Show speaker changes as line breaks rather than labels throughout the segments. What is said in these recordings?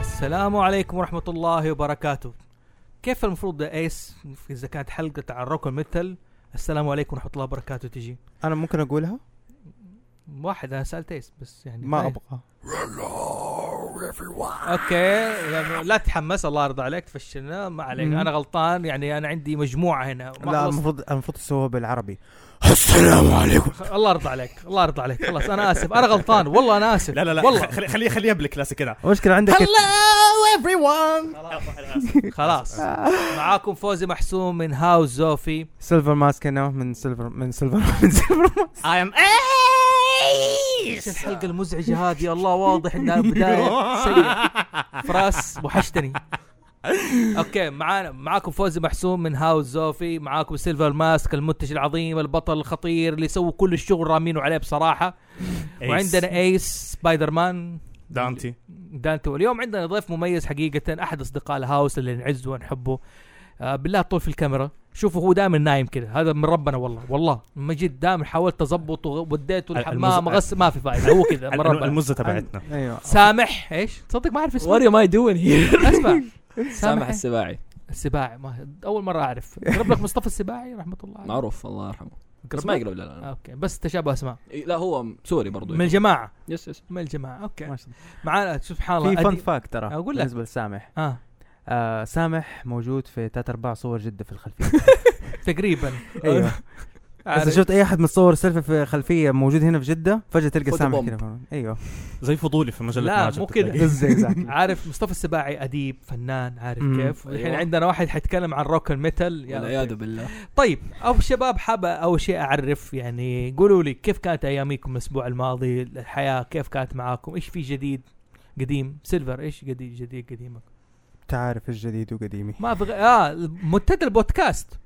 السلام عليكم ورحمة الله وبركاته كيف المفروض يا ايس اذا كانت حلقة عن روك ميتال السلام عليكم ورحمة الله وبركاته تجي
انا ممكن اقولها
واحد انا سألت ايس بس يعني
ما
طيب.
ابغى
اوكي لا- يعني لا تتحمس الله يرضى عليك تفشلنا ما عليك
مم.
انا غلطان يعني انا عندي مجموعة هنا ما
لا
خلصت.
المفروض المفروض تسووها بالعربي السلام عليكم
الله يرضى عليك الله يرضى عليك خلاص انا اسف انا غلطان والله انا اسف
لا لا لا
والله
خ- خلي خليه خليه بالكلاسي كذا
المشكلة عندك
everyone
خلاص معاكم فوزي محسوم من هاوس زوفي
سيلفر ماسك هنا من سيلفر من سيلفر من سيلفر
I am
ايش
ايس
الحلقه المزعجه هذه الله واضح انها بدايه سيئه فراس وحشتني اوكي معانا معاكم فوزي محسوم من هاوس زوفي معاكم سيلفر ماسك المنتج العظيم البطل الخطير اللي سووا كل الشغل رامينه عليه بصراحه وعندنا ايس سبايدر مان
دانتي
دانتو واليوم عندنا ضيف مميز حقيقة أحد أصدقاء الهاوس اللي نعزه ونحبه آه بالله طول في الكاميرا شوفوا هو دائما نايم كده هذا من ربنا والله والله من جد دائما حاولت أظبطه وديته
ال-
الحمام
المز-
غس ما في فائدة هو كذا من
الم-
ربنا
المزه تبعتنا
ايوه
سامح ايش؟ تصدق ما أعرف
وات
اسمه
ام اي دوين هير
اسمع
سامح
سامح إيه. إيش؟
السباعي
السباعي ما أول مرة أعرف قرب لك مصطفى السباعي رحمة الله عليه
معروف الله يرحمه
قرب
بس ما
لك؟
يقرب لا لا لا.
أوكي بس تشابه أسماء
إيه، لا هو سوري برضو
من الجماعة
يس يس
من الجماعة أوكي
ما شاء
معانا سبحان
الله.
الله
في فان
أدي-
فاكت ترى
أقول لك.
بالنسبة لسامح
آه
آه سامح موجود في تلات ارباع صور جدة في الخلفية
تقريبا
أيوه.
ايوه اذا شفت اي احد متصور سيلفي في خلفية موجود هنا في جدة فجأة تلقى
فوتو
سامح
بومب.
كذا ايوه
زي فضولي في مجله
لا،
ماجد إيه.
مو كده.
تلاقيه.
بالظبط exactly.
عارف مصطفى السباعي اديب فنان عارف
مم.
كيف الحين
أيوة.
عندنا واحد حيتكلم عن روك الميتال يا
والعياذ
لطيف.
بالله
طيب او شباب حابة اول شيء اعرف يعني قولوا لي كيف كانت اياميكم الاسبوع الماضي الحياه كيف كانت معاكم ايش في جديد قديم سيلفر ايش جديد جديد قديمك
تعرف الجديد وقديمي
ما بغ... اه منتدى البودكاست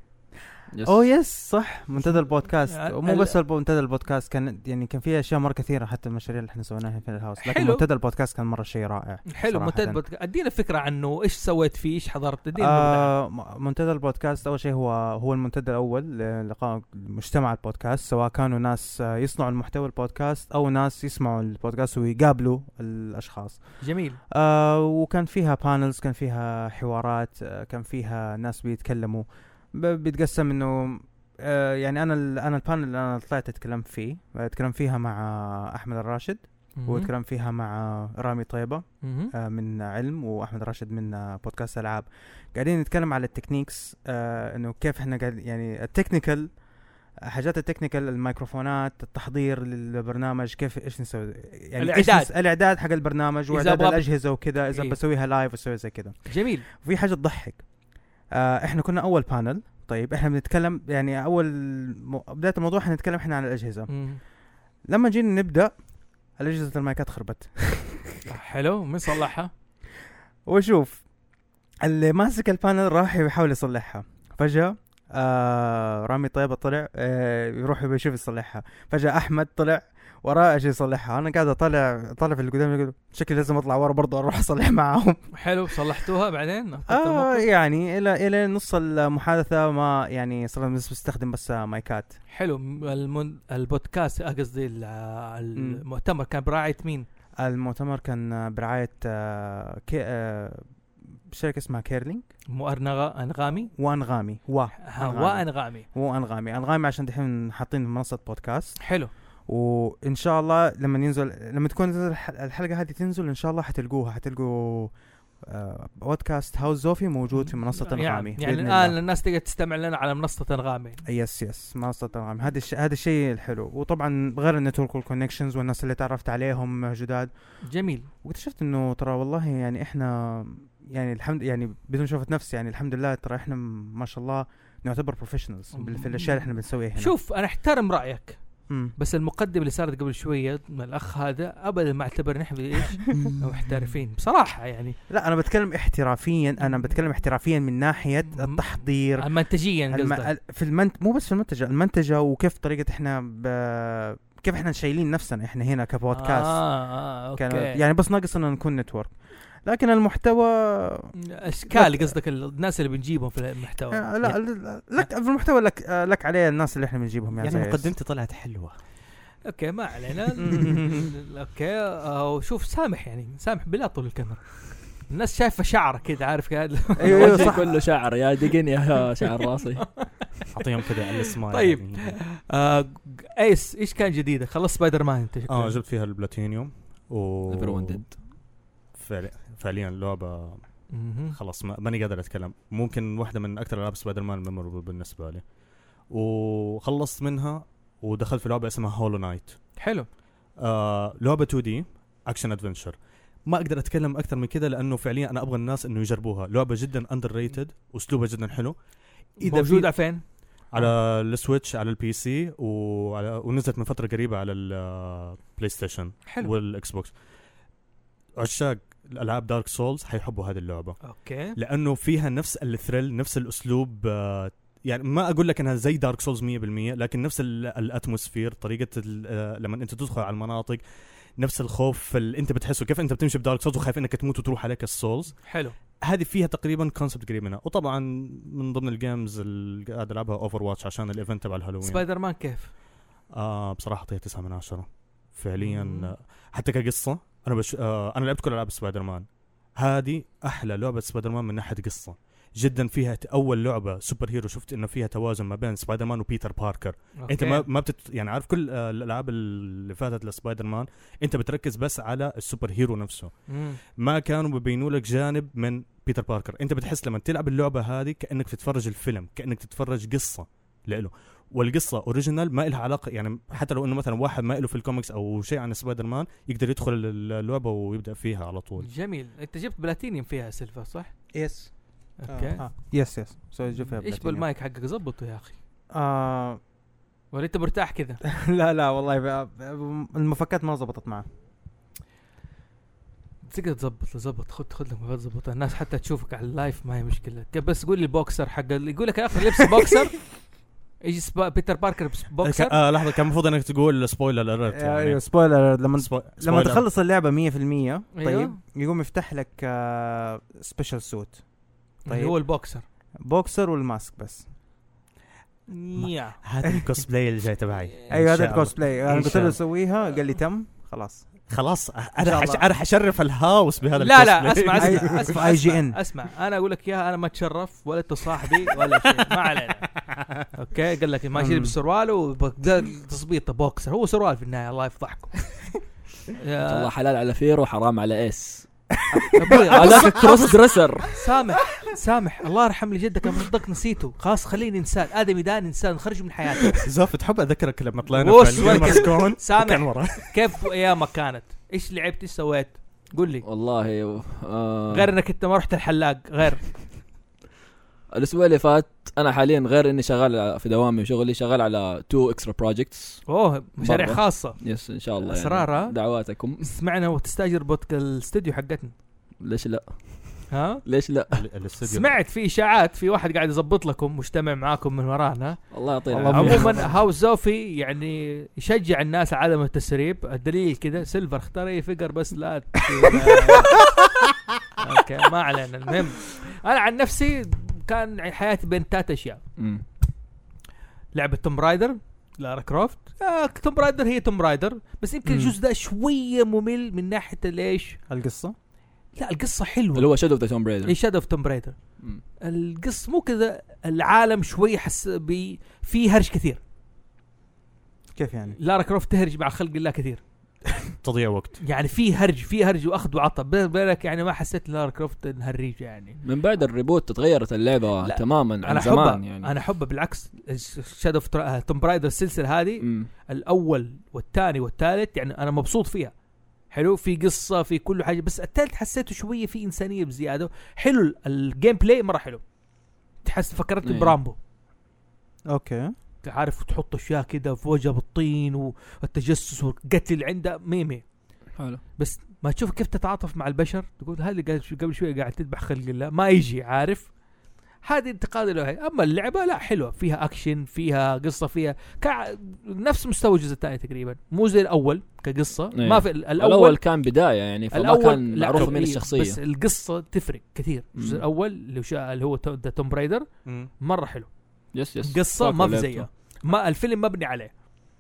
يس
اوه يس Oh, صح منتدى البودكاست
يعني
ومو
ال-
بس الب- منتدى البودكاست كان يعني كان في اشياء مره كثيره حتى المشاريع اللي احنا سويناها في الهاوس لكن
حلو.
منتدى البودكاست كان مره شيء رائع
حلو
صراحة.
منتدى البودكاست ادينا فكره عنه ايش سويت فيه ايش حضرت ادينا آه
آه م- منتدى البودكاست اول شيء هو هو المنتدى الاول لقاء مجتمع البودكاست سواء كانوا ناس آه، يصنعوا المحتوى البودكاست او ناس يسمعوا البودكاست ويقابلوا الاشخاص
جميل
آه وكان فيها بانلز كان فيها حوارات آه كان فيها ناس بيتكلموا ب- بيتقسم انه آه يعني انا ال- انا البانل اللي انا طلعت اتكلمت فيه اتكلمت فيها مع آه، احمد الراشد واتكلمت فيها مع آه، رامي طيبه
مهم.
آه، من علم واحمد راشد من آه، بودكاست العاب قاعدين نتكلم على التكنيكس آه، انه كيف احنا قاعد يعني التكنيكال حاجات التكنيكال الميكروفونات التحضير للبرنامج كيف ايش نسوي يعني إيش
الإعداد.
نس- الاعداد حق البرنامج
إذا
واعداد
أبغى-
الاجهزه وكذا اذا
إيه.
بسويها لايف واسوي زي كذا
جميل
وفي حاجه تضحك آه، احنا كنا اول بانل طيب احنا بنتكلم يعني اول مو- بدايه الموضوع حنتكلم احنا عن الاجهزه
مم.
لما جينا نبدا الاجهزه المايكات خربت
حلو مين صلحها؟
وشوف اللي ماسك البانل راح يحاول يصلحها فجأة آه رامي طيبة طلع آه يروح يبي يشوف يصلحها فجأة أحمد طلع وراه أجي يصلحها أنا قاعد أطلع طالع في اللي قدامي يقول شكلي لازم أطلع ورا برضه أروح أصلح معاهم
حلو صلحتوها بعدين
آه يعني إلى إلى نص المحادثة ما يعني صرنا بس بستخدم بس مايكات
حلو المن... البودكاست آه، قصدي ال- آه، المؤتمر كان برعاية مين؟
المؤتمر كان برعاية آه كي آه شركة اسمها كيرلينج
مؤرنغا أنغامي
وأنغامي وا
ها،
أنغامي.
وأنغامي
وأنغامي أنغامي عشان دحين حاطين منصة بودكاست
حلو
وان شاء الله لما ينزل لما تكون تنزل الح- الحلقه هذه تنزل ان شاء الله حتلقوها حتلقوا آه، بودكاست هاوس زوفي موجود في منصه انغامي
يعني, يعني
بإذن
الآن
الله.
الناس تقدر تستمع لنا على منصة أنغامي
يس يس منصه انغامي هذا الشيء هذا الشيء الحلو وطبعا غير النتورك والكونكشنز والناس اللي تعرفت عليهم جداد
جميل
واكتشفت انه ترى والله يعني احنا يعني الحمد يعني بدون شوفة نفسي يعني الحمد لله ترى احنا م- ما شاء الله نعتبر بروفيشنالز في الاشياء اللي احنا بنسويها هنا
شوف أنا أحترم رأيك
مم.
بس المقدمة اللي صارت قبل شوية من الأخ هذا أبدا ما اعتبر نحن إيش محترفين بصراحة يعني
لا انا بتكلم احترافيا انا بتكلم احترافيا من ناحيه
م-
التحضير
منتجيا
الم...
قصدك
ال- في المنت مو بس في المنتجه المنتجه وكيف طريقه احنا ب... كيف احنا شايلين نفسنا احنا هنا كبودكاست آه،
آه, آه أوكي
كان... يعني بس ناقص ان نكون نتورك لكن المحتوى
أشكال قصدك الناس اللي بنجيبهم في المحتوى يعني
آه، لا لا- لك في المحتوى لك آه، لك عليه الناس اللي احنا بنجيبهم يعني
يعني
زي-
مقدمتي طلعت حلوه
اوكي ما علينا اوكي آه، وشوف سامح يعني سامح بلا طول الكاميرا الناس شايفه شعر كذا عارف كده
ايوه ايوه صح
كله شعر يا دقن يا شعر راسي
اعطيهم كذا الاسماء
طيب.
يعني.
آه، ايس ايش كان جديده خلص سبايدر مان انت شكلك.
اه جبت فيها البلاتينيوم و
everyone did
فعلي- فعليا اللعبه
مهم.
خلاص ما- ماني قادر اتكلم ممكن واحده من اكثر العاب سبايدر مان ميموربل بالنسبه لي وخلصت منها ودخلت في لعبه اسمها هولو نايت
حلو
آه لعبه 2 دي اكشن ادفنشر ما اقدر اتكلم اكثر من كذا لانه فعليا انا ابغى الناس انه يجربوها لعبه جدا اندر ريتد اسلوبها جدا حلو إذا في-
موجوده فين؟
على السويتش على البي سي وعلى ونزلت من فتره قريبه على آه، البلاي ستيشن
حلو
والاكس بوكس عشاق الالعاب دارك سولز حيحبوا هذه اللعبه
اوكي
لانه فيها نفس الثريل نفس الاسلوب آه، يعني ما اقول لك انها زي دارك سولز 100% لكن نفس ال- الاتموسفير طريقه ال- آه، لما انت تدخل على المناطق نفس الخوف اللي انت بتحسه كيف انت بتمشي بدارك سولز وخايف انك تموت وتروح عليك السولز
حلو
هذه فيها تقريبا كونسبت قريب منها وطبعا من ضمن الجيمز اللي قاعد العبها اوفر واتش عشان الايفنت تبع الهالوين
سبايدر مان كيف؟
آه بصراحه اعطيها 9 من 10
مم.
فعليا آه، حتى كقصه انا بش... آه انا لعبت كل العاب سبايدر مان هذه احلى لعبه سبايدر مان من ناحيه قصه جدا فيها ت- اول لعبه سوبر هيرو شفت انه فيها توازن ما بين سبايدر مان وبيتر باركر
أوكي.
انت ما ما بتت... يعني عارف كل آه، الالعاب اللي فاتت لسبايدر مان انت بتركز بس على السوبر هيرو نفسه
مم.
ما كانوا بيبينوا لك جانب من بيتر باركر انت بتحس لما تلعب اللعبه هذه كانك تتفرج الفيلم كانك تتفرج قصه لإله والقصه اوريجينال ما لها علاقه يعني حتى لو انه مثلا واحد ما له في الكوميكس او شيء عن سبايدر مان يقدر يدخل اللعبه ويبدا فيها على طول
جميل انت جبت بلاتينيوم فيها سيلفر صح؟
يس
اوكي
يس يس سوي جيب آه. فيها
ايش
بلاتينيوم.
بالمايك حقك زبطه يا اخي
آه
ولا انت مرتاح كذا
لا لا والله ب- ب- المفكات ما زبطت معه
تقدر تظبط زبط خد خد لك مفات زبطها الناس حتى تشوفك على اللايف ما هي مشكله ك- بس قول لي البوكسر حق ال- يقول لك يا اخي لبس بوكسر يجي سبا بيتر باركر بس بوكسر
آه لحظه كان المفروض انك تقول سبويلر اليرت
ايوه
يعني
سبويلر لما
سبو-
لما
سبويلر.
تخلص اللعبه 100% طيب
أيوه.
يقوم يفتح لك آه، سبيشال سوت
اللي
طيب.
هو البوكسر
بوكسر والماسك بس
يا
هذا الكوسبلاي اللي جاي
ايوه
تبعي إن شاء
هذا
الله.
الكوسبلاي
إن
انا قلت
شاء
له
الله.
سويها قال لي تم خلاص
خلاص انا
شاء
حش...
الله.
انا حشرف الهاوس بهذا
لا لا
الكوسبلاي.
اسمع اسمع
في
اسمع
IGN.
اسمع, اسمع انا اقول لك اياها انا ما اتشرف ولا انت صاحبي ولا شيء ما علينا اوكي قال لك ماشي
أمم.
بالسروال وتظبيطه بوكسر هو سروال في النهايه الله يفضحكم يا
الله حلال على فير وحرام على اس
ابوي
هذاك كروس دريسر
سامح سامح الله يرحم لي جدك انا صدق نسيته خلاص خليني انسان ادمي ده انسان خرج من حياتي
زوف تحب اذكرك لما طلعنا
وش
في الجيمرز
ولكن-
كون كان
سامح
ورا
كيف ايامك كانت؟ ايش لعبت ايش سويت؟ قول لي
والله آه
غير انك انت ما رحت الحلاق غير
الاسبوع اللي فات انا حاليا غير اني شغال في دوامي وشغلي شغال على تو اكسترا بروجكتس
اوه مشاريع
برا.
خاصه
يس ان شاء الله
أسرار، ها؟
يعني دعواتكم
سمعنا وتستاجر بودك الاستديو حقتنا
ليش لا
ها؟
ليش لا
سمعت في اشاعات في واحد قاعد يظبط لكم مجتمع معاكم من ورانا
الله يعطينا
والله
العافية.
عموما هاوس زوفي يعني يشجع الناس على عدم التسريب الدليل كذا سيلفر اختار اي فيجر بس لا ت- اوكي ما علينا المهم انا عن نفسي كان حياتي بين ثلاث اشياء
مم.
لعبه توم رايدر لارا كروفت آه توم رايدر هي توم رايدر بس يمكن
مم.
الجزء ده شويه ممل من ناحيه ليش
القصه
لا إيه، القصه حلوه
اللي هو شادو اوف ذا توم بريدر
اي شادو اوف توم رايدر القصه مو كذا العالم شوي حس بي في هرج كثير
كيف يعني؟
لارا كروفت تهرج مع خلق الله كثير
تضيع وقت
يعني في هرج في هرج واخذ وعطى بيني وبينك يعني ما حسيت لارا كروفت انها هريجه يعني
من بعد الريبوت تغيرت اللعبه
لا،
تماما عن
انا احبها
زمان يعني
انا احبها بالعكس شادو اوف توم برايدر السلسله هذه
مم.
الاول والثاني والثالث يعني انا مبسوط فيها حلو في قصه في كل حاجه بس الثالث حسيته شويه في انسانيه بزياده حلو ال- الجيم بلاي مره حلو تحس فكرتني
إيه.
برامبو
اوكي
عارف تحط اشياء كده في وجهه بالطين والتجسس والقتل عنده ميمي
حلو
بس ما تشوف كيف تتعاطف مع البشر تقول هذه قاعد قبل شويه قاعد تذبح خلق الله ما يجي عارف هذه انتقاد الوحيد اما اللعبه لا حلوه فيها اكشن فيها قصه فيها كع... نفس مستوى الجزء الثاني تقريبا مو زي الاول كقصه
إيه.
ما في ال-
الاول,
الاول
كان بدايه يعني فما
الاول
كان
لا،
معروف مين
إيه،
الشخصيه
بس القصه تفرق كثير الجزء
مم.
الاول اللي شا- اللي هو تو- ذا توم برايدر مره حلو
يس يس
قصه ما
فاكر
في
لعبته.
زيها ما الفيلم مبني عليه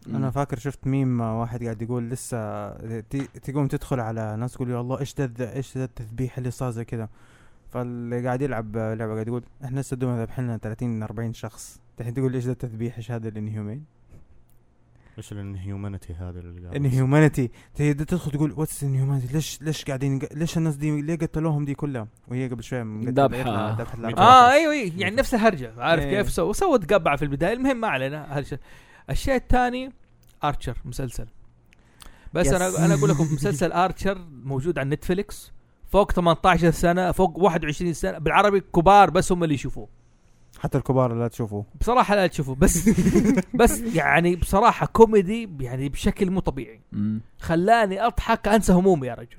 انا فاكر شفت ميم آه، واحد قاعد يقول لسه آه، ت- تقوم تدخل على ناس تقول يا الله ايش ذا الذ- ايش ذا التذبيح اللي صار زي كذا فاللي قاعد يلعب لعبه قاعد يقول احنا لسه دوبنا ذبحنا 30 40 شخص الحين تقول ايش ذا التذبيح ايش هذا الانهيومين
ايش الانهيومانيتي هذا اللي قاعد
انهيومانيتي تدخل تقول واتس انهيومانيتي ليش ليش قاعدين ليش الناس دي ليه قتلوهم دي كلها وهي قبل شويه مقتلة
ذبحة.
يطلع ذبح الأرض.
ميت
اه ايوه ايوه يعني نفس الهرجه عارف
إيه.
كيف سو سو تقبع في البدايه المهم ما علينا هالشيء الشيء الثاني ارشر مسلسل بس
يس.
انا انا اقول لكم مسلسل ارشر موجود على نتفليكس فوق 18 سنه فوق 21 سنه بالعربي كبار بس هم اللي يشوفوه
حتى الكبار لا تشوفوه
بصراحه لا تشوفوه بس بس يعني بصراحه كوميدي يعني بشكل مو طبيعي
مم.
خلاني اضحك انسى همومي يا رجل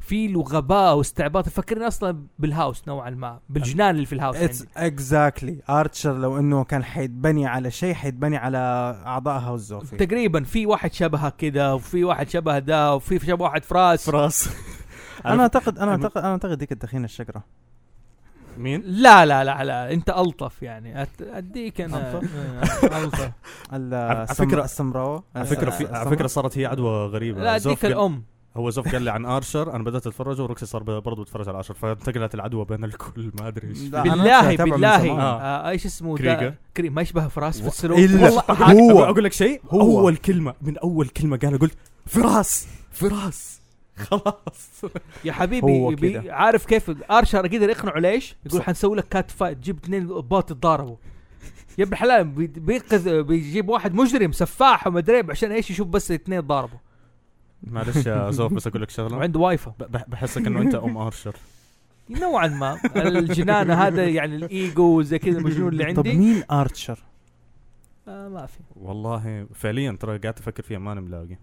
في وغباء واستعباط فكرني اصلا بالهاوس نوعا ما بالجنان اللي في الهاوس عندي.
اتس اكزاكتلي ارتشر لو انه كان حيتبني على شيء حيتبني على اعضاء هاوس زوفي
تقريبا في واحد شبه كذا وفي واحد شبه ذا وفي شبه واحد فراس
فراس
انا اعتقد انا
الم-
اعتقد انا اعتقد ديك الدخينه الشقره
مين؟
لا لا لا لا انت الطف يعني أت- اديك انا
ألطف؟
آه، الطف
على
على فكرة-
السمراوة
على فكره في على فكره صارت هي عدوى غريبه
لا
زوف
اديك
قال-
الام
هو زوف قال لي عن ارشر انا بدات اتفرج وروكسي صار ب- برضه بتفرج على ارشر فانتقلت العدوى بين الكل ما ادري ايش
لا،
في.
أنا
بالله
أتابع من
بالله
زمان.
آه، ايش اسمه
كريجر.
ذا كري ما يشبه فراس في
و-
السلوك
إلا
والله أحد-
هو.
أقول- اقول لك شيء
هو.
اول كلمه من اول كلمه قالها قلت فراس فراس خلاص
يا
هو
حبيبي بي-
كده.
عارف كيف ارشر قدر يقنعه ليش؟ يقول
صح.
حنسوي لك كات فايت جيب اثنين بوت يتضاربوا يا ابن الحلال بي- بينقذ بيجيب واحد مجرم سفاح وما ادري عشان ايش يشوف بس اثنين يتضاربوا
معلش يا زوف بس اقول لك شغله
وعنده وايفا
ب- بح- بحسك انه انت ام ارشر
نوعا ما الجنان هذا يعني الايجو وزي كذا المجنون اللي
طب
عندي
مين ارتشر؟
آه ما في
والله فعليا ترى قاعد افكر فيها ماني ملاقي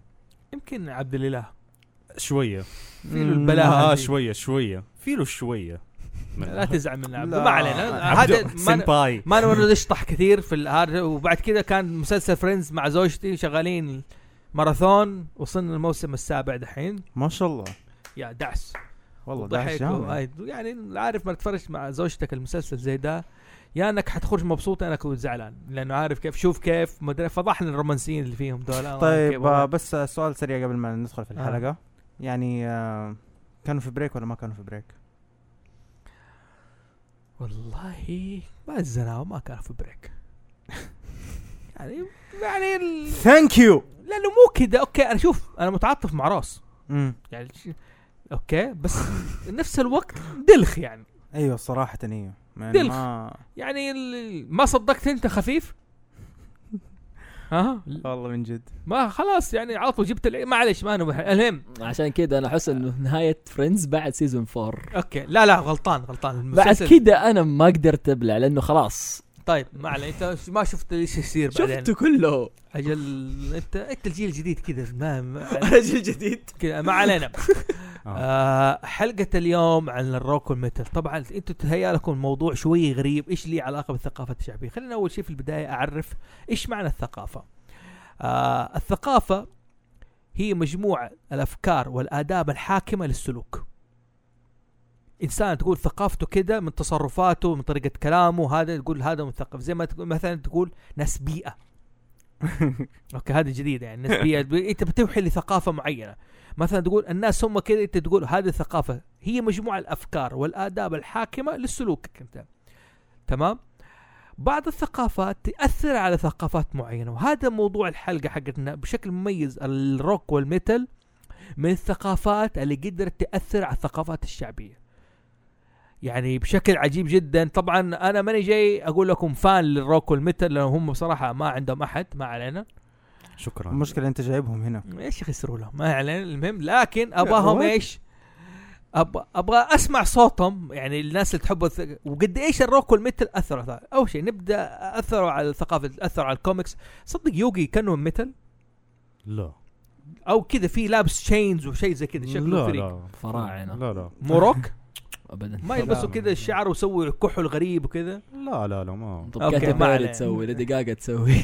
يمكن عبد الاله
شويه
في له
لا
البلاهه
آه
هذه.
شويه شويه في له شويه من-
لا تزعل من عبد
لا.
ما علينا
عبده
هذا ما-
سنباي
ما نبغى نشطح كثير في ال- هذا وبعد كذا كان مسلسل فريندز مع زوجتي شغالين ماراثون وصلنا الموسم السابع دحين
ما شاء الله
يا دعس
والله داعش
ضحك
جامد
وهاي- يعني عارف ما تتفرج مع زوجتك المسلسل زي ده يا انك حتخرج مبسوط يا انك زعلان لانه عارف كيف شوف كيف مدري فضحنا الرومانسيين اللي فيهم دول
طيب آه، بس آه، سؤال سريع قبل ما ندخل في
آه.
الحلقة يعني آه، كانوا في بريك ولا ما كانوا في بريك؟
والله ما الزناوة ما كانوا في بريك يعني يعني ال...
ثانك يو
لانه مو كذا اوكي انا شوف انا متعاطف مع راس يعني ش... اوكي بس نفس الوقت دلخ يعني
ايوه صراحة ايوه يعني
دلخ.
ما
يعني ال... ما صدقت انت خفيف ها
والله من جد
ما خلاص يعني على طول جبت الع- معلش ما انا بح- المهم
عشان كذا انا احس انه نهايه فريندز بعد سيزون 4
اوكي لا لا غلطان غلطان
بعد
المسلسل
كذا انا ما قدرت ابلع لانه خلاص
طيب ما عليك انت ما شفت ايش يصير بعدين
شفته كله
اجل انت انت الجيل الجديد كذا ما- ما
رجل جديد
كذا ما علينا آه حلقة اليوم عن الروك والميتال طبعا انتم تهيأ لكم الموضوع شوي غريب ايش لي علاقة بالثقافة الشعبية خلينا اول شيء في البداية اعرف ايش معنى الثقافة آه الثقافة هي مجموعة الافكار والاداب الحاكمة للسلوك انسان تقول ثقافته كده من تصرفاته من طريقة كلامه هذا تقول هذا مثقف زي ما تقول مثلا تقول ناس بيئة اوكي هذه جديدة يعني ناس بيئة انت بتوحي لثقافة معينة مثلا تقول الناس هم كذا انت تقول هذه الثقافه هي مجموعه الافكار والاداب الحاكمه لسلوكك انت تمام بعض الثقافات تاثر على ثقافات معينه وهذا موضوع الحلقه حقتنا بشكل مميز الروك والميتال من الثقافات اللي قدرت تاثر على الثقافات الشعبيه يعني بشكل عجيب جدا طبعا انا ماني جاي اقول لكم فان للروك والميتال لانه هم بصراحه ما عندهم احد ما علينا
شكرا
المشكلة انت جايبهم هنا
ايش يخسروا لهم ما علينا المهم لكن ابغاهم
وات؟
ايش أب... ابغى اسمع صوتهم يعني الناس اللي تحب الث... وقد ايش الروك والميتال اثروا على- اول شيء نبدا اثروا على الثقافه اثروا على الكوميكس صدق يوغي كانوا من ميتال
لا
او كذا في لابس شينز وشيء زي كذا شكله
لا
فريق
لا
فراعنه
لا لا
مو روك
ابدا
ما يلبسوا
طبعاً.
كذا الشعر ويسووا كحل غريب وكذا
لا لا لا ما
طب
أوكي،
كاتب
ما
ماري
عليه.
تسوي ليدي جاجا تسوي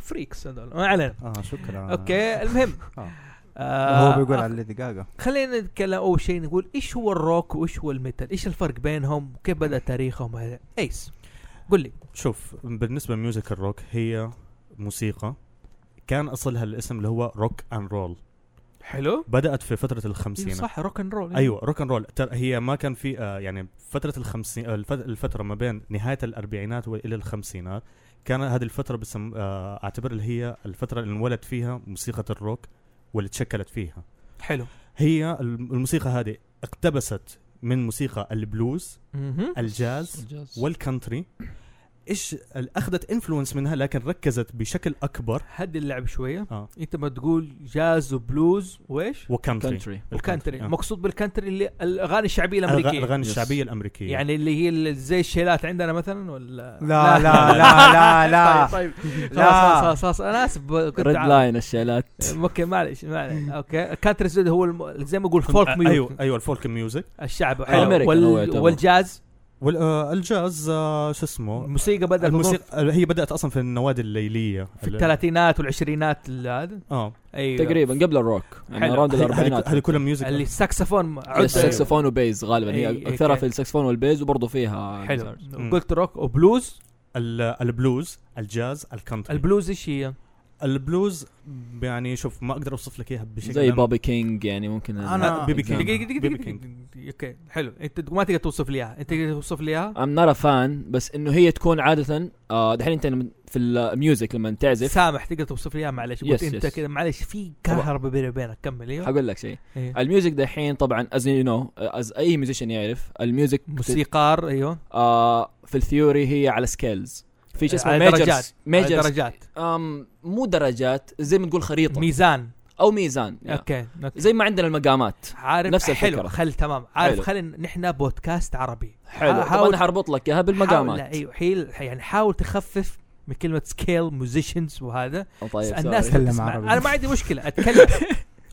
فريكس هذول ما علينا
اه شكرا
اوكي المهم
آه.
آه،
هو بيقول على ليدي جاجا
خلينا نتكلم اول شيء نقول ايش هو الروك وايش هو الميتال ايش الفرق بينهم وكيف بدا تاريخهم هذا ايس قل لي
شوف بالنسبه لميوزك الروك هي موسيقى كان اصلها الاسم اللي هو روك اند رول
حلو
بدات في فتره
إيه
الخمسينات
صح روك اند رول
ايوه روك اند رول تر- هي ما كان في آه، يعني فتره الخمسين آه، الفت- الفتره ما بين نهايه الاربعينات والى الخمسينات كان هذه الفتره بسم آه، اعتبر اللي هي الفتره اللي انولد فيها موسيقى الروك واللي تشكلت فيها
حلو
هي الم- الموسيقى هذه اقتبست من موسيقى البلوز
مهم.
الجاز والكانتري ايش ال- اخذت انفلونس منها لكن ركزت بشكل اكبر
هدي اللعب شويه
اه
انت ما تقول جاز وبلوز وايش؟
وكانتري
كونتري
وكانتري
آه.
مقصود بالكانتري اللي الاغاني الشعبيه
الأغ-
الامريكيه
الاغاني
Yes.
الشعبيه الامريكيه
يعني اللي هي ال- زي الشيلات عندنا مثلا ولا
لا لا لا لا لا
طيب
خلاص
لا.
خلاص خلاص انا اسف ب- كنت
ريد
عا-
لاين الشيلات
اوكي معلش معليش اوكي كانتري زود هو الم... زي ما اقول فولك
آه،
ميوزك
ايوه ايوه الفولك ميوزك
الشعب
آه،
حلو
American هو
وال...
يعتبر.
والجاز
والجاز آه، شو اسمه
الموسيقى بدأ
الموسيقى هي بدات اصلا في النوادي الليليه
في الثلاثينات والعشرينات ال- هذا
اه
ايوه
تقريبا قبل الروك يعني
حلو.
راوند
هذه-
الاربعينات
هذه هذه كلها ميوزك
اللي الساكسفون عود
السكسفون وبيز غالبا
أي-
هي
أي
اكثرها
كان.
في السكسفون والبيز وبرضه فيها
حلو
مم.
قلت روك وبلوز
ال- البلوز الجاز الكانتري
البلوز ايش هي؟
البلوز يعني شوف ما اقدر اوصف لك اياها بشكل
زي
عام.
بابي كينج يعني ممكن
أنا-
بيبي كينج.
دقيقة دقيقة
بيبي
دقيقة دقيقة. اوكي حلو انت ما تقدر توصف لي اياها انت تقدر توصف لي اياها؟
ام نوت فان بس انه هي تكون عاده آه دحين انت لما- في الميوزك لما تعزف
سامح تقدر توصف لي اياها معلش قلت
Yes,
انت
yes.
كذا معلش في كهرباء بيني وبينك كمل ايوه
حقول لك شيء
إيه.
الميوزك دحين طبعا از يو نو از اي ميوزيشن يعرف الميوزك
موسيقار ايوه
آه في الثيوري هي على سكيلز في شيء اسمه
على آه، درجات.
ميجرز
على
ميجرز
درجات
أم مو درجات زي ما تقول خريطه
ميزان
او ميزان yeah.
اوكي اوكي
زي ما عندنا المقامات
عارف
نفس
حلو
الفكرة.
خل تمام عارف
حلو.
خلينا نحن بودكاست عربي
حلو
ح-
طبعا حربط لك اياها
حاول
بالمقامات
ايوه حيل يعني حاول تخفف من كلمه سكيل ميوزيشنز وهذا
أو طيب
الناس
sorry.
تتكلم
تسمع
عربي.
انا ما عندي مشكله اتكلم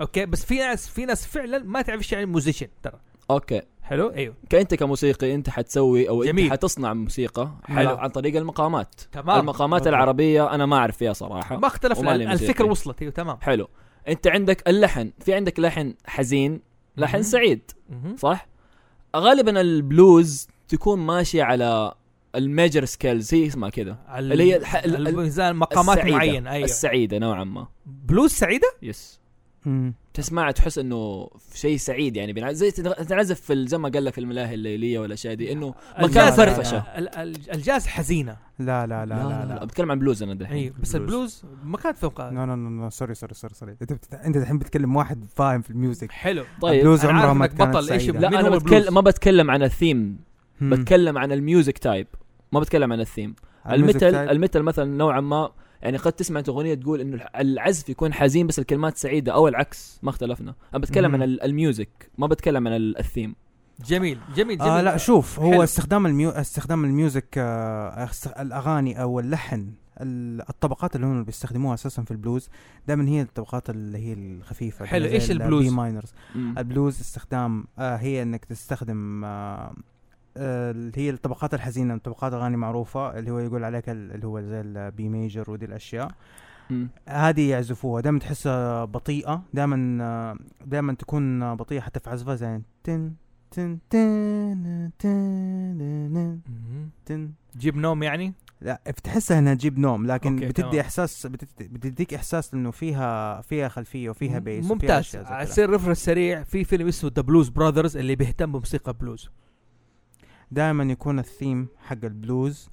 اوكي بس في ناس في ناس فعلا ما تعرف ايش يعني ميوزيشن ترى
اوكي
حلو ايوه
كأنت كموسيقي انت حتسوي او
جميل.
انت حتصنع موسيقى
حلو.
حلو. عن طريق المقامات
تمام.
المقامات
مطلع.
العربيه انا ما اعرف فيها صراحه
ما اختلفنا
وما لي موسيقى.
الفكره وصلت ايوه تمام
حلو انت عندك اللحن في عندك لحن حزين لحن
مهم.
سعيد
مهم.
صح غالبا البلوز تكون ماشيه على الميجر سكيلز هي اسمها كذا
ال-
اللي هي الح- ال- ال-
الميزان مقامات
السعيدة.
معينه ايوه
السعيده نوعا ما
بلوز سعيده
يس
مم.
تسمعها تحس انه شيء سعيد يعني بنع- زي تنغ- تنعزف في ال- زي ما قال لك في الملاهي الليليه والاشياء دي انه مكان
الجاز-
فرفشه
ال- ال- الجاز حزينه
لا لا لا لا لا
بتكلم عن بلوز انا دحين
ايوه بس البلوز
البلوز.
مكان فوق
نو نو نو نو سوري سوري سوري سوري انت بتت... انت الحين بتكلم واحد فاهم في الميوزك
حلو
طيب
بلوز
أنا
عمرها
عارف
ما
إنك
كانت
بطل، إيش
سعيدة.
بلا-
لا
يعني مين
انا
هو البلوز؟
بتكلم ما بتكلم عن الثيم
مم.
بتكلم عن الميوزك تايب ما بتكلم عن الثيم
الميوزك
الميتال
تايب.
الميتال مثلا نوعا ما يعني قد تسمع أنت اغنيه تقول انه الح- العزف يكون حزين بس الكلمات سعيده او العكس ما اختلفنا انا بتكلم
مم.
عن ال- الميوزك ما بتكلم عن ال- الثيم
جميل جميل جميل
آه لا شوف هو
حلو.
استخدام الميو... استخدام الميوزك آه أخس- الاغاني او اللحن ال- الطبقات اللي هم بيستخدموها اساسا في البلوز دائما هي الطبقات اللي هي الخفيفه
حلو،
زي
إيش
ال-
البلوز؟
B minors.
مم.
البلوز استخدام آه هي انك تستخدم آه آه، اللي هي الطبقات الحزينه طبقات اغاني معروفه اللي هو يقول عليك ال- اللي هو زي البي ميجر ودي الاشياء
مم.
هذه يعزفوها دائما تحسها بطيئه دائما دائما تكون بطيئه حتى في عزفها زي تن تن تن تن
مهم.
تن
جيب نوم يعني
لا بتحسها انها تجيب نوم لكن
أوكي، تمام.
بتدي احساس بتد- بتديك احساس انه فيها فيها خلفيه وفيها بيس وفيها
ممتاز
أشياء زي كده.
اصير رفرش سريع في فيلم اسمه ذا بلوز براذرز اللي بيهتم بموسيقى بلوز
دائما يكون الثيم حق البلوز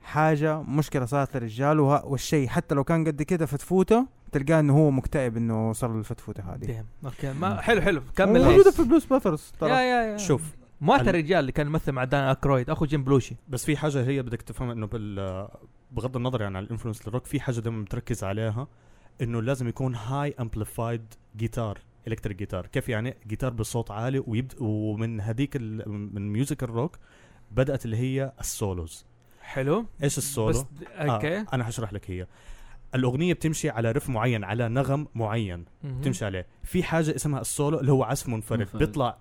حاجة مشكلة صارت للرجال وه- والشيء حتى لو كان قد كده فتفوته تلقاه انه هو مكتئب انه صار له الفتفوتة هذه
دام. اوكي ما حلو حلو كمل
موجودة في بلوز باثرز
يا
ترى
يا يا
شوف
مات
ال-
الرجال اللي كان يمثل مع دان اكرويد اخو جيم بلوشي
بس في حاجه هي بدك تفهمها انه بال بغض النظر يعني عن الانفلونس للروك في حاجه دائما بتركز عليها انه لازم يكون هاي امبليفايد جيتار الكتريك جيتار كيف يعني جيتار بصوت عالي ويبد ومن هذيك ال- من ميوزك الروك بدات اللي هي السولوز
حلو
ايش السولو
بس د- اوكي
آه انا هشرح لك هي الاغنيه بتمشي على رف معين على نغم معين
مهم.
بتمشي عليه في حاجه اسمها السولو اللي هو عزف منفرد,
منفرد.
منفرد. بيطلع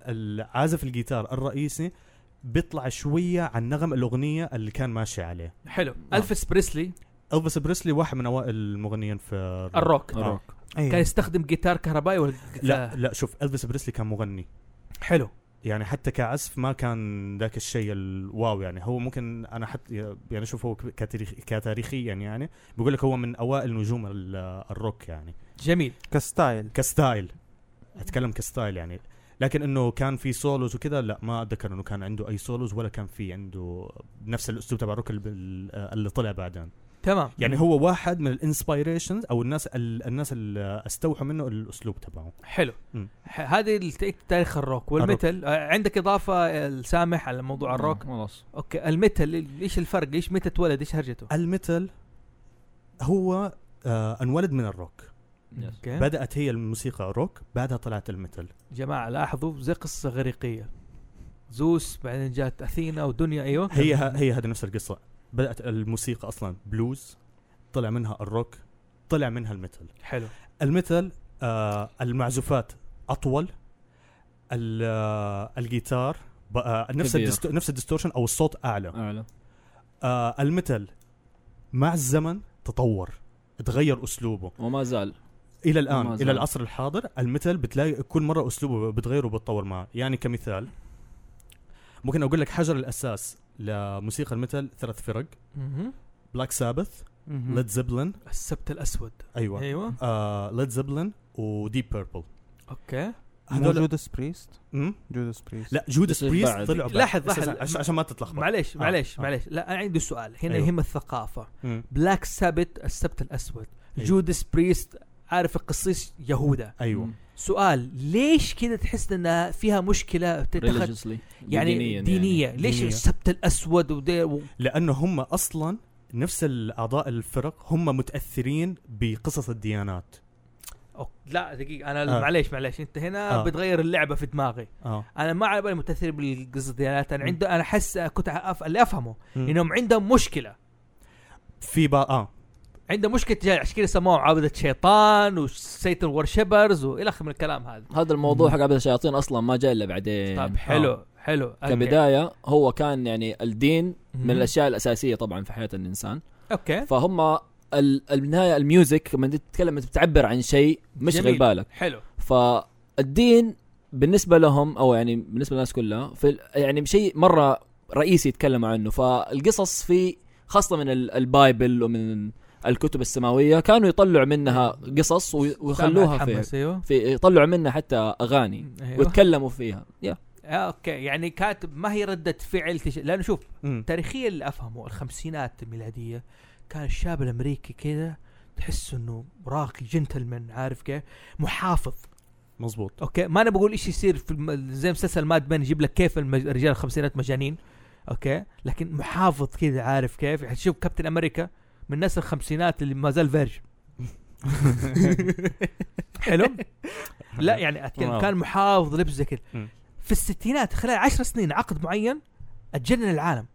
عازف الجيتار الرئيسي بيطلع شويه عن نغم الاغنيه اللي كان ماشي عليه
حلو
آه.
الفيس بريسلي
الفيس بريسلي واحد من اوائل المغنيين في الروك.
الروك آه.
آه.
الروك.
كان
أيوة.
يستخدم جيتار كهربائي ولا
لا لا شوف الفيس بريسلي كان مغني
حلو
يعني حتى كعزف ما كان ذاك الشيء الواو يعني هو ممكن انا حتى يعني شوف هو كتاريخ كتاريخيا يعني بقول لك هو من اوائل نجوم ال- الروك يعني
جميل
كستايل
كستايل اتكلم كستايل يعني لكن انه كان في سولوز وكذا لا ما اتذكر انه كان عنده اي سولوز ولا كان في عنده نفس الاسلوب تبع الروك اللي بال- اللي طلع بعدين
تمام
يعني هو واحد من الانسبيريشنز او الناس ال- الناس اللي استوحوا منه الاسلوب تبعه
حلو
مم.
ح- هذه الت- تاريخ الروك والميتال آه، عندك اضافه لسامح على
نعم.
موضوع الروك
خلاص
اوكي الميتال ايش الفرق ايش متى تولد ايش هرجته
الميتال هو آه انولد من الروك
يس.
اوكي
بدات هي الموسيقى روك بعدها طلعت الميتال
جماعه لاحظوا زي قصه اغريقيه زوس بعدين جات اثينا ودنيا ايوه
هي هي هذه نفس القصه بدات الموسيقى اصلا بلوز طلع منها الروك طلع منها الميتال
حلو
الميتال آه المعزوفات اطول ال- آه، الجيتار بقى نفس
كبير.
الدستو نفس الديستورشن او الصوت اعلى
اعلى
آه الميتال مع الزمن تطور تغير اسلوبه
وما زال
الى الان
ما
الى
زال.
العصر الحاضر الميتال بتلاقي كل مره اسلوبه بتغيره وبتطور معه يعني كمثال ممكن اقول لك حجر الاساس لموسيقى الميتال ثلاث فرق
مهم.
بلاك سابث
مهم.
ليد زبلن
السبت الاسود
ايوه
ايوه
آه ليد زبلن وديب بيربل
اوكي
مو
هذول
جودس بريست
مم؟
جودس بريست
لا جودس
بس
بريست
بعد.
طلعوا بعد.
لاحظ- لاحظ.
عشان- عشان عشان ما تتلخبط
معليش
آه،
معليش
آه.
معليش لا انا عندي سؤال هنا
أيوة.
يهم الثقافه
مم.
بلاك سابت السبت الاسود
أيوة.
جودس بريست عارف القسيس يهوذا
ايوه
مم.
سؤال ليش كذا تحس انها فيها مشكله تتخذ
religiously.
يعني دينيه,
دينياً
دينية. ليش
دينية.
السبت الاسود ودي و...
لانه هم اصلا نفس الاعضاء الفرق هم متاثرين بقصص الديانات
أوك. لا دقيقه انا
آه.
آه. معليش معليش انت هنا
آه.
آه. بتغير اللعبه في دماغي
اه
انا ما على بالي متاثر بالقصه ديالات انا
مم.
عنده انا احس كنت أف... اللي افهمه
مم.
انهم عندهم مشكله
في با... اه
عنده مشكله تجاه عشان كذا سموه عبده شيطان وسيتن ورشبرز والى اخره من الكلام هذا
هذا الموضوع حق عبد الشياطين اصلا ما جاء الا بعدين
طيب حلو آه. حلو أوكي.
كبدايه هو كان يعني الدين
مهم.
من الاشياء الاساسيه طبعا في حياه الانسان
اوكي
فهم ال- النهايه الميوزك لما تتكلم انت بتعبر عن شيء مشغل
جميل.
بالك
حلو
فالدين بالنسبه لهم او يعني بالنسبه للناس كلها في يعني شيء مره رئيسي يتكلموا عنه فالقصص في خاصه من ال- البايبل ومن الكتب السماويه كانوا يطلعوا منها قصص وي- ويخلوها في,
أتحمس، ايوه
في يطلعوا منها حتى اغاني
ايوه
ويتكلموا فيها يا
آه، اوكي يعني كاتب ما هي رده فعل تش... لانه شوف
مم.
تاريخيا اللي افهمه الخمسينات الميلاديه كان الشاب الامريكي كذا تحس انه راقي جنتلمان عارف كيف محافظ
مزبوط
اوكي ما انا بقول ايش يصير في الم... زي مسلسل ماد مان يجيب لك كيف المج... رجال الخمسينات مجانين اوكي لكن محافظ كذا عارف كيف يعني تشوف كابتن امريكا من ناس الخمسينات اللي ما زال فيرج حلو لا يعني أتكلم
واو.
كان محافظ لبس زي كذا
مم.
في الستينات خلال عشر سنين عقد معين اتجنن العالم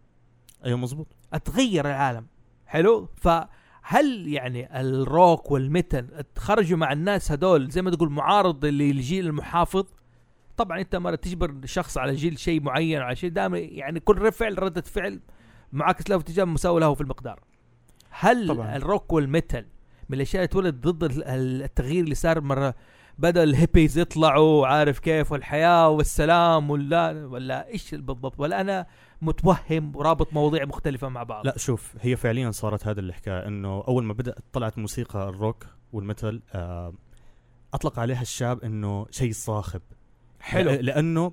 ايوه مزبوط
اتغير العالم حلو فهل يعني الروك والميتال خرجوا مع الناس هذول زي ما تقول معارض للجيل المحافظ طبعا انت مرة تجبر شخص على جيل شيء معين على شيء دائما يعني كل رد فعل ردة فعل معاكس له في اتجاه مساوي له في المقدار هل
طبعاً.
طبعا. الروك والميتال من الاشياء اللي تولد ضد ال- ال- التغيير اللي صار مره بدا الهيبيز يطلعوا عارف كيف والحياه والسلام ولا ولا ايش بالضبط ولا انا متوهم ورابط مواضيع مختلفه مع بعض
لا شوف هي فعليا صارت هذه الحكايه انه اول ما بدات طلعت موسيقى الروك والمتل آه اطلق عليها الشاب انه شيء صاخب
حلو.
لأ- لانه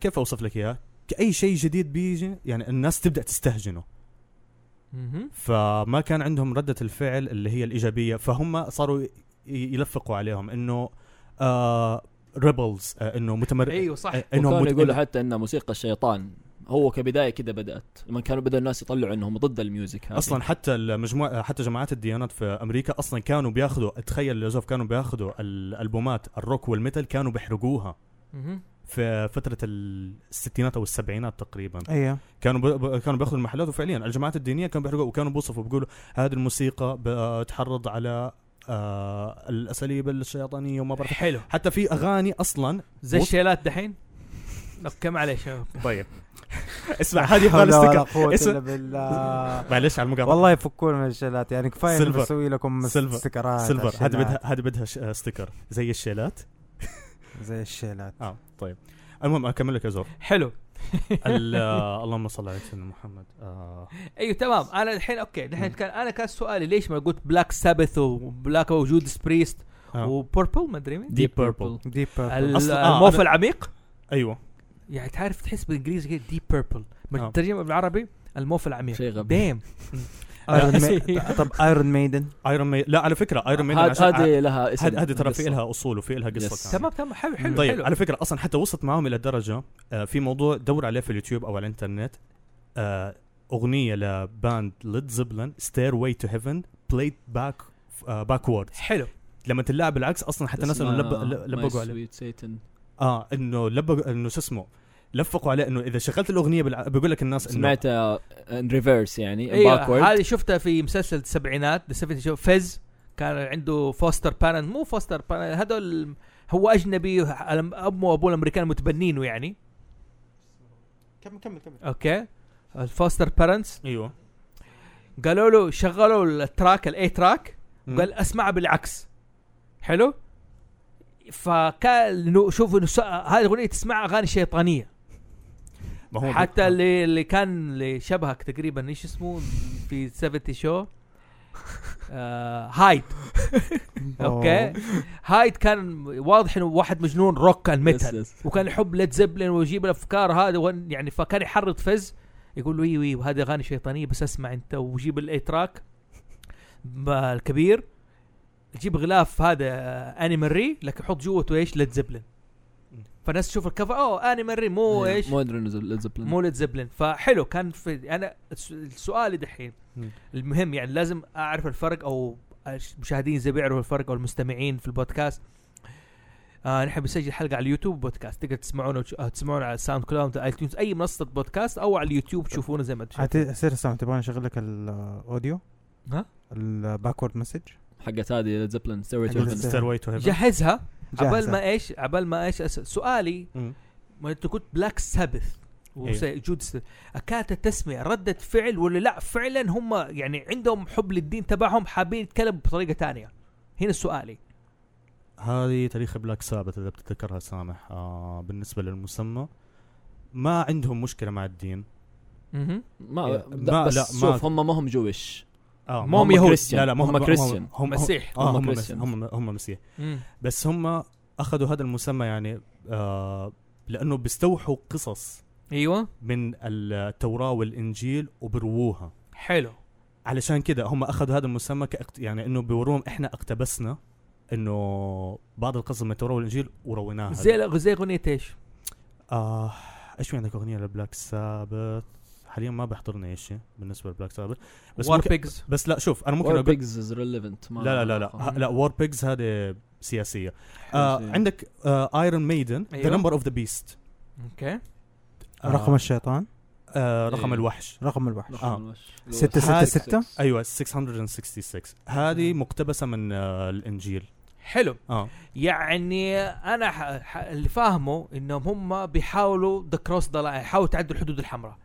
كيف اوصف لك اياه؟ كاي شيء جديد بيجي يعني الناس تبدا تستهجنه
مهم.
فما كان عندهم ردة الفعل اللي هي الإيجابية فهم صاروا ي- يلفقوا عليهم إنه آه ريبلز آه إنه متمر
ايوه صح
آه إنهم
وكانوا
مت...
يقولوا حتى ان موسيقى الشيطان هو كبدايه كذا بدات لما كانوا بدأوا الناس يطلعوا انهم ضد الميوزك هذه
اصلا حتى المجموعه حتى جماعات الديانات في امريكا اصلا كانوا بياخذوا تخيل يا زوف كانوا بياخذوا الالبومات الروك والميتال كانوا بيحرقوها
مهم.
في فتره الستينات او السبعينات تقريبا
ايوه
كانوا ب... ب- كانوا بياخذوا المحلات وفعليا الجماعات الدينيه كانوا بيحرقوا وكانوا بيوصفوا بيقولوا هذه الموسيقى بتحرض على آه الاساليب الشيطانيه وما بعرف
حلو
حتى في اغاني اصلا
زي
وص-
الشيلات دحين اوكي معليش
طيب اسمع هذه
لا حول ولا
يبغى
قوة
اسم-
الا بالله
معلش على المقاطعه
والله يفكونا من الشلات يعني كفايه إني
سيلفر.
بسوي لكم
سيلفر.
استكرات
سيلفر هذه بدها هذه بدها ش- آه، ستيكر زي الشيلات
زي الشيلات
اه طيب المهم اكمل لك يا زور
حلو
ال- آه، اللهم صل على سيدنا محمد آه.
ايوه تمام انا الحين اوكي الحين كان انا كان سؤالي ليش ما قلت بلاك سابث وبلاك وجود سبريست
آه.
وبوربل ما ادري مين
Deep Purple.
ديب
ال-
أصل- آه،
الموف
أنا-
العميق
ايوه
يعني تعرف تحس بالانجليزي كده ديب بيربل
آه.
الترجمه بالعربي الموف العميق
شيء غبي.
ديم
طب ايرون ميدن
ايرون مي لا على فكره ايرون ميدن
هاد-
عشان-
هذه لها اسم
هذه هذه ترى في
قصة.
لها اصول وفي لها
Yes.
قصه كمان.
تمام تمام حلو حلو
طيب
حلو
على فكره اصلا حتى وصلت معاهم الى درجه آه في موضوع دور عليه في اليوتيوب او على الانترنت آه اغنيه لباند ليد زبلن ستير واي تو هيفن بلايد باك باكورد
حلو
آه، لما تلعب العكس اصلا حتى الناس انه لب-
اسمها
ل- لبقوا
My
عليه
Sweet Satan.
اه انه لبقوا انه شو اسمه لفقوا عليه انه اذا شغلت الاغنيه بالع... بيقول لك الناس انه
سمعتها ان ريفيرس آه، يعني
إيه،
باكورد
ايوه هذه شفتها في مسلسل السبعينات ذا 70 شو فيز كان عنده فوستر بارنت مو فوستر بارنت هذول هو اجنبي الم- امه وابوه الامريكان متبنينه يعني
كمل كمل كمل
اوكي الفوستر بارنتس
ايوه
قالوا له شغلوا التراك الاي تراك
مم.
قال اسمعها بالعكس حلو فكان إنه- شوف انه س- هذه الاغنيه تسمع اغاني شيطانيه
ما هو
حتى اللي اللي كان اللي شبهك تقريبا ايش اسمه في 70 شو آه هايد اوكي هايد كان واضح انه واحد مجنون روك كان ميتال
Yes, yes.
وكان يحب ليد زبلن ويجيب الافكار هذه وين- يعني فكان يحرض فز يقول له ايوه ايوه هذه اغاني شيطانيه بس اسمع انت وجيب الاتراك الكبير جيب غلاف هذا انيمري لك حط جوته ايش ليد زبلن فالناس تشوف الكفر اوه انيمري مو
أيوة،
ايش
مو ادري انه Led Zeppelin.
مو ليد زبلن فحلو كان في انا الس- السؤال دحين
مم.
المهم يعني لازم اعرف الفرق او المشاهدين زي بيعرفوا الفرق او المستمعين في البودكاست آه نحن بنسجل حلقه على اليوتيوب بودكاست تقدر تسمعونا وتش- آه، تسمعونا على ساوند كلاود ايتونز اي منصه بودكاست او على اليوتيوب تشوفونا زي ما تشوف
سير سام تبغاني اشغل لك الاوديو
ها؟
الباكورد مسج
حقت هذه ليد زبلن ستيري
حقت Led Zeppelin.
ستير واي تو هيفن
جهزها عبال
جاهزة.
ما ايش عبال ما ايش أس- سؤالي ما انت قلت بلاك سابث
أيوه.
وجود كانت التسميه رده فعل ولا لا فعلا هم يعني عندهم حب للدين تبعهم حابين يتكلموا بطريقه تانية هنا سؤالي
هذه تاريخ بلاك سابت اذا بتتذكرها سامح آه بالنسبه للمسمى ما عندهم مشكله مع الدين
ما,
ما-
بس
إيه، لا، ما-
شوف هم ما هم جويش
اه
ما هم يهود.
لا لا ما
آه، هم كريستيان.
هم- هم
مسيح.
آه
هم
هم
كريستيان.
مسيح. هم هم مسيح بس هم اخذوا هذا المسمى يعني آه لانه بيستوحوا قصص
ايوه
من التوراه والانجيل وبرووها
حلو
علشان كده هم اخذوا هذا المسمى كأقت... يعني انه بيوروهم احنا اقتبسنا انه بعض القصص من التوراه والانجيل ورويناها
آه، زي زي اغنيه ايش؟
آه ايش في عندك اغنيه لبلاك سابت حاليا ما بيحضرني اي شيء بالنسبه لبلاك سابت بس
وار
ممكن-
بيجز
بس لا شوف انا ممكن
ممكن
اقول
بيجز از ريليفنت
لا لا لا لا ه- لا وار بيجز هذه سياسيه
سياسية.
آه عندك ايرون مايدن ذا
أيوه.
نمبر اوف ذا بيست
اوكي
رقم الشيطان
آه رقم
إيه.
الوحش
رقم الوحش
آه.
ستة
هذا-
ستة ستة
ايوه 666 هذه مقتبسه من آه الانجيل
حلو
اه
يعني انا ح... ح... اللي فاهمه انهم هم بيحاولوا ذا كروس ذا يحاولوا تعدوا الحدود الحمراء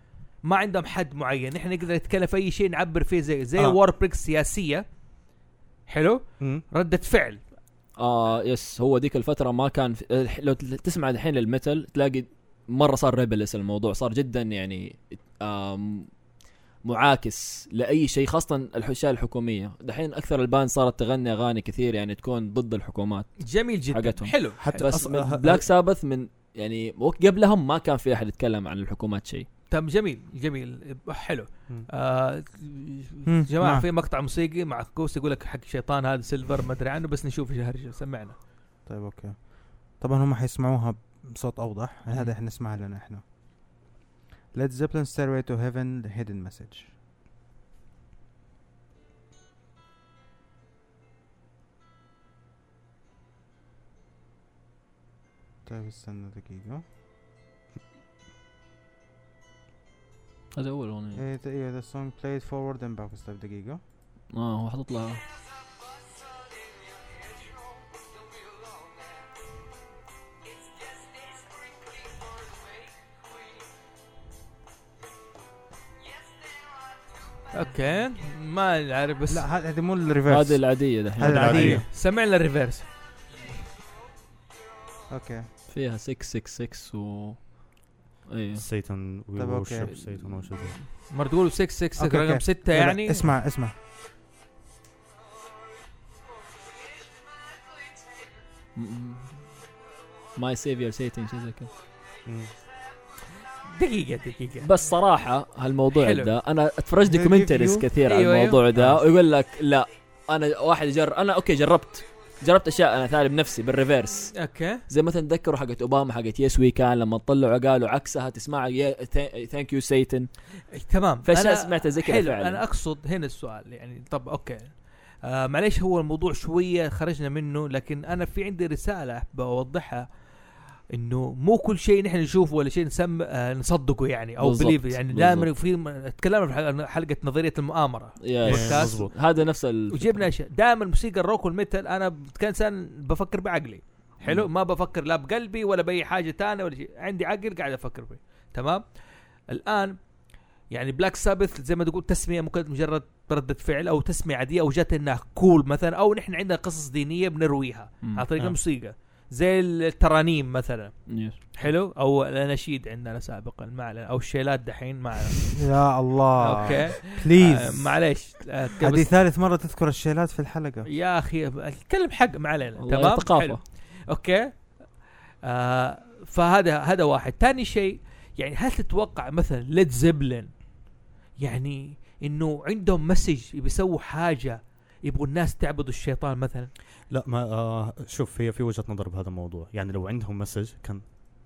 ما عندهم حد معين احنا نقدر نتكلم في اي شيء نعبر فيه زي زي
آه.
وار بيجز سياسيه حلو
مم.
رده فعل
اه يس هو ذيك الفتره ما كان في... آه، الح- لو تل- تسمع الحين للميتال تلاقي مره صار ريبلس الموضوع صار جدا يعني آم معاكس لاي شيء خاصه الاشياء الحكوميه دحين اكثر الباند صارت تغني اغاني كثير يعني تكون ضد الحكومات
جميل جدا
حقتهم.
حلو
حتى
بس
أص- ه-
بلاك سابث من يعني وقت قبلهم ما كان في احد يتكلم عن الحكومات شيء
تم جميل جميل حلو
مم.
آه
مم،
جماعه
نعم.
في مقطع موسيقي مع كوس يقول لك حق شيطان هذا سيلفر ما ادري عنه بس نشوف ايش هرجه سمعنا
طيب اوكي طبعا هم حيسمعوها بصوت اوضح هذا احنا نسمعها لنا احنا Led Zeppelin Stairway to Heaven The Hidden Message طيب استنى دقيقة
هذا اول
إيه.
اغنيه
ايه ايوه the song played forward and backwards طيب دقيقة
اه هو حاطط لها
اوكي ما نعرف بس
لا
لا.
هذا هذه مو الريفرس
هذه العاديه دحين
هذه العادية
سمعنا الريفيرس
اوكي
فيها 666 و ايوه
سيتن وي
طيب، أوكي.
ورشب سيتن ورشب
ما تقول 666
أوكي،
رقم
أوكي.
6
لا، لا،
يعني
اسمع اسمع
ماي سيفير سيتن شيء زي كذا
دقيقة دقيقة
بس صراحه هالموضوع
حلو.
ده انا اتفرجت دوكيومنتريز
Review.
كثير على
أيوة،
الموضوع ده ويقول لك لا انا واحد جر انا اوكي جربت جربت اشياء انا ثالث بنفسي بالريفيرس
اوكي
زي ما تتذكروا حقت اوباما حقت يس وي كان لما طلعوا قالوا عكسها تسمع ثانك يو سيتن
إيه، تمام
فاشياء
أنا-
سمعتها زي كذا
حلو
فعلا.
انا اقصد هنا السؤال يعني طب اوكي آه معليش هو الموضوع شويه خرجنا منه لكن انا في عندي رساله أحب اوضحها انه مو كل شيء نحن نشوفه ولا شيء نسم آه نصدقه يعني او
بالضبط،
بليف يعني دائما في تكلمنا في حلقة- حلقه نظريه المؤامره
يس.
إيه،
مظبوط.
هذا نفس ال
وجبنا اشياء دائما موسيقى الروك والميتال انا كانسان بفكر بعقلي حلو ما بفكر لا بقلبي ولا باي حاجه ثانيه ولا شيء عندي عقل قاعد افكر فيه تمام الان يعني بلاك سابث زي ما تقول تسميه ممكن مجرد ردة فعل او تسميه عاديه او جت انها كول مثلا او نحن عندنا قصص دينيه بنرويها
مم.
عن طريق
آه.
الموسيقى زي الترانيم مثلا
يس.
حلو او الاناشيد عندنا سابقا ما علينا او الشيلات دحين ما علينا
يا الله
اوكي آه،
بليز
معليش آه، بس-
هذه ثالث مرة تذكر الشيلات في الحلقة
يا اخي اتكلم حق ما علينا
والله
تمام
ثقافة.
حلو. اوكي آه فهذا هذا واحد ثاني شيء يعني هل تتوقع مثلا ليد زبلن يعني انه عندهم مسج بيسووا حاجه يبغوا الناس تعبد الشيطان مثلا
لا ما آه شوف هي في وجهه نظر بهذا الموضوع يعني لو عندهم مسج كان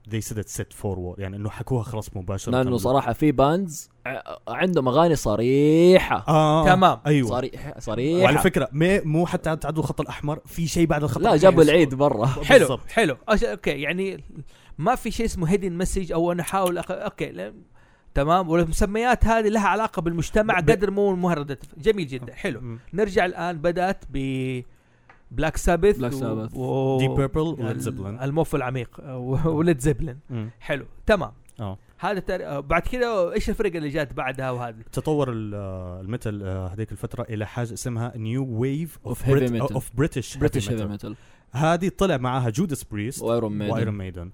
they said it set forward يعني انه حكوها خلاص مباشره
لانه صراحه في باندز ع- عندهم اغاني صريحه
آه
تمام.
ايوه
صريحه
وعلى
صريحه
فكره ما مو حتى تعدوا الخط الاحمر في شيء بعد الخط
لا جابوا العيد برا
حلو
بالضبط.
حلو أش- اوكي يعني ما في شيء اسمه هيدن مسج او انا احاول أخ... اوكي لا- تمام والمسميات هذه لها علاقه بالمجتمع
ب-
قدر مو مهرده جميل جدا حلو نرجع الان بدات ب بلاك سابث
Black Sabbath.
و...
ديب بيربل وليد
ال-
زبلن
الموف العميق ولد زبلن
مم.
حلو تمام
اه
هذا تار... بعد كذا ايش الفرق اللي جات بعدها وهذه
تطور ال- آه، الميتال آه، هذيك الفتره الى حاجه اسمها نيو ويف
Of heavy metal.
اوف بريتش
بريتش هيفي ميتال
هذه طلع معاها جودس بريست
وايرون
وايرون
مان
مايدن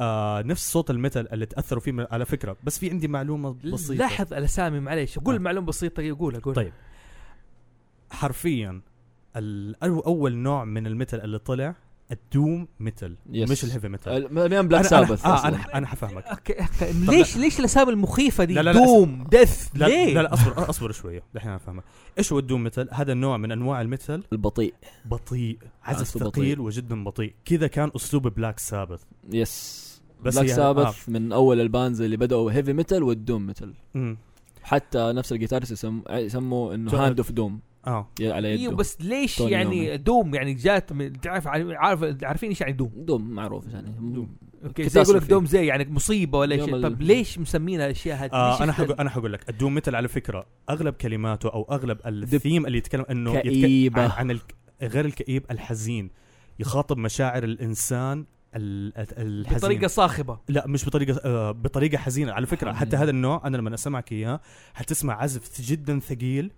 آه نفس صوت الميتال اللي تاثروا فيه من- على فكره بس في عندي معلومه بسيطه
لاحظ الاسامي معليش قول
آه.
معلومه بسيطه قولها قول
طيب. حرفيا ال- أو- اول نوع من الميتال اللي طلع الدوم ميتال
Yes. أه،
مش الهيفي ميتال
مين بلاك سابث
آه
اصلا
انا انا حفهمك
اوكي أوكي. ليش ليش الاسامي المخيفه دي
لا، لا، لا،
دوم دث
لا
ليه
لا, لا اصبر اصبر شويه دحين افهمك ايش هو الدوم ميتال هذا النوع من انواع الميتال
البطيء
بطيء عزف
عزفه
ثقيل
بطيء.
وجدا بطيء كذا كان اسلوب بلاك سابث
يس
بس يعني، آه،
بلاك
هي-
سابث من اول البانز اللي بداوا هيفي ميتال والدوم ميتال
امم
حتى نفس الجيتارست يسم- آه، يسموه انه
تو-
هاند اوف دوم
اه
على
ايوه
يده
بس ليش
توني
يعني
يومي.
دوم يعني جات من- تعرف عارف عارفين ايش يعني دوم
دوم معروف يعني
دوم.
اوكي زي يقول لك
كاتاستروفي.
دوم زي يعني مصيبه ولا
يوم
شيء
ال-
طب ليش مسمينها الاشياء هذه ليش
آه انا
اختل-
حقول انا حقول لك الدوم ميتال على فكره اغلب كلماته او اغلب الثيم اللي يتكلم انه يتك-
كئيبة.
عن, عن الك... غير الكئيب الحزين يخاطب مشاعر الانسان ال- ال- الحزين
بطريقه صاخبه
لا مش بطريقه آه بطريقه حزينه على فكره حتى هذا النوع انا لما اسمعك اياه حتسمع عزف جدا ثقيل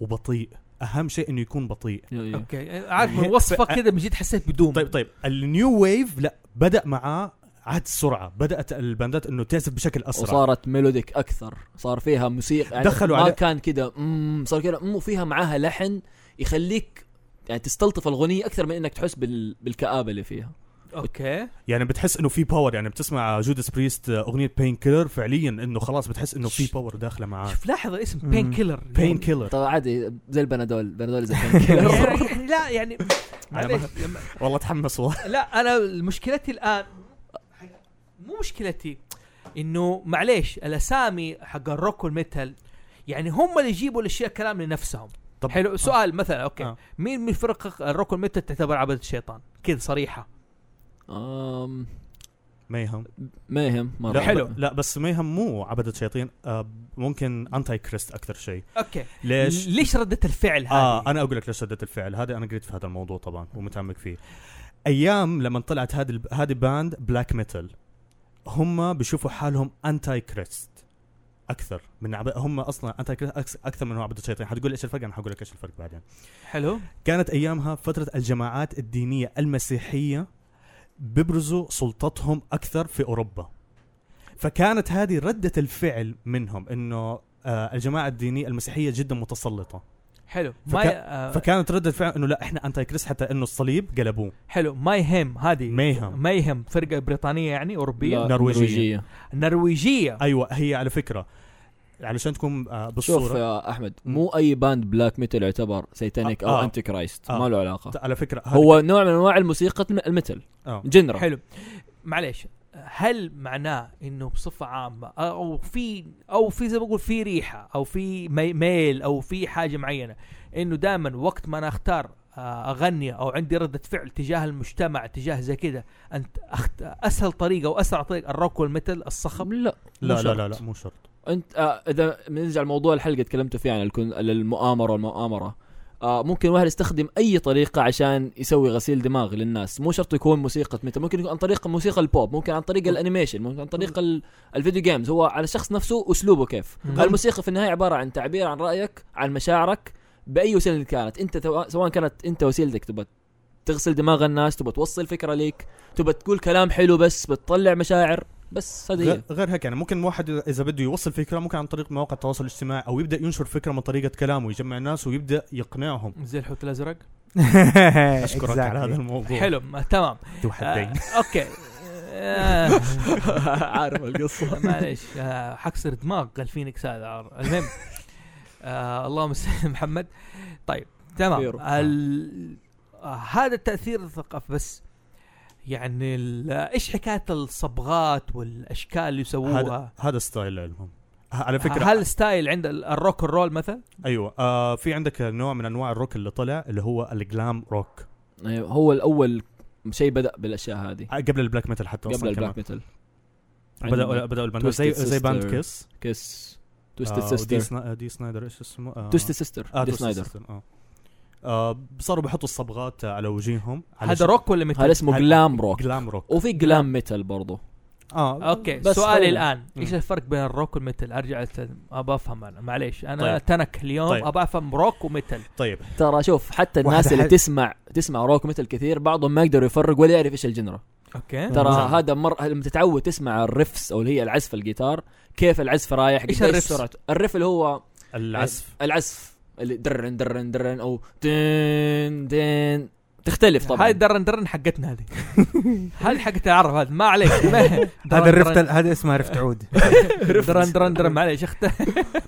وبطيء اهم شيء انه يكون بطيء
يا-
اوكي عارف من
يعني هي-
وصفك
ف-
كذا من جد حسيت بدوم
طيب طيب النيو ويف لا بدا معاه عاد سرعه بدات الباندات انه تعزف بشكل اسرع
وصارت ميلوديك اكثر صار فيها موسيقى يعني
دخلوا
ما
على-
كان كده مم، صار كده مم، وفيها معاها لحن يخليك يعني تستلطف الغنية اكثر من انك تحس بال... بالكآبة اللي فيها
اوكي
يعني بتحس انه في باور يعني بتسمع جودس بريست اغنيه بين كيلر فعليا انه خلاص بتحس انه في باور داخله معاه
شوف لاحظ الاسم
مم.
بين كيلر
بين كيلر
طبعا عادي زي البنادول بنادول زي
يعني لا يعني معليش، لما-
والله تحمس والله
لا انا مشكلتي الان مو مشكلتي انه معليش الاسامي حق الروك والميتال يعني هم اللي يجيبوا الاشياء كلام لنفسهم
طب
حلو سؤال مثلا اوكي
آه.
مين من فرق الروك والميتال تعتبر عبد الشيطان كذا صريحه
آم،
ما يهم
ما يهم مرة
لا لا بس ما يهم مو عبدة شياطين آه ممكن انتي كريست اكثر شيء
اوكي
ليش
ليش رده الفعل هذه
اه انا اقول لك ليش ردة الفعل هذا انا قريت في هذا الموضوع طبعا ومتعمق فيه ايام لما طلعت هذه الب- هذه باند بلاك ميتال هم بيشوفوا حالهم انتي كريست اكثر من عب... هم اصلا انتي كريست أكس- اكثر من هو عبدة شياطين حتقول ايش الفرق انا حقول لك ايش الفرق بعدين
حلو
كانت ايامها فتره الجماعات الدينيه المسيحيه بيبرزوا سلطتهم اكثر في اوروبا فكانت هذه رده الفعل منهم انه آه الجماعه الدينيه المسيحيه جدا متسلطه
حلو
فكا-
ما ي... آه
فكانت رده فعل انه لا احنا انتي كريست حتى انه الصليب قلبوه
حلو ما يهم هذه
ميهم
ما يهم فرقه بريطانيه يعني اوروبيه
لا،
نرويجية.
نرويجيه
ايوه هي على فكره علشان تكون آه
شوف
بالصوره
يا احمد
مم.
مو اي باند بلاك ميتال يعتبر سيتانيك او
آه.
انتي كرايست
آه.
ما له علاقه
على فكره هذه-
هو نوع من انواع الموسيقى الم- الميتال
آه.
جنرا
حلو معليش هل معناه انه بصفه عامه او في او في زي ما اقول في ريحه او في مي- ميل او في حاجه معينه انه دائما وقت ما انا اختار آه، اغني او عندي رده فعل تجاه المجتمع تجاه زي كذا انت أخت... اسهل طريقه واسرع طريقه الروك والميتال الصخب
خب لا
لا
مو
لا
شرط.
لا لا مو شرط
انت آه اذا بنرجع لموضوع الحلقه تكلمتوا فيه عن الكن... المؤامره والمؤامره آه ممكن واحد يستخدم اي طريقه عشان يسوي غسيل دماغ للناس مو شرط يكون موسيقى متى ممكن يكون عن طريق موسيقى البوب ممكن عن طريق الانيميشن ممكن عن طريق ال... الفيديو جيمز هو على الشخص نفسه اسلوبه كيف
مم.
الموسيقى في النهايه عباره عن تعبير عن رايك عن مشاعرك باي وسيله كانت انت توا- سواء كانت انت وسيلتك تبغى تغسل دماغ الناس تبغى توصل فكره ليك تبغى تقول كلام حلو بس بتطلع مشاعر بس هذه هي
غير, غير هيك يعني ممكن واحد اذا بده يوصل فكره ممكن عن طريق مواقع التواصل الاجتماعي او يبدا ينشر فكره من طريقه كلامه يجمع الناس ويبدا يقنعهم
زي الحوت الازرق
إيه،
اشكرك على هذا الموضوع
حلو ما- تمام آه،
توحدين
اوكي آه،
عارف القصه
معليش آه، حكسر دماغ الفينكس هذا عار. المهم آه اللهم صل محمد طيب تمام
خير.
ال... آه هذا التاثير الثقافي بس يعني ال- ايش حكايه الصبغات والاشكال اللي
هذا
يسووها آه،
هذا ستايل لهم على فكره
هل ستايل عند ال- الروك and رول مثلا
ايوه آه في عندك نوع من انواع الروك اللي طلع اللي هو الجلام روك
أيوة، هو الاول شيء بدا بالاشياء هذه
آه، قبل البلاك ميتال حتى
قبل
اصلا كمان
البلاك ميتال
بداوا بداوا الباند زي
Twisted
زي باند
Sister.
كيس
كيس تويستد
آه ودي
سيستر
سنا- دي سنايدر ايش اسمه آه
تويستد سيستر
آه
دي
Twisted
سنايدر
Sister، آه. آه صاروا بيحطوا الصبغات آه، على وجيههم
هذا روك ولا
هذا
متل
اسمه
هذا-
جلام روك
جلام روك
وفي جلام ميتال برضه
اه
اوكي
بس
سؤالي
طيب.
الان
مم.
ايش الفرق بين الروك والميتال ارجع أت- ابى افهم انا معليش انا
طيب.
تنك اليوم
طيب.
ابى افهم روك وميتال
طيب
ترى شوف حتى
واحد
الناس اللي
حد-
تسمع تسمع روك ميتال كثير بعضهم ما يقدر يفرق ولا يعرف ايش الجنرا
اوكي
ترى
مم.
هذا مر لما تتعود تسمع الرفس او اللي هي العزف الجيتار كيف العزف رايح
إيش
قديش
الرفس؟
سرعته الرف اللي هو
العزف
العزف اللي درن درن درن او دين دين تختلف طبعا
هاي الدرن درن حقتنا هذه هذه حقت العرب هذه ما عليك
هذا الرفت ال- هذا اسمه رفت عود
درن درن درن معليش اخت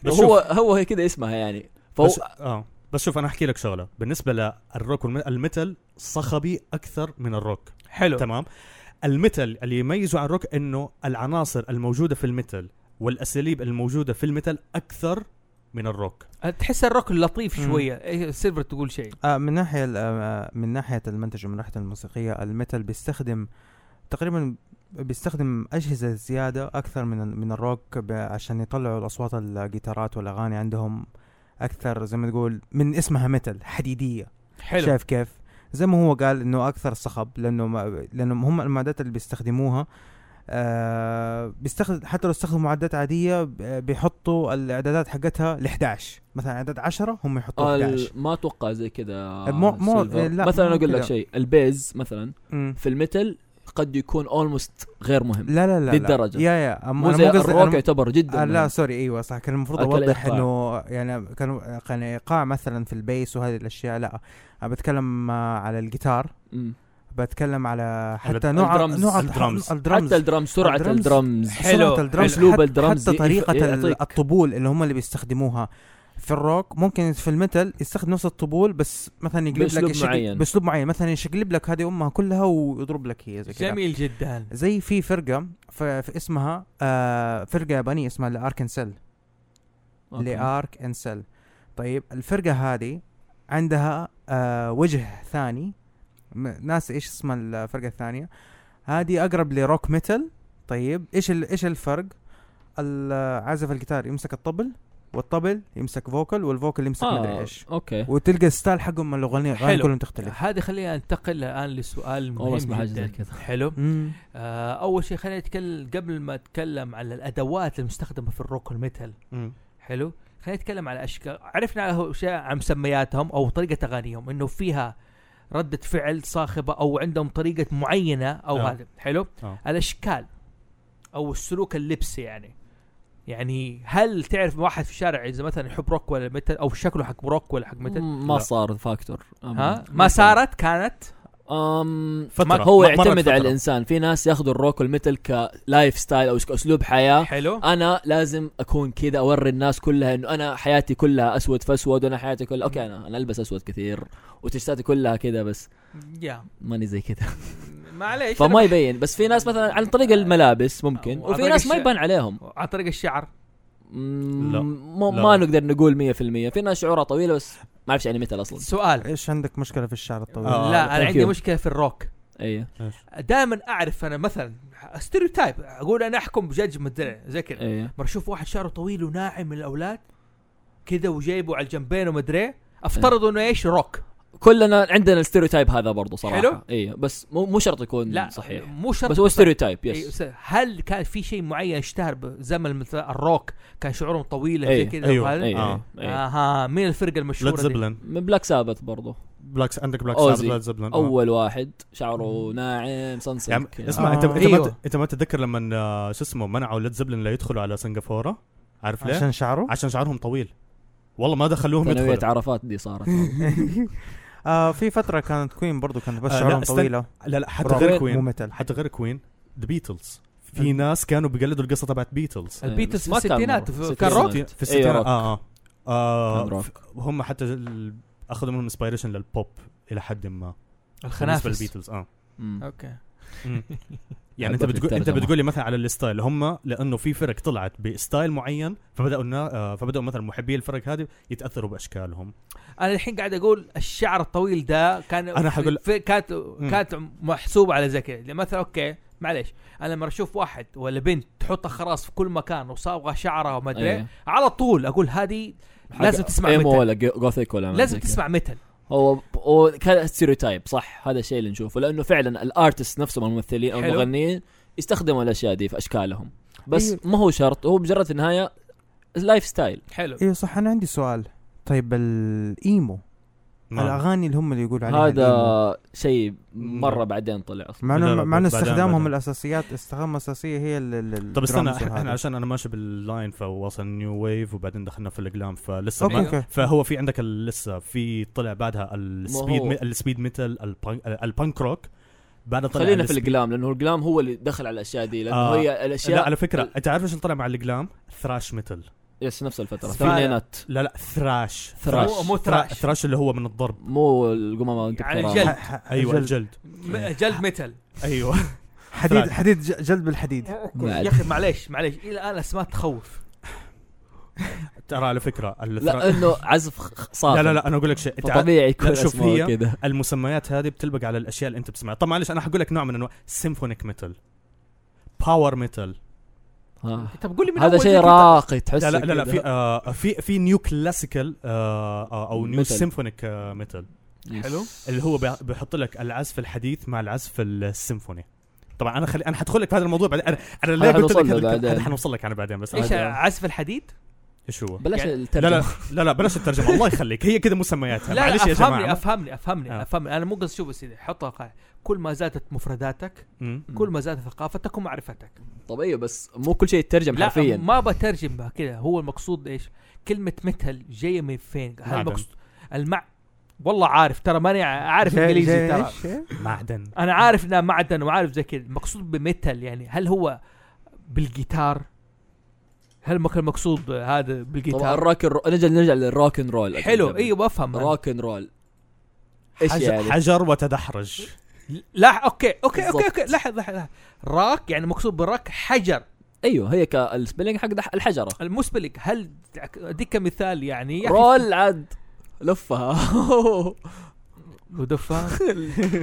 بس شوف-
إيه. هو هو هي كذا اسمها يعني فهو
بس اه بس شوف انا احكي لك شغله بالنسبه للروك والميتال صخبي اكثر من الروك
حلو
تمام الميتال اللي يميزه عن الروك انه العناصر الموجوده في الميتال والاساليب الموجوده في الميتال اكثر من الروك
تحس الروك لطيف
مم.
شويه إيه، سيلفر تقول شيء
آه من ناحيه ال- آه، من ناحيه المنتج ومن ناحيه الموسيقيه الميتال بيستخدم تقريبا بيستخدم اجهزه زياده اكثر من ال- من الروك ب- عشان يطلعوا الاصوات الجيتارات والاغاني عندهم اكثر زي ما تقول من اسمها ميتال حديديه
حلو
شايف كيف زي ما هو قال انه اكثر صخب لانه ما لانه هم المعدات اللي بيستخدموها آه بيستخدم حتى لو استخدموا معدات عاديه ب- بيحطوا الاعدادات حقتها ل 11 مثلا اعداد 10 هم يحطوا 11
ال- ما اتوقع زي كذا
مو- مو- إيه،
silver.
لا،
مثلا
مو
اقول
كذا.
لك شيء البيز مثلا
مم.
في الميتال قد يكون اولموست غير مهم
لا لا لا لا.
للدرجة.
يا يا أم-
مو
انا
زي
مو قصدي
الروك
أنا-
يعتبر يعني. جدا
آه لا
مهم.
سوري ايوه صح كان المفروض
آه، كان
اوضح
إيقاع.
انه يعني كان كان ايقاع مثلا في البيس وهذه الاشياء لا أنا بتكلم آه، على الجيتار
مم.
بتكلم على حتى
الد-
نوع
الدرمز.
نوع
الدرمز.
حتى الدرم سرعه
الدرمز.
الدرمز
حلو،
سرعة الدرمز
أسلوب
حت-
الدرمز
حتى
يف-
طريقة ال-
يعطيك.
الطبول اللي هم اللي بيستخدموها في الروك ممكن في الميتال يستخدم نفس الطبول بس مثلا يقلب
بأسلوب
لك يشق-
معين.
باسلوب معين مثلا يشقلب لك هذه امها كلها ويضرب لك هي زي كذا
جميل جدا
زي في فرقه ف- في اسمها آه فرقه يابانيه اسمها الارك انسل
أوكي.
لارك انسل طيب الفرقه هذه عندها آه وجه ثاني م- ناس ايش اسم الفرقه الثانيه هذه اقرب لروك ميتال طيب ايش ال- ايش الفرق العازف الجيتار يمسك الطبل والطبل يمسك فوكل والفوكل يمسك
آه،
مدري ايش
اوكي
وتلقى الستايل حقهم من الاغنيه الأغاني
حلو.
كلهم تختلف
هذه خلينا ننتقل الان لسؤال
أول أسمع
مهم
حاجة زي
جدا
كذا.
حلو
مم.
آه اول شيء خلينا نتكلم قبل ما اتكلم على الادوات المستخدمه في الروك والميتال حلو خلينا نتكلم على اشكال عرفنا على هو- اشياء عن مسمياتهم او طريقه اغانيهم انه فيها ردة فعل صاخبة أو عندهم طريقة معينة أو
آه.
هذا حلو
آه.
الأشكال أو السلوك اللبسي يعني يعني هل تعرف واحد في الشارع إذا مثلا يحب روك ولا ميتال أو شكله حق روك ولا حق ميتال
ما
لا.
صار فاكتور
ها ما صارت كانت
أم
فترة.
ما- هو
ما- مرت
يعتمد
فترة.
على الانسان في ناس ياخذوا الروك والميتال كلايف ستايل او كاسلوب حياه
حلو
انا لازم اكون كذا اوري الناس كلها انه انا حياتي كلها اسود فاسود وانا حياتي كلها اوكي انا انا البس اسود كثير وتيشيرتاتي كلها كذا بس
يا
ماني زي كذا
معليش
فما يبين بس في ناس مثلا عن طريق الملابس ممكن
وعن
وفي
آه. طريق
ناس ما
الش-
يبان عليهم
عن طريق الشعر
مم،
لا.
ما,
لا.
ما نقدر نقول 100% في ناس شعورها طويله بس ما اعرفش يعني متى اصلا
سؤال
ايش عندك مشكله في الشعر الطويل
آه.
لا انا
thank
عندي
you.
مشكله في الروك
اي
دائما اعرف انا مثلا ستيريوتايب اقول انا احكم بجج مدري زي كذا
اي
مره اشوف واحد شعره طويل وناعم من الاولاد كذا وجايبه على الجنبين ومدري إيه، افترض انه ايش روك
كلنا عندنا الستيريوتايب هذا برضه صراحه
حلو.
اي بس مو مو شرط يكون
لا
لا. صحيح
مو شرط
بس هو ستيريوتايب
إيه،
يس
س- هل كان في شيء معين اشتهر بزمن مثل الروك كان شعورهم طويله زي
إيه،
كذا
أيوة،
وهذا؟
اي
آه.
اي
اها مين الفرقه
بلاد
المشهوره دي؟
زبلن
من بلاك سابت برضه
بلاك عندك بلاك
أوزي.
سابت بلاد زبلن
اول واحد شعره ناعم صنصن
يا عم
كده.
يعني اسمع انت
آه.
انت ما
أيوة.
ت- انت ما تتذكر لما آه، شو اسمه منعوا ليد زبلن لا يدخلوا على سنغافوره عارف ليه؟
عشان شعره
عشان شعرهم طويل والله ما دخلوهم
ثانوية
يدخلوا
عرفات دي صارت
آه في فتره كانت كوين برضو كانت بس
آه، لا،
شعرهم
استنى.
طويله
لا لا حتى
روك،
غير
مو
كوين
متل
حتى غير كوين ذا بيتلز في ناس كانوا بيقلدوا القصه تبعت بيتلز
البيتلز في
ما كان
الستينات
مرة.
كان روك
ستينات. إيه،
في الستينات
أيوة. روك.
اه اه,
كان
آه
روك.
ف- هم حتى ال- اخذوا منهم انسبيريشن للبوب الى حد ما بالنسبه
الخنافس
للبيتلز اه
مم.
اوكي
يعني انت
أحبك
بتقول انت
للترجمة.
بتقول لي مثلا على الستايل هم لانه في فرق طلعت بستايل معين فبداوا النا... آه، فبداوا مثلا محبي الفرق هذه يتاثروا باشكالهم
انا الحين قاعد اقول الشعر الطويل ده كان
أنا حقول-
في كانت كانت محسوبه على زي كذا يعني مثلا اوكي معليش انا لما اشوف واحد ولا بنت تحط خراص في كل مكان وصابغه شعرها وما ادري
إيه.
إيه. على طول اقول هذه لازم تسمع
ايمو
ميتال
ولا جو- جوثيك ولا ما
لازم
أدري
تسمع ميتال
كيف. هو هو كان ستيريوتايب صح هذا الشيء اللي نشوفه لانه فعلا الارتست نفسهم الممثلين او
حلو.
المغنيين يستخدموا الاشياء دي في اشكالهم بس
أيوة.
إيه.
ما هو شرط هو مجرد في النهايه لايف ستايل
حلو
ايوه صح انا عندي سؤال طيب الايمو
نعم.
الاغاني اللي هم اللي يقولوا
يعني
عليها الإيمو.
هذا شيء مره بعدين طلع اصلا
مع
لا،
انه
لا،
مع انه
بعدين-
استخدامهم
بعدين.
الاساسيات استخدام اساسيه هي ال- ال- ال-
طب استنى
drums
إح- احنا
وهذا.
عشان انا ماشي باللاين فوصل نيو ويف وبعدين دخلنا في الجلام فلسه
اوكي
ما-
اوكي
فهو في عندك ال- لسه في طلع بعدها السبيد
هو.
مي- السبيد ميتال البانك البانك روك بعدها طلع
خلينا في
السبيد-
الجلام لانه الجلام هو اللي دخل على الاشياء دي لانه
آه.
هي
لا
الاشياء
على فكره
ال-
انت عارف ايش اللي طلع مع الجلام ثراش ميتال
يس إيه، نفس الفتره
فعلا.
الثمانينات
لا لا ثراش
ثراش.
مو- مو
ثرا-
ثراش.
ثراش اللي هو من الضرب
مو القمامه
يعني
الدكتوراه.
الجلد.
ح- ح-
ايوه
جلد.
الجلد
م- جلد ميتال
ايوه
حديد
ثراش.
حديد ج- جلد بالحديد
بعد.
يا اخي معليش معليش الى الان اسماء تخوف
ترى على فكره الثرا-
لا انه عزف خ- خ- صافي
لا لا لا انا اقول لك شيء انت عارف
طبيعي يكون
لا، شوف
اسمه
هي-
كذا
المسميات هذه بتلبق على الاشياء اللي انت بتسمعها طب معلش انا حقول لك نوع من انواع سيمفونيك ميتال باور ميتال
آه.
طب قول لي من
هذا
أول
شيء
ذيك-
راقي تحس
لا لا لا, لا في
كذا.
آه في في نيو كلاسيكال آه آه، او نيو
ميتال.
سيمفونيك آه ميتال
حلو
اللي هو بي- بيحط لك العزف الحديث مع العزف السيمفوني طبعا انا خلي انا حدخل لك في هذا الموضوع بعدين انا انا ليه قلت
حنوصل
لك
له
هذا الكلام؟
بعدين.
هذا حنوصل لك انا بعدين بس
ايش
هذا-
عزف الحديد؟
ايش هو؟
بلاش
يعني-
لا
الترجمه
لا لا لا بلاش الترجمه الله يخليك هي كذا مسمياتها
لا لا
معلش يا
افهمني
جماعه
افهمني افهمني
آه.
افهمني انا مو قصدي شوف يا سيدي حطها قاعدة. كل ما زادت مفرداتك
مم.
كل ما زادت ثقافتك ومعرفتك
طبيعي بس مو كل شيء يترجم
لا
حرفيا
ما بترجمها كذا هو المقصود ايش كلمه متل جايه من فين هل
نعم.
معدن.
المقصود المع والله عارف ترى ماني عارف
جاي-
انجليزي
جاي
ترى
إيش؟ إيه؟
معدن
انا عارف انها معدن وعارف زي كذا المقصود بمتل يعني هل هو بالجيتار هل مك- المقصود هذا
طبعا
بالجيتار
الروك الرو... نرجع نرجع للروك اند رول
حلو ايوه بفهم أنا.
روك اند رول ايش
حجر,
يعني
حجر وتدحرج
لا اوكي اوكي اوكي
بالضبط.
اوكي لاحظ لاحظ لاحظ. راك يعني مقصود بالراك حجر
ايوه هي كالسبيلينج حق دح- الحجره
المسبلك هل اديك مثال يعني يا أخي
رول عاد لفها
ودفان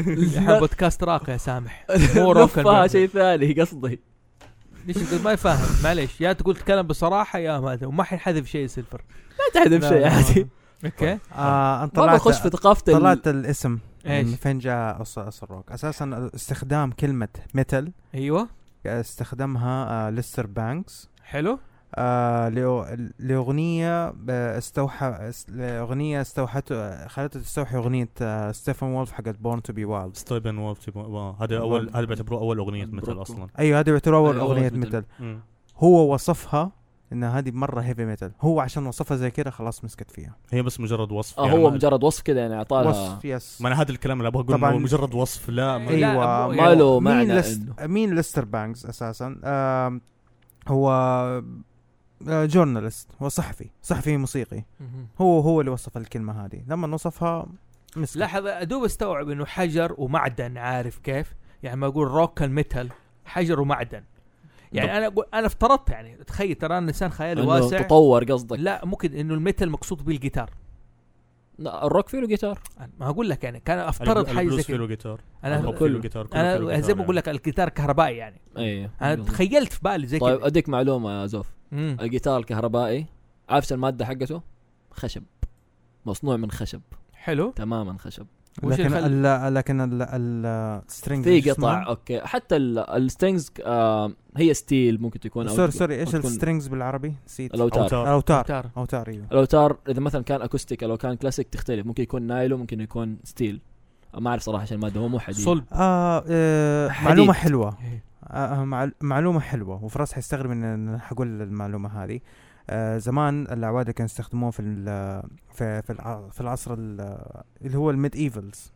لا.
احنا بودكاست راقي يا سامح مو روك
لفها
البلد.
شيء ثاني قصدي
ليش تقول ما يفهم معليش يا تقول تكلم بصراحه يا ما أدري. وما حينحذف شيء سيلفر
لا تحذف
لا،
شيء
لا،
عادي
اوكي
آه أنا
ما بخش في
طلعت
ثقافه ال-
طلعت الاسم
إيش؟
من فين جاء اصل اصل الروك اساسا استخدام كلمه ميتال
ايوه
استخدمها آه ليستر بانكس
حلو
آه، آه لأغ- لاغنيه آه، استوحى است- لاغنيه استوحته خلته تستوحي اغنيه آه ستيفن وولف حقت بورن تو بي وايلد
ستيبن وولف تبغى- آه، هذا اول هذا بعتبروه اول اغنيه مثل
بروتو.
اصلا
ايوه هذه يعتبر اول
أيوة،
اغنيه
أغنية
ميتال
مم.
هو وصفها ان هذه مره هيفي ميتال هو عشان وصفها زي كده خلاص مسكت فيها
هي بس مجرد وصف
آه
يعني
هو
ما-
مجرد وصف كده يعني اعطاه لها-
وصف يس
ما انا هذا الكلام اللي ابغى اقوله
طبعاً.
هو مجرد وصف لا ما-
إيه. لا،
ايوه
مو-
مو-
ما
له معنى
مين لست
إنه.
مين لستر بانكس اساسا آم، هو آه، جورنالست هو صحفي صحفي موسيقي
مهم.
هو هو اللي وصف الكلمه هذه لما وصفها مسك
لاحظ ادوب استوعب انه حجر ومعدن عارف كيف؟ يعني ما اقول روك كان ميتال حجر ومعدن يعني
طب.
انا اقول انا افترضت يعني تخيل ترى انا انسان خيالي
انه
واسع
تطور قصدك
لا ممكن انه الميتال مقصود به الجيتار
لا الروك فيه له جيتار
أنا ما اقول لك يعني كان
البلو-
افترض حاجه زي
البلوز فيه
كده
له جيتار
انا
الروك فيه له
كله.
جيتار كله فيه له
انا
جيتار
زي ما
يعني.
اقول لك الجيتار كهربائي يعني
اي
انا تخيلت في بالي زي
إيه، أيوه. طيب أيوه.
كذا
اديك معلومه يا زوف
مم.
الجيتار الكهربائي عارف إيش الماده حقته خشب مصنوع من خشب
حلو
تماما خشب
وش
لكن
الخل-
ال لكن ال السترينج
في قطع اوكي حتى ال- الستينجز آه هي ستيل ممكن تكون
سوري سوري ايش
أو تكون-
السترينجز بالعربي نسيت
الاوتار
أوتار.
اوتار
جيتار.
اوتار ايوه
الاوتار اذا مثلا كان اكوستيك لو كان كلاسيك تختلف ممكن يكون نايلو ممكن يكون ستيل ما اعرف صراحه ايش الماده هو مو حديد
صلب
آه آه
حديد.
معلومة حلوة
إيه.
آه معل- معلومة حلوة وفراس حيستغرب ان انا حقول المعلومة هذه آه زمان العوادة كانوا يستخدموه في ال- في في, الع- في العصر ال- اللي هو الميد ايفلز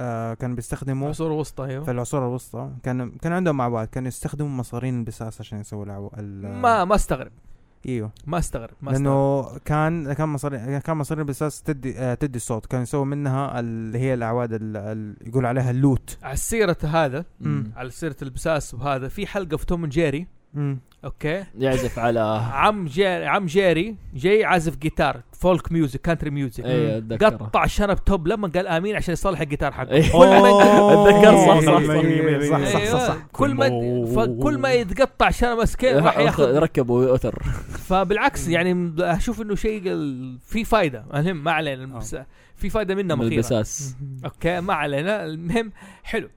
آه كانوا بيستخدموا
عصور وسطى ايوه
في العصور الوسطى كان كان عندهم اعواد كانوا يستخدموا مصارين البساس عشان يسووا العو... ال-
ما ما استغرب
ايوه
ما استغرب ما استغرب
لانه كان كان مصارين كان مصارين البساس تدي آه تدي صوت كانوا يسووا منها اللي هي الاعواد ال- ال- يقول عليها اللوت
على سيرة هذا
مم.
على سيرة البساس وهذا في حلقة في توم جيري
مم.
اوكي
يعزف على
عم جيري عم جيري جاي عازف جيتار فولك ميوزك كانتري ميوزك
اي اتذكره
قطع شنب توب لما قال امين عشان يصلح الجيتار حقه
إيه.
كل ما يتقطع-
أتذكر صح، صح،
أيوه.
إيه، صح صح صح,
أيوة.
صح.
كل ما كل ما يتقطع شنب مسكين راح ياخذ
ركبوا اوتر
فبالعكس يعني اشوف انه شيء ال- في فائده المهم ما علينا البس- في فائده منه
من
مخيره
البساس
اوكي ما علينا المهم حلو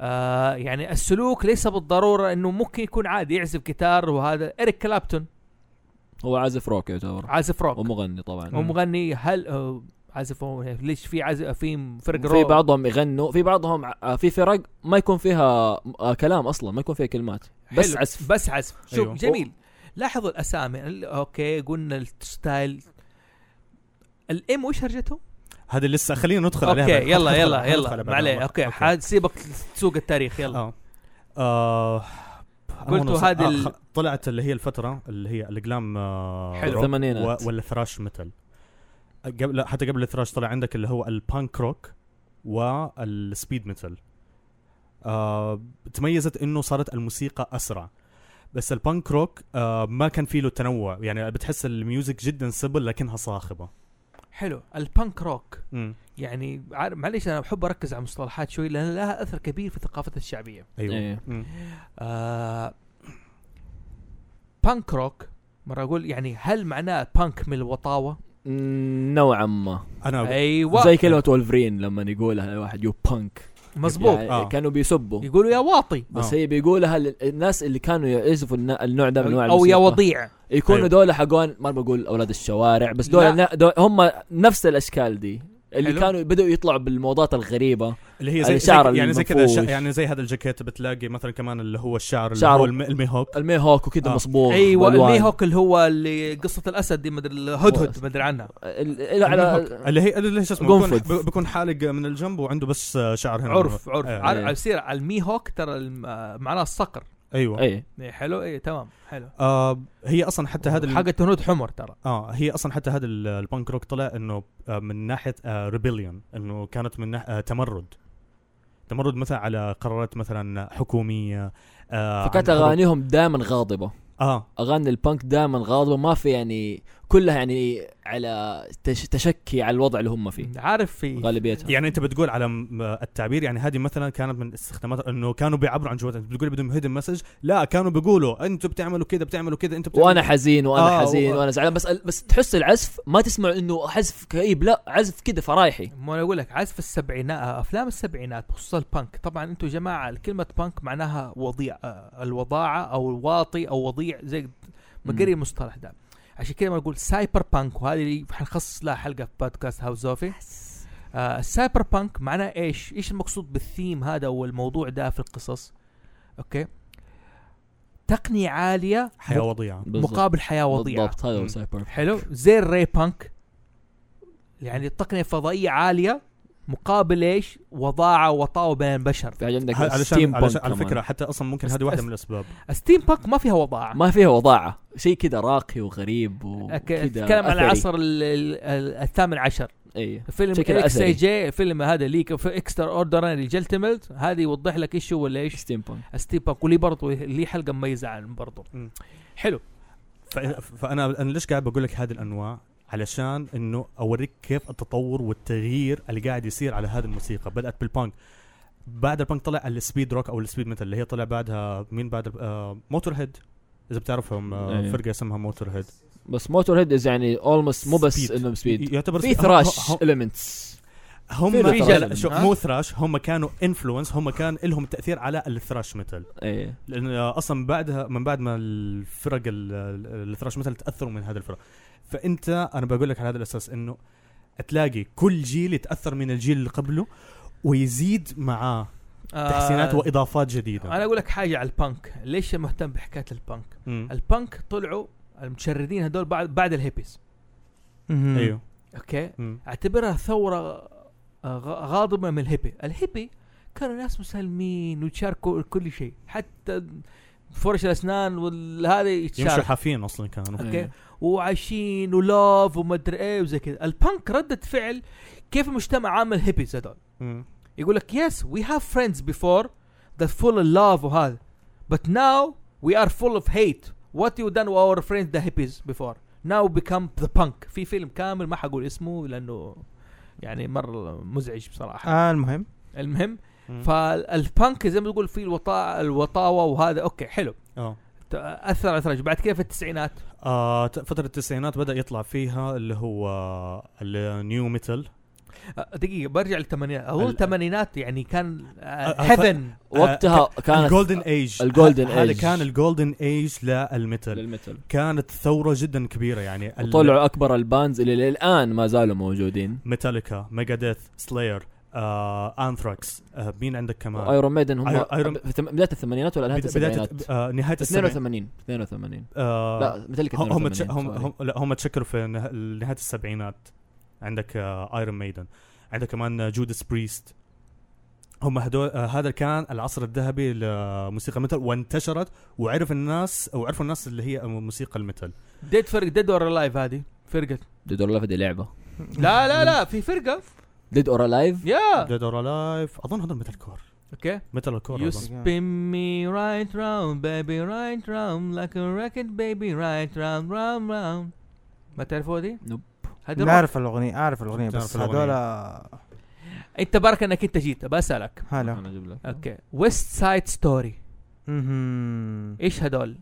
آه يعني السلوك ليس بالضروره انه ممكن يكون عادي يعزف جيتار وهذا اريك كلابتون
هو عازف روك يعتبر
عازف روك
ومغني طبعا
ومغني هل آه، عازف هو- ليش في عازف في فرق
في
روك
بعضهم يغنوا في بعضهم ع- في فرق ما يكون فيها آه، كلام اصلا ما يكون فيها كلمات بس
حلو.
عزف
بس عزف شوف
أيوه.
جميل لاحظوا الاسامي ال- اوكي قلنا الستايل الام وش هرجته؟
هذا لسه خلينا ندخل عليها
اوكي
بعد.
يلا
ندخل-
يلا
ندخل
يلا
بعد.
ما عليه اوكي حاد سيبك تسوق التاريخ يلا
اه آه، أنا
قلتوا
وأنا صغير-
هذه
آه،
ال-
خ- طلعت اللي هي الفتره اللي هي الاقلام آه.
حلو.
الثمانينات.
ولا ثراش ميتال قبل لا، حتى قبل الثراش طلع عندك اللي هو البانك روك والسبيد ميتال آه تميزت انه صارت الموسيقى اسرع بس البانك روك آه ما كان فيه له تنوع يعني بتحس الميوزك جدا سبل لكنها صاخبه
حلو البانك روك
مم.
يعني عار- معليش انا بحب اركز على المصطلحات شوي لان لها اثر كبير في ثقافتنا الشعبيه.
ايوه
إيه.
مم.
آه بانك روك مره اقول يعني هل معناه بانك من الوطاوه؟
مم، نوعا ما
انا
ايوه
نعم. زي كلمه ولفرين لما يقولها الواحد يو بانك
مزبوط
يعني
آه.
كانوا بيسبوا
يقولوا يا واطي
بس
آه.
هي بيقولها للناس اللي كانوا يعزفوا النا- النوع ده من انواع
او يا
الموسيقى.
وضيع
يكونوا
أيوة.
دول حقون ما بقول اولاد الشوارع بس دول,
لا.
نا- دول هم نفس الاشكال دي اللي
حلو.
كانوا بدأوا يطلعوا بالموضات الغريبة
اللي هي زي, زي
الشعر
يعني زي كذا
المنفوش.
شا- يعني زي هذا الجاكيت بتلاقي مثلا كمان اللي هو الشعر اللي
شعره.
هو الم- الميهوك
الميهوك وكذا
آه.
مصبوغ
ايوه
بألوان.
الميهوك اللي هو اللي قصه الاسد دي مدري الهدهد مدري عنها
ال- ال- على
اللي هي اللي شو اسمه
قنفذ.
بيكون, بيكون حالق من الجنب وعنده بس شعر
نعم.
هنا
عرف عرف
أيوة.
إيه.
على على سيرة على الميهوك ترى الم- آه، معناه الصقر
ايوه
اي
إيه، حلو اي تمام حلو
آه هي اصلا حتى هذا ال-
حقة هنود حمر ترى
اه هي اصلا حتى هذا ال- البانك روك طلع انه آه، من ناحيه ريبليون انه كانت من ناحيه تمرد تمرد مثلا على قرارات مثلا حكوميه آه
فكانت
عن حروب-
اغانيهم دائما غاضبة
اه
اغاني البانك دائما غاضبة ما في يعني كلها يعني على تش تشكي على الوضع اللي هم فيه
عارف في
غالبيتها
يعني انت بتقول على م- التعبير يعني هذه مثلا كانت من استخدامات انه كانوا بيعبروا عن جواتهم بتقول بدهم هيدن مسج لا كانوا بيقولوا انتم بتعملوا كذا بتعملوا كذا انتم بتعملوا
وانا حزين وانا
آه،
حزين
و-
وانا زعلان بس بس تحس العزف ما تسمع انه عزف كئيب لا عزف كذا فرايحي
ما انا اقول لك عزف السبعينات افلام السبعينات بخصوص البانك طبعا انتم يا جماعه كلمه بانك معناها وضيع آه، الوضاعه او الواطي او وضيع زي بقري المصطلح ده عشان كذا ما اقول سايبر بانك وهذه اللي حنخصص لها حلقه في بودكاست هاوس زوفي آه السايبر بانك معناه ايش؟ ايش المقصود بالثيم هذا والموضوع ده في القصص؟ اوكي تقنيه عاليه
حياه وضيعه
بالضبط.
مقابل حياه وضيعه
بالضبط هذا هو
مم.
سايبر
حلو زي الري بانك يعني التقنيه فضائيه عاليه مقابل ايش؟ وضاعه وطاوه بين البشر
في عندك
ه- علشان
ستيم
علشان
بانك
على فكره
كمان.
حتى اصلا ممكن
أس-
هذه واحده
أس-
من الاسباب
ستيم بانك ما فيها وضاعه
ما فيها وضاعه شيء كذا راقي وغريب
أك-
وكذا
اتكلم عن
أثري. إيه.
العصر ال- ال- ال- الثامن عشر
اي
فيلم
شكل
اكس اي
أثري.
جي فيلم هذا ليك في اكسترا اوردر جلتملت هذا يوضح لك ايش هو ولا ايش
ستيم بانك
ستيم بانك ولي برضه لي حلقه مميزه عن برضه
مم.
حلو
ف- فانا انا ليش قاعد بقول لك هذه الانواع علشان انه اوريك كيف التطور والتغيير اللي قاعد يصير على هذه الموسيقى بدات بالبانك بعد البانك طلع السبيد روك او السبيد متل اللي هي طلع بعدها مين بعد آه موتور هيد اذا بتعرفهم آه
أيوة.
فرقه اسمها موتور هيد
بس موتور هيد از يعني اولموست مو بس
Speed.
انه سبيد
يعتبر
في
speed.
ثراش
هم-
المنتس
هم
في
لا-
رجال.
لا، شو-
ها؟
مو ثراش هم كانوا انفلونس هم كان لهم تاثير على الثراش متل
ايه
لان اصلا بعدها من بعد ما الفرق ال- ال- الثراش مثلا تاثروا من هذا الفرق فانت انا بقول لك على هذا الاساس انه تلاقي كل جيل يتاثر من الجيل اللي قبله ويزيد معاه
آه،
تحسينات واضافات جديده
انا اقول لك حاجه على البانك ليش مهتم بحكايه البانك
مم.
البانك طلعوا المتشردين هذول بعد بعد الهيبيز
مهم.
أيوه.
ايوه
اوكي
مم.
اعتبرها ثوره آه، غ- غاضبه من الهيبي الهيبي كانوا ناس مسالمين ويشاركوا كل شيء حتى فرش الاسنان والهذا
يمشوا
يتشارك
حافين اصلا
أيوه.
كانوا
إيه.
اوكي وعايشين ولوف ومدري ايه وزي كذا البانك ردة فعل كيف المجتمع عامل هيبيز هذول
مم.
يقول لك يس وي هاف فريندز بيفور ذات فول اوف لاف وهذا بت ناو وي ار فول اوف هيت وات يو دان اور فريندز ذا هيبيز بيفور ناو بيكم ذا بانك في فيلم كامل ما حقول اسمه لانه يعني مره مزعج بصراحه
آه المهم
المهم
مم.
فالبانك زي ما تقول فيه الوطا الوطاوه وهذا اوكي حلو
اه
ت- اثر على الثلج. بعد كيف التسعينات
آه، ت- فترة التسعينات بدأ يطلع فيها اللي هو النيو ميتال
أه، دقيقه برجع للثمانينات اظن
ال-
الثمانينات يعني كان
أه، أه،
هيفن
آه،
وقتها كانت
الجولدن ايج
الجولدن
هذا
ايج.
كان الجولدن ايج للميتال
للميتال
كانت ثوره جدا كبيره يعني ال-
وطلعوا اكبر البانز اللي الان ما زالوا موجودين
ميتاليكا ميجاديث سلاير آه، انثراكس آه، مين عندك كمان
وايرون ميدن هم
أيرون- أيرون-
في ثم- بدايه أيوة، الثمانينات ولا نهايه
بد- بدايه
السبعينات؟
آه، نهايه السبعينات
82 82
آه،
لا مثل
هم هم تش-
82
هم
sorry.
هم لا هم تشكلوا في نه- نهايه السبعينات عندك ايرون ميدن عندك كمان جودس بريست هم هدول آه، هذا كان العصر الذهبي لموسيقى الميتال وانتشرت وعرف الناس وعرفوا الناس اللي هي موسيقى الميتال
ديد فرق ديد اور لايف هذه فرقه
ديد اور لايف دي لعبه
لا لا لا في فرقه
ديد اور لايف
يا
ديد اور لايف اظن هذول ميتال كور
اوكي
ميتال كور
آه. You
أظن.
spin me right round baby right round like a racket baby right round round round ما تعرفوا دي؟
Nope.
هذا
لا اعرف الاغنيه اعرف الاغنيه
تعرف
بس
الأغنية.
هذول
انت بارك انك انت جيت بسالك
هلا
اوكي ويست سايد ستوري
مهم.
ايش هذول؟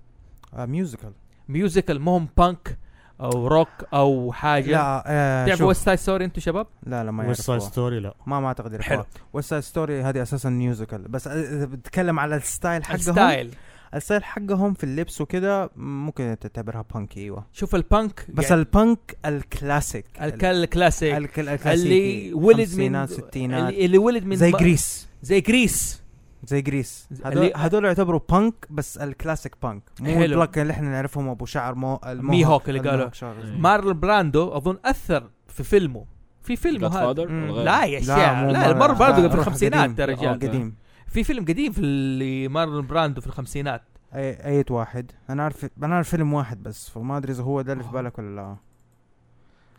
آه، ميوزيكال
ميوزيكال ما هم بانك او روك او حاجه
لا آه
تعرفوا
شوف.
ويست سايد ستوري انتوا شباب؟
لا لا ما
ويست سايد
يعرفوها
ستوري لا
ما ما اعتقد
حلو.
يعرفوها ويست سايد ستوري هذه اساسا ميوزيكال بس اذا بتكلم على الستايل حقهم
الستايل
الستايل حقهم في اللبس وكذا ممكن تعتبرها بانك ايوه
شوف البانك
بس
يعني
البانك الكلاسيك
الك- الكلاسيك
الك- الكلاسيكي
اللي ولد من
خمسينات، ستينات
اللي اللي ولد من
زي
ما-
جريس
زي جريس
زي جريس
زي-
هذول
اللي-
هذول يعتبروا بانك بس الكلاسيك بانك مو
حلو.
البلاك اللي احنا نعرفهم ابو شعر مو الموهوك-
ميهوك اللي
الموهوك
قالوا.
شعر.
مم.
مارل براندو اظن اثر في فيلمه في فيلم هذا
مم.
طيب.
لا يا
مو
شيخ لا
مرة.
مارل
لا،
براندو في
روح
الخمسينات
قديم.
يا
آه،
رجال
قديم
في فيلم قديم في اللي مارل براندو في الخمسينات
اي اية واحد انا عارف انا عارف فيلم واحد بس فما ادري اذا هو ده اللي في بالك ولا لا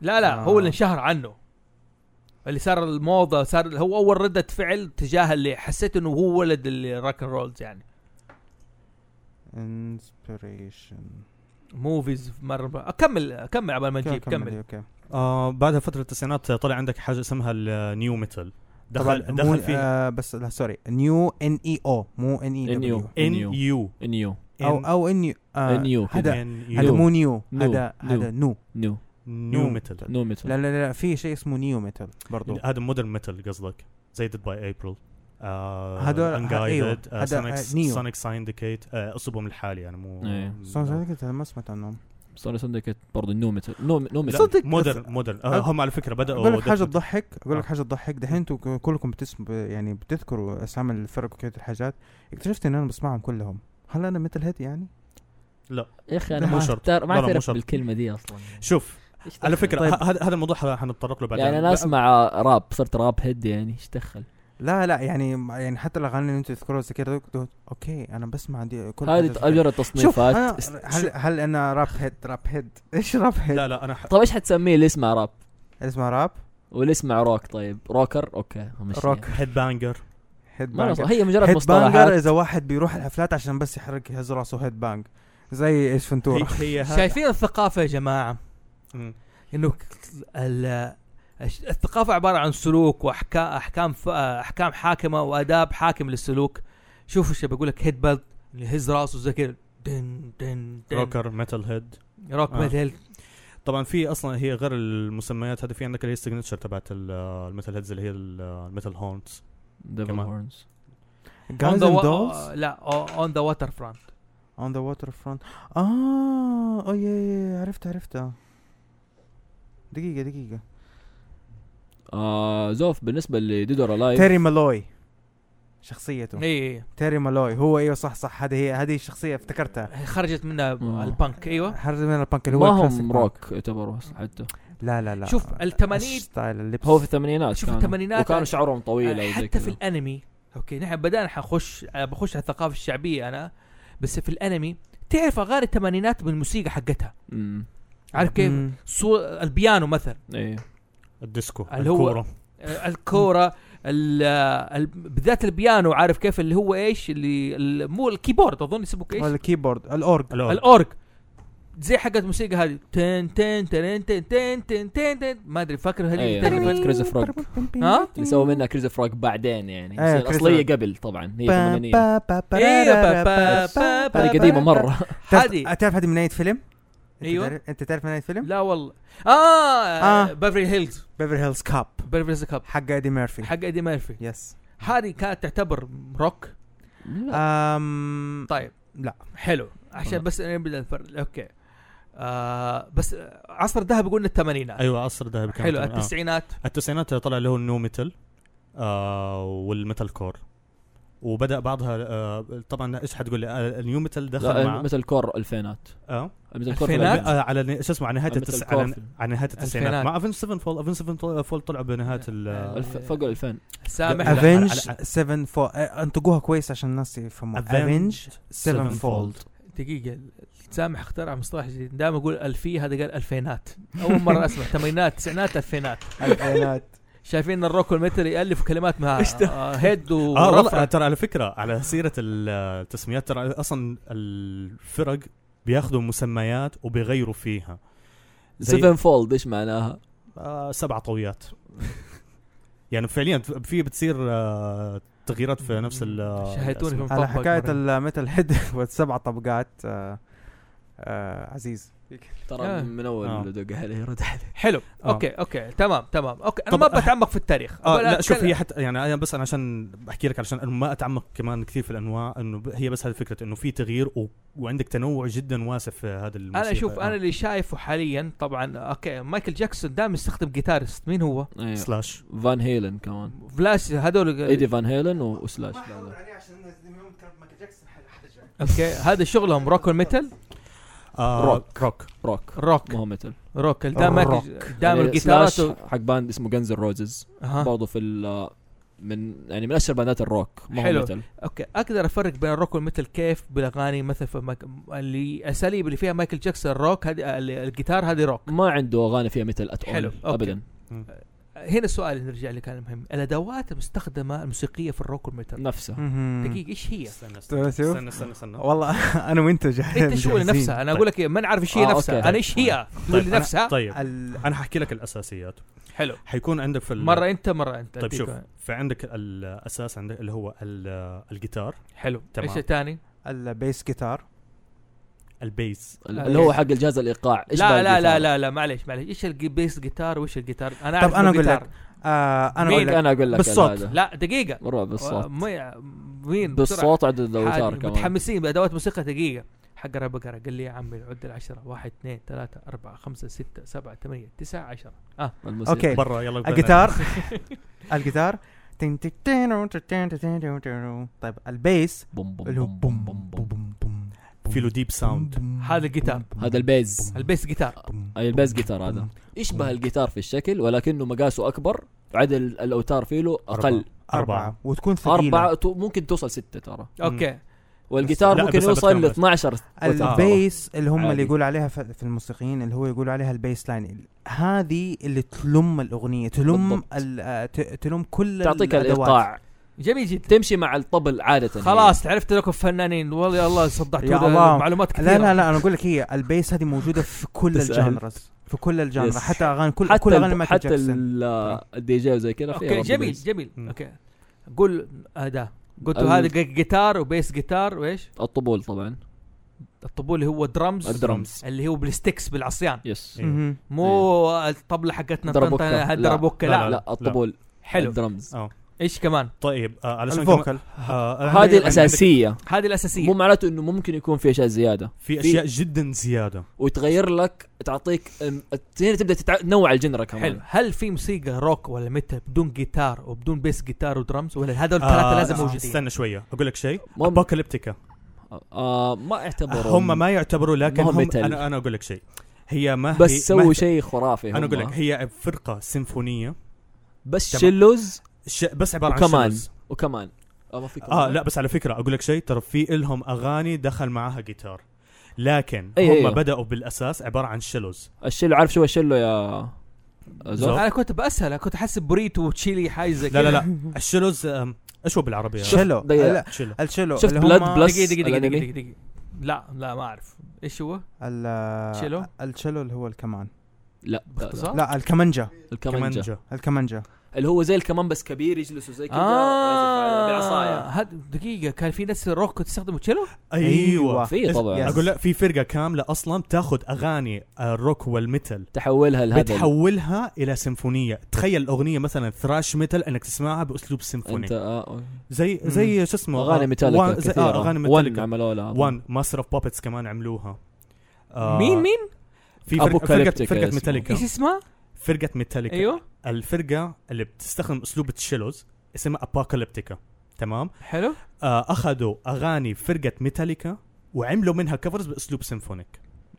لا لا
آه.
هو اللي انشهر عنه اللي صار الموضه صار هو اول رده فعل تجاه اللي حسيت انه هو ولد الراك رولز يعني
انسبريشن
موفيز مره اكمل اكمل عبال ما نجيب طيب، كمل
اوكي
آه بعدها فترة التسعينات طلع عندك حاجة اسمها النيو ميتال
طبعا
دخل
مو
دخل فيه
آه بس لا سوري نيو ان اي او E مو ان اي
NEO.
دبليو
ان
نيو.
يو
نيو
او او ان
NEO
يو
كده.
هذا آه، هذا مو نيو هذا
نيو.
هذا نو
نيو
نيو ميتال
نو
طيب. لا
ميتال
لا لا في شيء اسمه نيو ميتال برضو
هذا مودرن ميتال قصدك زي ديد باي ابريل آه،
هدول-
هذول
أيوة.
انجايدد
هذا- نيو.
سونيك ساينديكيت اصبهم الحالي يعني مو
إيه.
صراحه كنت ما سمعت عنهم
سوني سندكت برضه نومت نوم نومت
صدق.
مودرن مودرن آه هم على فكره بداوا
اقول لك حاجه
Death-
تضحك اقول لك
آه.
حاجه تضحك دحين انتم ك- كلكم بتسم يعني بتذكروا اسامي الفرق وكذا الحاجات اكتشفت ان انا بسمعهم كلهم هل انا مثل هيد يعني؟
يا اخي انا
مو
ما
شرط.
أعترف- ما
لا، لا، مو
اعترف
شرط.
بالكلمه دي اصلا
شوف
إيش
على
دخل؟
فكره
طيب.
ه- هذا هذا الموضوع ه- حنتطرق له بعدين
يعني انا اسمع راب صرت راب هيد يعني ايش دخل
لا لا يعني يعني حتى الاغاني اللي انتم تذكروها زي كده دوت- اوكي انا بسمع دي كل
هذه
حاجة زي كده.
مجرد
شوف أنا
تصنيفات
هل هل انا راب هيد راب هيد ايش راب هيد؟
لا لا انا ح...
طيب ايش حتسميه اللي يسمع راب
اللي اسمه راب
واللي يسمع روك طيب روكر اوكي همشيها.
روك.
هيد بانجر
هيد
ما أنا
بانجر
صح- هي مجرد
هيد بانجر
مصطلحات
اذا واحد بيروح الحفلات عشان بس يحرك يهز راسه هيد بانج زي ايش
هي
فنتورا
هي هذا-
شايفين الثقافه يا جماعه
مم.
انه ك- ال- الش- الثقافه عباره عن سلوك واحكام احكام ف- احكام حاكمه واداب حاكم للسلوك شوفوا ايش بقول لك يعني هيد بيلت اللي يهز راسه زي كذا دن دن دن
روكر ميتال هيد
روك
آه.
مثل
طبعا في اصلا هي غير المسميات هذه في عندك اللي هي السيجنتشر تبعت ال- الميتال هيدز اللي هي ال- آه، الميتال هورنز
ديفل
كمان.
هورنز
اون
جايز
ذا
اند
آه.
دولز
آه، لا اون ذا واتر فرونت
اون ذا واتر فرونت اه اوه يا يا عرفت عرفتها دقيقة دقيقة
آه زوف بالنسبه لديدور الايف
تيري مالوي شخصيته
اي
تيري مالوي هو ايوه صح صح هذه هي هذه الشخصية افتكرتها
إيه. خرجت منها
مم.
البنك ايوه
حرز من البنك اللي هو
أيوه. ما
الكلاسيك
هم
بانك.
روك يعتبروا أصلاً حتى
لا لا لا
شوف التمانين-
ستايل اللبس
هو في الثمانينات
شوف
كانوا.
الثمانينات
وكانوا شعرهم طويل أو زي
آه، حتى في
كذا.
الانمي اوكي نحن بدانا حخش أنا بخش على الثقافه الشعبيه انا بس في الانمي تعرف اغاني الثمانينات بالموسيقى حقتها
أمم.
عارف كيف؟
مم.
صو... البيانو مثلا
ايه
الديسكو
اللي هو-
الكورة.
آه، الكوره ال... آه، ال... بالذات البيانو عارف كيف اللي هو ايش اللي ال... مو الكيبورد اظن يسموك ايش؟
الكيبورد الاورج
الأورج.
الاورج زي حقت الموسيقى هذه تن تن تن تن تن تن تن تن ما ادري فاكر هذه
أيوة.
تعرف-
كريز فروغ.
ها؟
اللي سووا منها كريز فراغ بعدين يعني
أيوة،
بس
كريز
الاصليه
فراغ.
قبل طبعا هي
با-
ثمانينيه
با- با- إيوه، با-
إيه،
را-
با-
را-
با-
با-
با-
هذه
با-
قديمه
با-
مره
تعرف-
هذه.
تعرف هذه أيوه. من اي فيلم؟ أنت
أيوة.
تعرف- انت تعرف من اي فيلم؟
لا والله اه,
آه.
آه. بيفرلي هيلز
بيفر هيلز كاب
بيفرلي هيلز كاب
حق ايدي ميرفي
حق ايدي ميرفي
يس
هذه كانت تعتبر روك
آه،
لا.
أم...
طيب
لا.
حلو عشان
آه.
بس نبدا نفرق اوكي آه بس عصر الذهبي قلنا الثمانينات
ايوه عصر ذهبي كان
حلو
تمام. آه.
التسعينات
التسعينات طلع اللي هو النو ميتال آه والميتال كور وبدا بعضها آه طبعا ايش حتقول لي آه النيو ميتال دخل
لا،
مع
مثل كور الفينات
آه
مثل كور في
الفينات؟
الألفينات.
آه على ن- شو اسمه على نهايه
الميتال
التس...
كور
على,
في-
على نهايه التسعينات
الفينات.
مع افن 7 فول افن 7 فول, فول طلع بنهايه
آه.
ال
الف... فوق الألفين
سامح
لا،
افنج
على- على-
7 فول انطقوها كويس عشان الناس
آه،
آه.
يفهموا افنج 7 فولد
دقيقة سامح اخترع مصطلح جديد دائما اقول الفي هذا قال الفينات اول مرة اسمع ثمانينات تسعينات الفينات
الفينات
شايفين الروك والميتال يالف كلمات مع
إيش ده؟
آه هيد و
اه والله ترى على فكره على سيره ال- التسميات ترى اصلا الفرق بياخذوا مسميات وبيغيروا فيها زي-
سيفن فولد ايش معناها؟
آه سبع طويات يعني فعليا في بتصير آه تغييرات في نفس ال
شهيتوني في
الأسماء.
على
مطبق
حكايه
مرة.
الميتال هيد والسبع طبقات آه، آه، عزيز
آه.
ترى من
آه.
اول دق عليه رد عليه
حلو
آه.
اوكي اوكي تمام تمام اوكي انا
طب-
ما بتعمق في التاريخ
آه
أبغى
لا شوف
أتكلم.
هي حتى يعني انا بس انا عشان بحكي لك علشان انه ما اتعمق كمان كثير في الانواع انه ب- هي بس هذه الفكره انه في تغيير و... وعندك تنوع جدا واسع في هذا الموسيقى
انا اشوف
آه.
انا اللي شايفه حاليا طبعا اوكي مايكل جاكسون دائما يستخدم جيتارست مين هو؟
أيوة.
سلاش
فان هيلن كمان
فلاش هذول
ايدي فان هيلن و- وسلاش لا لا.
اوكي هذا شغلهم روك والميتال
آه
روك.
روك
روك
روك
مو هو ميتال
روك دائما
الروك.
دائما
يعني
الجيتارات
سلاش حق باند اسمه جنز روزز
أها.
برضه في ال من يعني من اشهر باندات الروك ما هو
حلو.
ميتال
اوكي اقدر افرق بين الروك والميتال كيف بالاغاني مثلا في مك... اللي اساليب اللي فيها مايكل جاكسون الروك هذه ال- الجيتار هذه روك
ما عنده اغاني فيها ميتال ات
حلو. أوكي.
ابدا
هنا السؤال اللي نرجع اللي كان مهم الادوات المستخدمه الموسيقيه في الروك والميتال
نفسها
مهم.
دقيقه ايش هي؟
استنى استنى
استنى، شوف.
استنى استنى, استنى.
والله انا وانت جاهزين
انت شو اللي نفسها انا اقول لك إيه، ما نعرف ايش هي
آه،
نفسها
أوكي.
انا ايش هي تقول
طيب،
لي
أنا-
نفسها
طيب
ال-
انا حكي لك الاساسيات
حلو
حيكون عندك في ال-
مره انت مره انت
طيب
إيه؟ أديك
شوف
واحد.
فعندك الاساس عندك اللي هو ال- الجيتار
حلو
تمام.
ايش الثاني؟
البيس جيتار
البيس
اللي هو حق الجهاز الايقاع ايش
لا لا
بقى
لا
الجيتار؟
لا لا معليش معليش ايش البيس جيتار وايش الجيتار انا
طب
اعرف
أنا أقول
الجيتار.
آه انا
مين
اقول
مين
لك
انا اقول لك
بالصوت.
الهذا.
لا دقيقه
مره بالصوت
مي- مين بسرعة.
بالصوت عدد الاوتار
حاجة-
كمان
متحمسين بادوات موسيقى دقيقه حق البقره قال لي يا عمي العد العشرة واحد اثنين ثلاثة أربعة خمسة ستة سبعة ثمانية تسعة عشرة
الموسيقى.
أوكي.
برا يلا بدنا.
الجيتار الجيتار تن- تك- تن- تن- تن- تن- تن- تن- طيب البيس
بوم بوم
اللي هو
بوم بوم بوم بوم
بوم
في له ديب ساوند
هذا الجيتار.
هذا البيز
البيس جيتار
اي البيز جيتار هذا يشبه الجيتار في الشكل ولكنه مقاسه اكبر عدد الاوتار فيه له اقل
أربعة
أربعة.
وتكون ثقيلة
أربعة تو- ممكن توصل ستة ترى
اوكي
والجيتار
لا،
ممكن
بس
يوصل ل
بتكمل.
12 وتر.
البيس اللي هم
عادي.
اللي يقول عليها ف- في الموسيقيين اللي هو يقول عليها البيس لاين هذه اللي تلم الاغنيه تلم
بالضبط.
ال- آه، ت- تلم كل
تعطيك
الأدوات.
الايقاع
جميل جدا
تمشي مع الطبل عاده
خلاص عرفت لكم فنانين والله يا الله صدعتوا
يا الله.
معلومات كثيره
لا لا لا انا اقول لك هي البيس هذه موجوده في كل
تسأل.
الجانرز في كل الجانرا
Yes.
حتى اغاني كل
حتى
كل اغاني
ال-
مايكل
حتى
جاكسون
ال- الدي جي وزي كذا فيها
اوكي
برضو
جميل
بيز.
جميل
مم.
اوكي قول اداء قلت
ال-
هذا جي- جيتار وبيس جيتار وايش؟
الطبول طبعا
الطبول اللي هو درمز
الدرمز
اللي هو بالستكس بالعصيان
يس
إيه.
مهم.
مو الطبله حقتنا
دربوكة.
طنطنة، هاد
لا.
دربوكة لا,
لا لا الطبول
حلو
الدرمز
ايش كمان؟
آه. طيب آه علشان كمان-
الفوكل
آه عندك-
هذه
عندك-
الاساسيه
هذه
مو
الاساسيه
معناته انه ممكن يكون في اشياء زياده
في اشياء جدا زياده
وتغير لك تعطيك أم، هنا تبدا تتع- تنوع الجنرا كمان
حلو هل في موسيقى روك ولا متى بدون جيتار وبدون بيس جيتار ودرمز ولا هذول
آه،
الثلاثه لازم
لا،
موجودين؟
استنى شويه اقول لك شيء
مو-
ابوكاليبتيكا
آه ما اعتبروا
هم ما يعتبروا لكن
ما هو
هم
metal.
انا انا اقول لك شيء هي ما
بس
هي- ما
سووا
هي-
شيء خرافي هم
انا اقول لك هي فرقه سيمفونيه
بس
تمام.
شيلوز
ش... بس عباره عن
وكمان.
شمس.
وكمان آه ما في
اه
كمان.
لا بس على فكره اقول لك شيء ترى في الهم اغاني دخل معاها جيتار لكن
أي-
هم
أي.
بداوا بالاساس عباره عن شيلوز
الشيلو عارف شو هو الشيلو يا زوف
زوف.
انا كنت باسهل كنت احسب بوريتو وتشيلي حاجه زي
لا
كذا
لا لا الشيلوز أم، ايش هو بالعربيه؟
شلو
دقيقة.
لا،
شيلو
الشلو
شفت
اللي هم
بلاد بلس؟
دقيقه دقيقه دقيقه
الأنمي.
دقيقه دقيقه لا لا ما اعرف ايش هو؟
ال-
شيلو؟ اه؟
الشلو اللي هو الكمان
لا لا، لا
باختصار؟
لا الكمنجه
الكمانجا
كمانجا
الكمنجه
اللي هو زي الكمان بس كبير يجلس وزي كذا
آه
بالعصايه
هاد دقيقة كان في ناس روك تستخدم تشيلو؟
ايوه
أيوة. في طبعا
Yes.
اقول لك في فرقه كامله اصلا تاخذ اغاني آه، الروك والميتال
تحولها لهذا ال-
بتحولها الى سيمفونيه تخيل الاغنيه مثلا ثراش ميتال انك تسمعها باسلوب سيمفوني
انت آه
زي زي شو اسمه
اغاني
آه،
ميتاليكا
وان- زي-
كثيره
آه اغاني
ون
ميتاليكا
عملوا لها
وان ماستر اوف بابتس كمان عملوها آه،
مين مين؟
في فرق-
Apocalyptica
فرقه فرقه
اسمه.
ميتاليكا
ايش اسمها؟
فرقه ميتاليكا
ايوه
الفرقه اللي بتستخدم اسلوب التشيلوز اسمها ابوكاليبتيكا تمام
حلو
آه اخذوا اغاني فرقه ميتاليكا وعملوا منها كفرز باسلوب سيمفونيك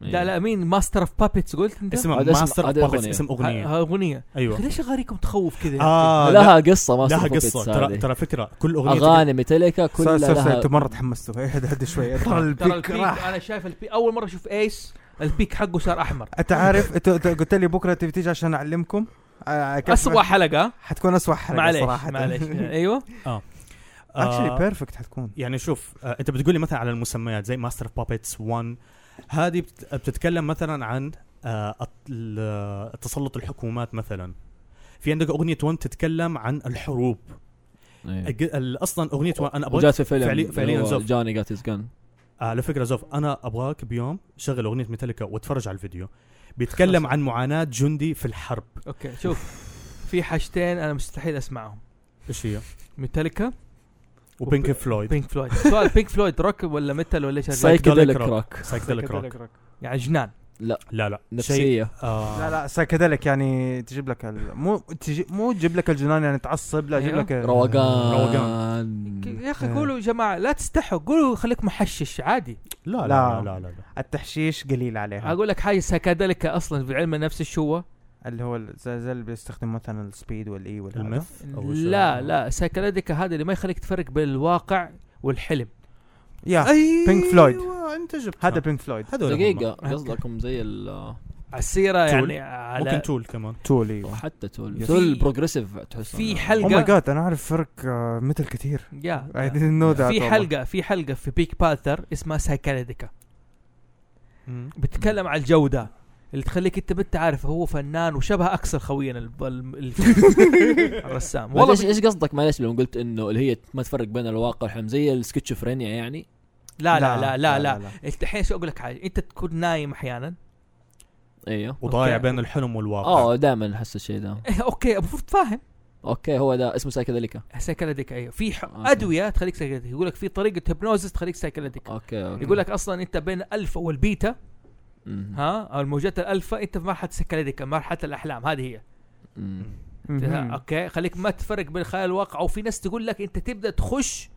لا لا مين ماستر اوف بابيتس قلت انت؟
اسمها
هذا اسم-
ماستر اوف
هذا
بابتس
أغنية.
اسم
ه-
اغنيه
ه- اغنية
ايوه
ليش اغانيكم تخوف كذا؟
اه لا
لها قصه ما
لها
صفت
قصه ترى
هذه.
ترى فكره كل اغنيه
اغاني ميتاليكا كلها
صار صار صار
لها
انتم مره تحمستوا اهدى اهدى شوي ترى
ترى
البيك
البيك
راح
انا شايف البيك اول مرة اشوف ايس البيك حقه صار احمر
انت عارف انت أنت قلت لي بكره تبي تيجي عشان اعلمكم آه، كيف-
اسوء حلقة
حتكون اسوء حلقه
معليش
صراحه
معليش ايوه
اكشلي
آه
بيرفكت حتكون
يعني شوف آه انت بتقولي مثلا على المسميات زي ماستر اوف بابتس 1 هذه بت- بتتكلم مثلا عن آه الت- ال- آه، تسلط الحكومات مثلا في عندك اغنيه 1 تتكلم عن الحروب
إيه.
الج- ال- اصلا اغنيه 1 انا ابغى
وجات في فيلم
فعلي- فعليا
اللي هو
زوف.
جوني جات هيز جن
على فكره آه، زوف انا ابغاك بيوم شغل اغنيه ميتاليكا واتفرج على الفيديو بيتكلم عن معاناه جندي في الحرب
اوكي شوف في حاجتين انا مستحيل اسمعهم
ايش هي
ميتاليكا
وبينك فلويد
بينك فلويد سؤال بينك فلويد روك ولا ميتال ولا ايش هذا؟
سايكيدليك
سايكيدليك
روك
سايكدليك روك
يعني جنان
لا لا شيء
نفسيه
آه
لا لا سايكدلك يعني تجيب لك ال... مو تجي... مو تجيب لك الجنان يعني تعصب لا تجيب
أيوة.
لك ال-
روقان
يا اخي
آه.
قولوا يا جماعة لا تستحوا قولوا خليك محشش عادي
لا
لا.
لا لا لا, لا, لا.
التحشيش قليل
آه.
عليها
اقول لك حاجه سايكاديليكا اصلا في علم النفس ايش هو؟
اللي هو ال- زي زي اللي بيستخدم مثلا السبيد والاي والهذا
المث أو شو؟
لا لا سايكاديليكا هذا اللي ما يخليك تفرق بين الواقع والحلم أيوه.
يا
ايوه
Pink Floyd.
انت جبتها
هذا بينك فلويد
هذول هم.
دقيقه قصدكم زي ال
على السيره
تول.
يعني على
ممكن تول كمان
تولي
حتى تول
Yes.
تول بروجريسيف
في
تحس إنه-
او ماي
حلقه
جاد انا اعرف فرق آه، متل كثير
يا
I didn't know that
في
والله.
حلقه في حلقه في بيك باثر اسمها سايكاديليكا بتتكلم عن الجوده اللي تخليك انت بنت عارف هو فنان وشبه اكسل خوينا ال- ال- ال- الرسام
والله
والله
ايش ايش قصدك معلش لما قلت انه اللي هي ما تفرق بين الواقع والحلم زي السكتشوفرينيا يعني
لا لا لا لا لا انت الحين شو اقول لك حاجه انت تكون نايم احيانا
ايوه
وضايع
أوكي.
بين الحلم والواقع
آه،
اه دائما احس الشيء ده
إيه، اوكي المفروض فاهم
اوكي هو ده اسمه سايكيديليكا
سايكلديك ايوه في ح...
أوكي.
ادويه تخليك سايكلديك يقول لك في طريقه هيبنوزس تخليك سايكلديك
اوكي اوكي
يقول لك اصلا انت بين الالفا والبيتا
مم.
ها او الموجات الالفا انت في مرحله سايكلديك مرحله الاحلام هذه هي
مم.
مهم.
اوكي خليك ما تفرق بين الخيال والواقع وفي ناس تقول لك انت تبدا تخش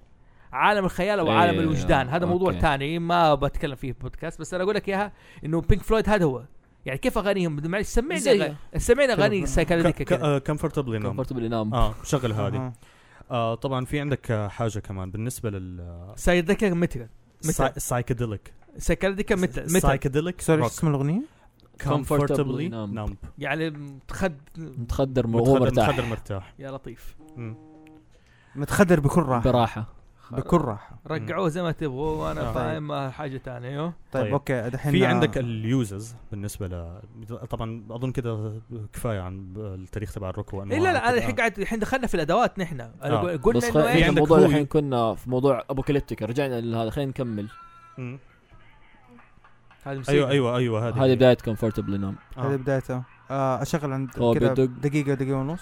عالم الخيال او
إيه،
عالم الوجدان
آه،
هذا موضوع
أوكي.
ثاني ما بتكلم فيه في بودكاست بس انا اقول لك اياها انه بينك فلويد هذا هو يعني كيف اغانيهم معلش سمعني
زيه.
أغاني- سمعني اغاني سايكلديك
آه.
كذا
كمفورتبلي نوم
كومفورتبل نام
اه شغل هذه
أها.
آه طبعا في عندك آه، حاجه كمان بالنسبه لل آه،
سايكلديك متل متى؟
سايكيديليك
سايكلديك متل متل
سايكيديليك
سوري ايش اسم الاغنيه؟
كومفورتبلي
Comfortably numb.
نوم
يعني تخد
متخدر وهو مرتاح
متخدر مرتاح
يا لطيف
متخدر بكل راحه
براحه
بكل راحه
رجعوه زي ما تبغوا وانا
آه.
فاهم ما حاجه ثانيه ايوه
طيب
طيب.
اوكي دحين
في عندك اليوزرز بالنسبه ل طبعا اظن كده كفايه عن التاريخ تبع الروك
إيه
وانواعه
لا لا انا
وكده.
الحين قاعد الحين دخلنا في الادوات نحن أنا
آه.
قل-
بس
قلنا انه
خل... يعني-
ايش
في
احنا
عندك
موضوع
هوي.
الحين كنا في موضوع ابوكاليبتيكا رجعنا لهذا خلينا نكمل
آه. مم.
هذه موسيقى.
ايوه ايوه ايوه هذه
هذه بدايه كومفورتبل نام
آه.
هذه بدايته آه، اشغل عند
هو
كده
بيدق.
دقيقه دقيقه ونص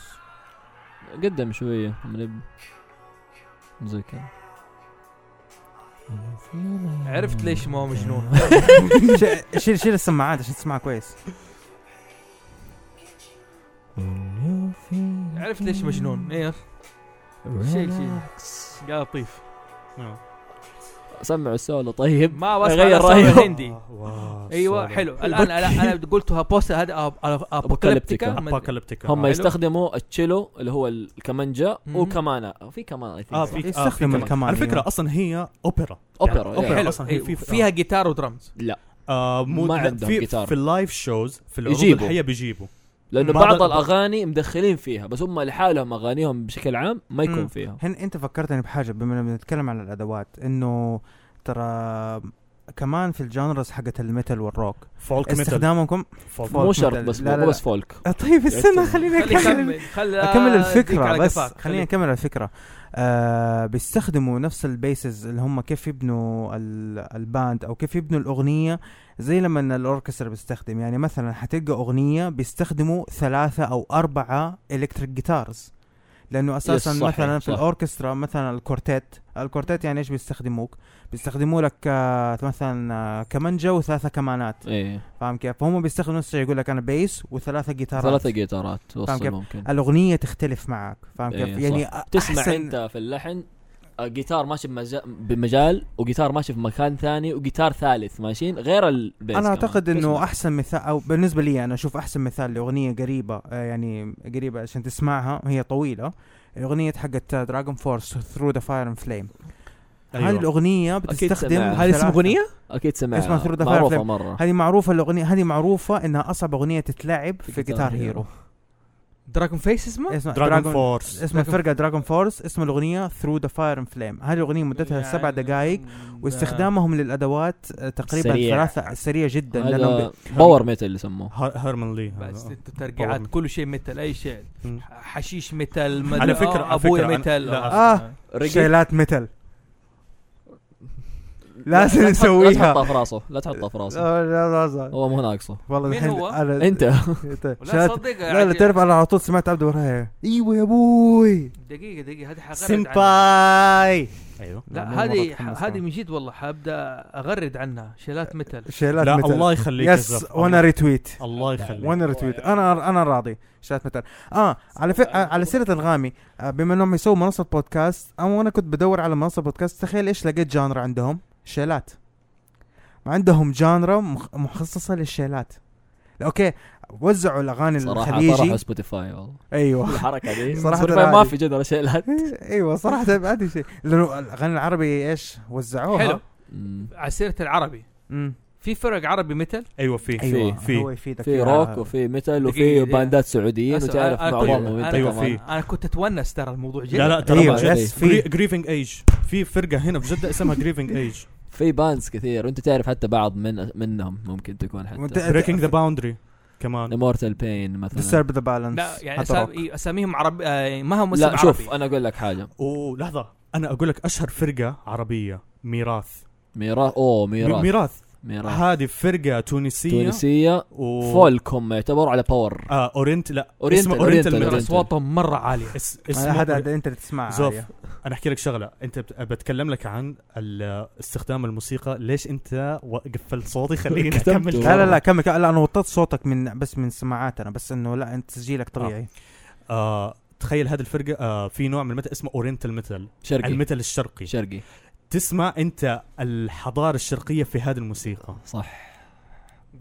قدم شويه من اب زي كذا
عرفت ليش ما هو مجنون
ش- شيل شيل السماعات عشان تسمعها كويس
عرفت ليش مجنون ايه شيل شيل يا لطيف
سمعوا السولو طيب
ما وصل
غير
على صوت
رأيه.
الهندي
واو،
ايوه
صعب.
حلو الان انا انا قلتها بوسة هذا
أبوكاليبتيكا.
ابوكاليبتيكا
ابوكاليبتيكا
هم
آه.
يستخدموا التشيلو اللي هو الكمانجا
مم.
وكمانة في كمان I think.
اه في آه،
يستخدم يعني.
في
الكمان.
على آه. فكره اصلا هي اوبرا
اوبرا
أوبرا.
يعني.
حلو
أصلاً هي
إيه،
في-
فيها جيتار ودرمز
آه مو
ما
لا،
عندهم
في
جيتار.
في اللايف شوز في العروض
يجيبوا.
الحيه بيجيبوا
لانه
ما
بعض
بقدر.
الاغاني مدخلين فيها بس هم لحالهم اغانيهم بشكل عام ما يكون
مم.
فيها
هن انت فكرتني بحاجه بما اننا بنتكلم عن الادوات انه ترى كمان في الجانرز حقت الميتال والروك
فولك ميتال
استخدامكم
فولك
فولك
مو شرط
ميتال.
بس
لا، لا،
مو
لا.
بس فولك
آه، طيب استنى خليني
خلي
اكمل
كمل خلي
اكمل
أديك
الفكره
على
بس
قفاك.
خليني اكمل الفكره آه بيستخدموا نفس البيسز اللي هم كيف يبنوا ال- الباند او كيف يبنوا الاغنيه زي لما الاوركسترا بيستخدم يعني مثلا حتلقى اغنيه بيستخدموا ثلاثه او اربعه الكتريك جيتارز لانه اساسا
صحيح،
مثلا في
صح.
الاوركسترا مثلا الكورتيت الكورتيت يعني ايش بيستخدموك بيستخدموا لك آه مثلا آه كمانجا وثلاثه كمانات
ايه
فاهم كيف فهم بيستخدموا نفس الشيء يقول لك انا بيس وثلاثه جيتارات
ثلاثة جيتارات توصل
كيف؟
ممكن
الاغنيه تختلف معك فاهم كيف؟
إيه،
يعني أ-
تسمع
أحسن-
انت في اللحن آه، جيتار ماشي بمجال, بمجال وجيتار ماشي في مكان ثاني وجيتار ثالث ماشيين غير البيس
انا اعتقد انه احسن مثال او بالنسبه لي انا اشوف احسن مثال لاغنيه قريبه آه، يعني قريبه عشان تسمعها هي طويله الاغنيه حقت دراجون فورس ثرو ذا فاير اند فليم
أيوة.
هذه الاغنيه بتستخدم
أيوه. سمعها.
هذه اسم
ثلاثة-
اغنيه؟
اكيد سمعت
اسمها Through the Fire
معروفه
Flame.
مره
هذه معروفه الاغنيه هذه معروفه انها اصعب اغنيه تتلعب في جيتار هيرو
دراجون فيس اسمه؟
اسمها
دراجون
دراجون
فورس
اسم الفرقه دراجون فورس اسم الاغنيه ثرو ذا فاير اند فليم هذه الاغنيه مدتها سبع دقائق واستخدامهم للادوات آه، تقريبا
سريع.
ثلاثه سريع جدا لأنهم
هذا باور ميتال اللي سموه
هيرمان لي هذا.
بس انت ترقيعات كل شيء مثل اي شيء
مم.
حشيش مثل مد-
على فكرة-
آه،
على فكرة
ابوي
أنا-
مثل
لا.
آه. شيلات متل لازم
لا تحط- لا
نسويها
تحطها في راسه لا تحطها في راسه
آه، لا لا لا
هو مو ناقصه
والله
مين
الحين
هو؟
أنا-
انت
لا
شيلات
تصدق
لا
يعني.
لا تعرف انا على طول سمعت عبد ورايا
إيوه
ايوه يا ابوي
دقيقه دقيقه هذه حغرد عنها.
سمباي
ايوه
لا
مو مرة
هذه
متحمس
هذه
كمان.
من جد والله حابدا اغرد عنها
أه،
شيلات متل
شيلات
لا
متل
الله يخليك يا
يس
زلمة.
وانا ريتويت
الله يخليك
وانا ريتويت انا انا راضي شات متل اه على ف... على سيره انغامي آه، بما انهم يسووا منصه بودكاست او انا كنت بدور على منصه بودكاست تخيل ايش لقيت جانرا عندهم شيلات عندهم جانرا مخ- مخصصه للشيلات اوكي وزعوا الاغاني
صراحه طرحوا
الخليجي
سبوتيفاي والله
ايوه
الحركه دي
صراحة
سبوتيفاي ما
عادي.
في جدول اشياء لا
ايوه صراحه ما ادري شيء لانه الاغاني العربي ايش وزعوها
حلو
مم.
على سيره العربي
امم
في فرق عربي مثل
ايوه في
ايوه
في-
هو يفيدك
في
فيها.
روك وفي ميتال وفي
دقيقة، دقيقة.
باندات سعوديين
أسأل-
وتعرف
أنا-
معظمهم
أنا-
انت
أيوة،
كمان.
في.
انا كنت اتونس ترى الموضوع جدا
لا لا ترى
ايوه
طبعاً.
يس في
جريفنج ايج في فرقه هنا في جده اسمها جريفنج ايج
في باندز كثير وانت تعرف حتى بعض من منهم ممكن تكون
وأنت-
حتى
بريكنج ذا باوندري كمان
امورتال بين مثلا
disturb the balance
لا يعني
حتى روك.
أسامي اساميهم عرب آه، ما هم اسم
لا شوف
عربي
انا اقول لك حاجه
اوه لحظه انا اقول لك اشهر فرقه عربيه ميراث
ميراث اوه
م-
ميراث
ميراث
ميراث
هذه فرقه تونسيه
تونسيه
و...
فولكم يعتبر على باور
آه اورنت لا
أورينتال،
اسمه اورينتال
أورينتال.
ترى
ميدل.
اصواتهم مره عاليه
اس...
هذا
اسمه
هذا انت اللي تسمعه
زوف.
عالية.
انا احكي لك شغله انت بت- بتكلم لك عن ال- استخدام الموسيقى ليش انت و- قفلت صوتي خليني
كتمته.
اكمل
لا لا لا كمل كمل. لا انا وطيت صوتك من بس من سماعات انا بس انه لا انت تسجيلك طبيعي
آه تخيل هذه الفرقه آه في نوع من المتل اسمه اورينتال ميتال
شرقي
الميتال الشرقي
شرقي
تسمع انت الحضاره الشرقيه في هذه الموسيقى
صح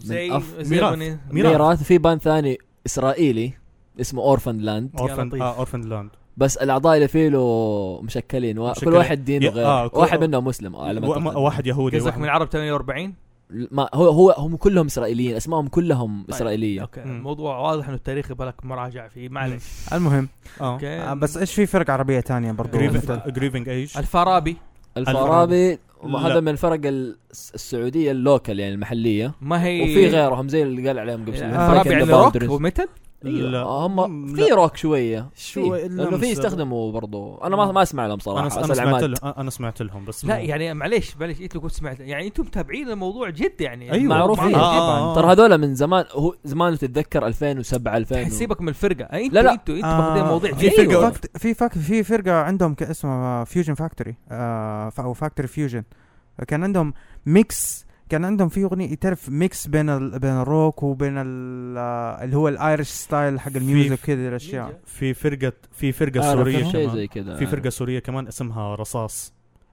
زي
أف-
زي
ميراث.
أغنية-
ميراث.
ميراث في باند ثاني اسرائيلي اسمه اورفن لاند
يا
اورفن
لطيف.
اه اورفن لاند
بس الاعضاء اللي فيه له مشكلين و... كل
مشكلين.
واحد دينه
يا-
غير
آه، كل-
واحد منهم مسلم على ما أعتقد.
واحد يهودي
قصدك
واحد-
من عرب 48
ما هو هو هم كلهم اسرائيليين اسمائهم كلهم
طيب.
اسرائيليه
اوكي
مم.
الموضوع واضح انه التاريخ يبغى لك مراجعه فيه معلش
المهم
اه
اوكي
آه، بس ايش في فرق عربيه تانية برضو مثل-
جريفنج ايج
الفارابي
الفارابي
لا.
هذا من الفرق ال- السعوديه اللوكل يعني المحليه
ما هي
وفي غيرهم زي اللي قال عليهم قبل شوي.
إيه. الفارابي
Like
يعني
the
روك
Boundaries.
وميتال
لا،
لا.
إيه، آه، هم
لا.
في روك شويه
شوي
في.
إلا
لانه في
مس-
يستخدموا برضو انا ما ما اسمع لهم صراحه
انا
بس
انا سمعت
العماد.
لهم انا سمعت لهم بس
لا
مو-
يعني معليش معليش انتوا كنت سمعت يعني انتم متابعين الموضوع جد يعني
ايوه
معروفين.
آه،
معروف جد.
آه، آه.
أيوة. ترى هذول من زمان هو زمان تتذكر 2007 2000 و-
سيبك من الفرقه أي انتوا
لا، لا.
انتوا انتوا
آه،
ماخذين الموضوع
في
جد
فرقه
أيوة.
فاكت- في فاك في فرقه عندهم ك- اسمها آه، فيوجن فاكتوري او فاكتوري فيوجن كان عندهم ميكس كان عندهم في اغنيه تعرف ميكس بين ال... بين الروك وبين ال... آه، اللي هو الايرش ستايل حق
في-
الميوزك كذا الاشياء
في فرقه في فرقه
أعرف
سوريه
آه، شيء
كمان
زي كذا
في فرقه سوريه كمان اسمها رصاص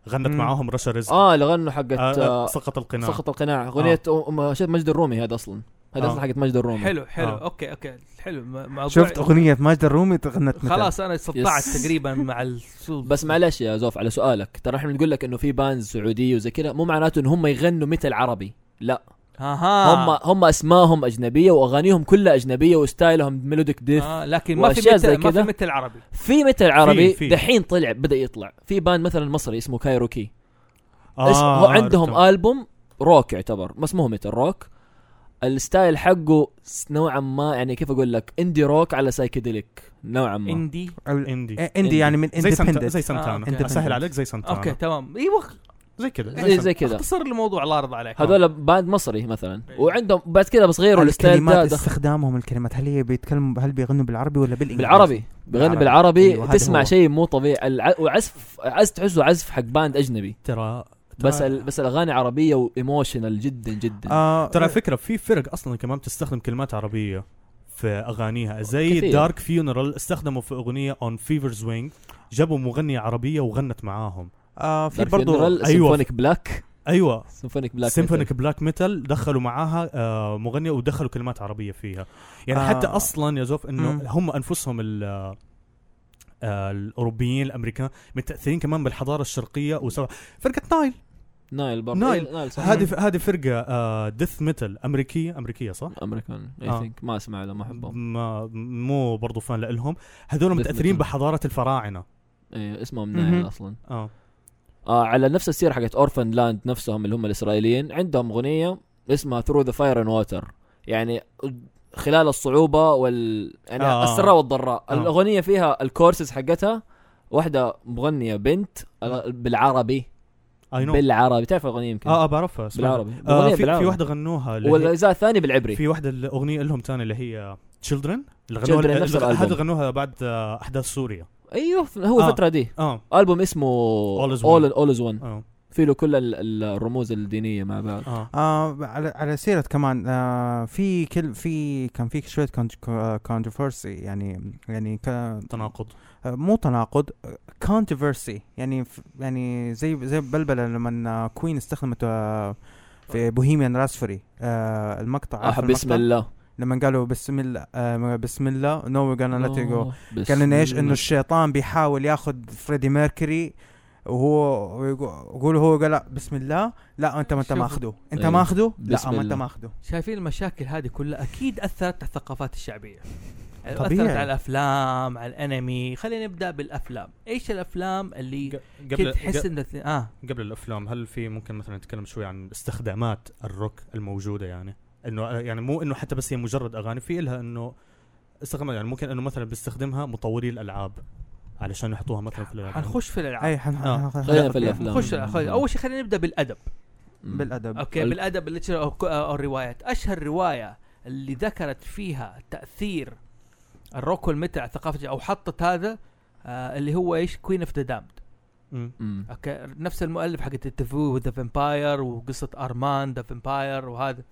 غنت
مم.
معاهم رشا رزق
اه اللي غنوا حقت
آه، آه،
آه،
سقط القناع
سقط القناع اغنيه أم- شت مجد الرومي هذا اصلا هذا
آه.
اصلا حقت مجد الرومي
حلو حلو
آه.
اوكي اوكي حلو م- موضوع
شفت اغنيه ماجد الرومي تغنت مثل.
خلاص انا استطعت
يس.
تقريبا مع السوق
بس معلش يا زوف على سؤالك ترى احنا بنقول لك انه في باند سعوديه وزي كذا مو معناته ان هم يغنوا مثل عربي لا
اها
آه.
هم هم اسمائهم اجنبيه واغانيهم كلها اجنبيه وستايلهم ميلوديك ديث
آه لكن ما في
وأشياء زي
مثل ما في
كده.
مثل عربي
في مثل عربي
في- في.
دحين طلع بدا يطلع في باند مثلا مصري اسمه كايروكي
آه،
اسمه هو
عرفت.
عندهم البوم روك يعتبر بس مو هو مثل روك الستايل حقه س- نوعا ما يعني كيف اقول لك اندي روك على سايكيديليك نوعا ما
اندي
ال-
آه،
اندي
إيه، اندي يعني من
زي سنتانا
اندبندنت
زي سنتانا
أوكي.
اسهل عليك زي سنتانا
اوكي تمام ايوه
زي كذا
زي, زي كذا
اختصر الموضوع الله يرضى عليك
هذول باند مصري مثلا
إيه.
أيوة.
وعندهم بعد كذا بس غيروا الستايل ده,
الكلمات
ده
استخدامهم الكلمات هل هي بيتكلموا هل بيغنوا بالعربي ولا بالانجليزي
بالعربي
بالعربي.
بغني بالعربي
أيوة، هذا
تسمع
هو.
شيء مو طبيعي الع... وعزف عزف تحسه عزف حق باند اجنبي
ترى
بس ال... بس الاغاني عربيه وايموشنال جدا جدا
آه
ترى فكره في فرق اصلا كمان بتستخدم كلمات عربيه في اغانيها زي
آه، كثير.
دارك فيونرال استخدموا في اغنيه اون فيفرز وينج جابوا مغنيه عربيه وغنت معاهم
آه في
Dark
برضو
Funeral،
أيوة.
Symphonic بلاك
ايوه
سيمفونيك بلاك
سيمفونيك بلاك ميتال دخلوا معاها آه مغنيه ودخلوا كلمات عربيه فيها يعني
آه.
آه. حتى اصلا يا زوف انه
مم.
هم انفسهم ال آه الاوروبيين الامريكان متاثرين كمان بالحضاره الشرقيه وسوا فرقه نايل
نايل برضه
نايل.
إيه، نايل صح.
هذه ف- هذه فرقه آه ديث ميتال امريكيه امريكيه صح؟
امريكان اي
آه.
ثينك ما اسمع له ما احبهم
ما مو برضو فان لهم هذول
Death
متاثرين
Metal.
بحضاره الفراعنه
إيه اسمهم
مهم.
نايل اصلا
اه
آه على نفس السيره حقت اورفن لاند نفسهم اللي هم الاسرائيليين عندهم اغنيه اسمها ثرو ذا فاير اند ووتر يعني خلال الصعوبه وال يعني
آه.
آه السراء والضراء
آه.
آه الاغنيه فيها الكورسز حقتها واحده مغنيه بنت آه، بالعربي
اي نو
بالعربي تعرف الاغنيه يمكن
اه اه بعرفها اسمها.
بالعربي
آه
الأغنية
في, في
بالعربي.
واحده غنوها اللي هي-
والاجزاء الثانيه بالعبري
في واحده الاغنيه لهم تاني اللي هي تشيلدرن اللي
Children
غنوها
نفس
اللي-
الألبوم.
هذه غنوها بعد آه، احداث سوريا
ايوه هو
آه.
الفتره دي
اه
البوم اسمه
All is
اول
One.
اول از وان
اه
في له كل ال- ال- الرموز الدينيه مع بعض
اه
آه على على سيرة كمان آه في كل في كان في شوية كونتروفيرسي يعني يعني ك-
تناقض
آه، مو تناقض كونتروفيرسي يعني ف- يعني زي زي بلبلة لما كوين استخدمت آه في بوهيميان راسفوري آه المقطع عارف
احب
المقطع؟
بسم الله
لما قالوا بسم الله آه بسم الله نو وي جونا ليت جو
آه، بسم
كان إنه ايش انه
الله.
الشيطان بيحاول ياخذ فريدي ميركوري وهو ويقو- يقول هو قال لا بسم الله لا انت ما انت
شوف.
ماخذه انت
أيوه.
ماخذه
بسم
لا ما انت
الله.
ماخذه
شايفين المشاكل هذه كلها اكيد اثرت على الثقافات الشعبيه يعني
طبيعي.
اثرت على الافلام على الانمي خلينا نبدا بالافلام ايش الافلام اللي كنت
قبل
تحس ان اه
قبل الافلام هل في ممكن مثلا نتكلم شوي عن استخدامات الروك الموجوده يعني انه يعني مو انه حتى بس هي مجرد اغاني في لها انه استخدام يعني ممكن انه مثلا بيستخدمها مطوري الالعاب علشان يحطوها مثلا في الالعاب
حنخش في يعني الالعاب
اي حن
آه.
حن- حن-
خلينا في
حن-
الافلام
نخش على- خلي- اول شيء خلينا نبدا بالادب
مم.
بالادب
اوكي
ال-
بالادب الليتشر او ك- أو الروايات اشهر روايه اللي ذكرت فيها تاثير الروك والميتال على الثقافه او حطت هذا آه اللي هو ايش كوين اوف ذا دامد
مم.
مم.
اوكي نفس المؤلف حق انترفيو وذ ذا فامباير وقصه ارمان ذا فامباير وهذا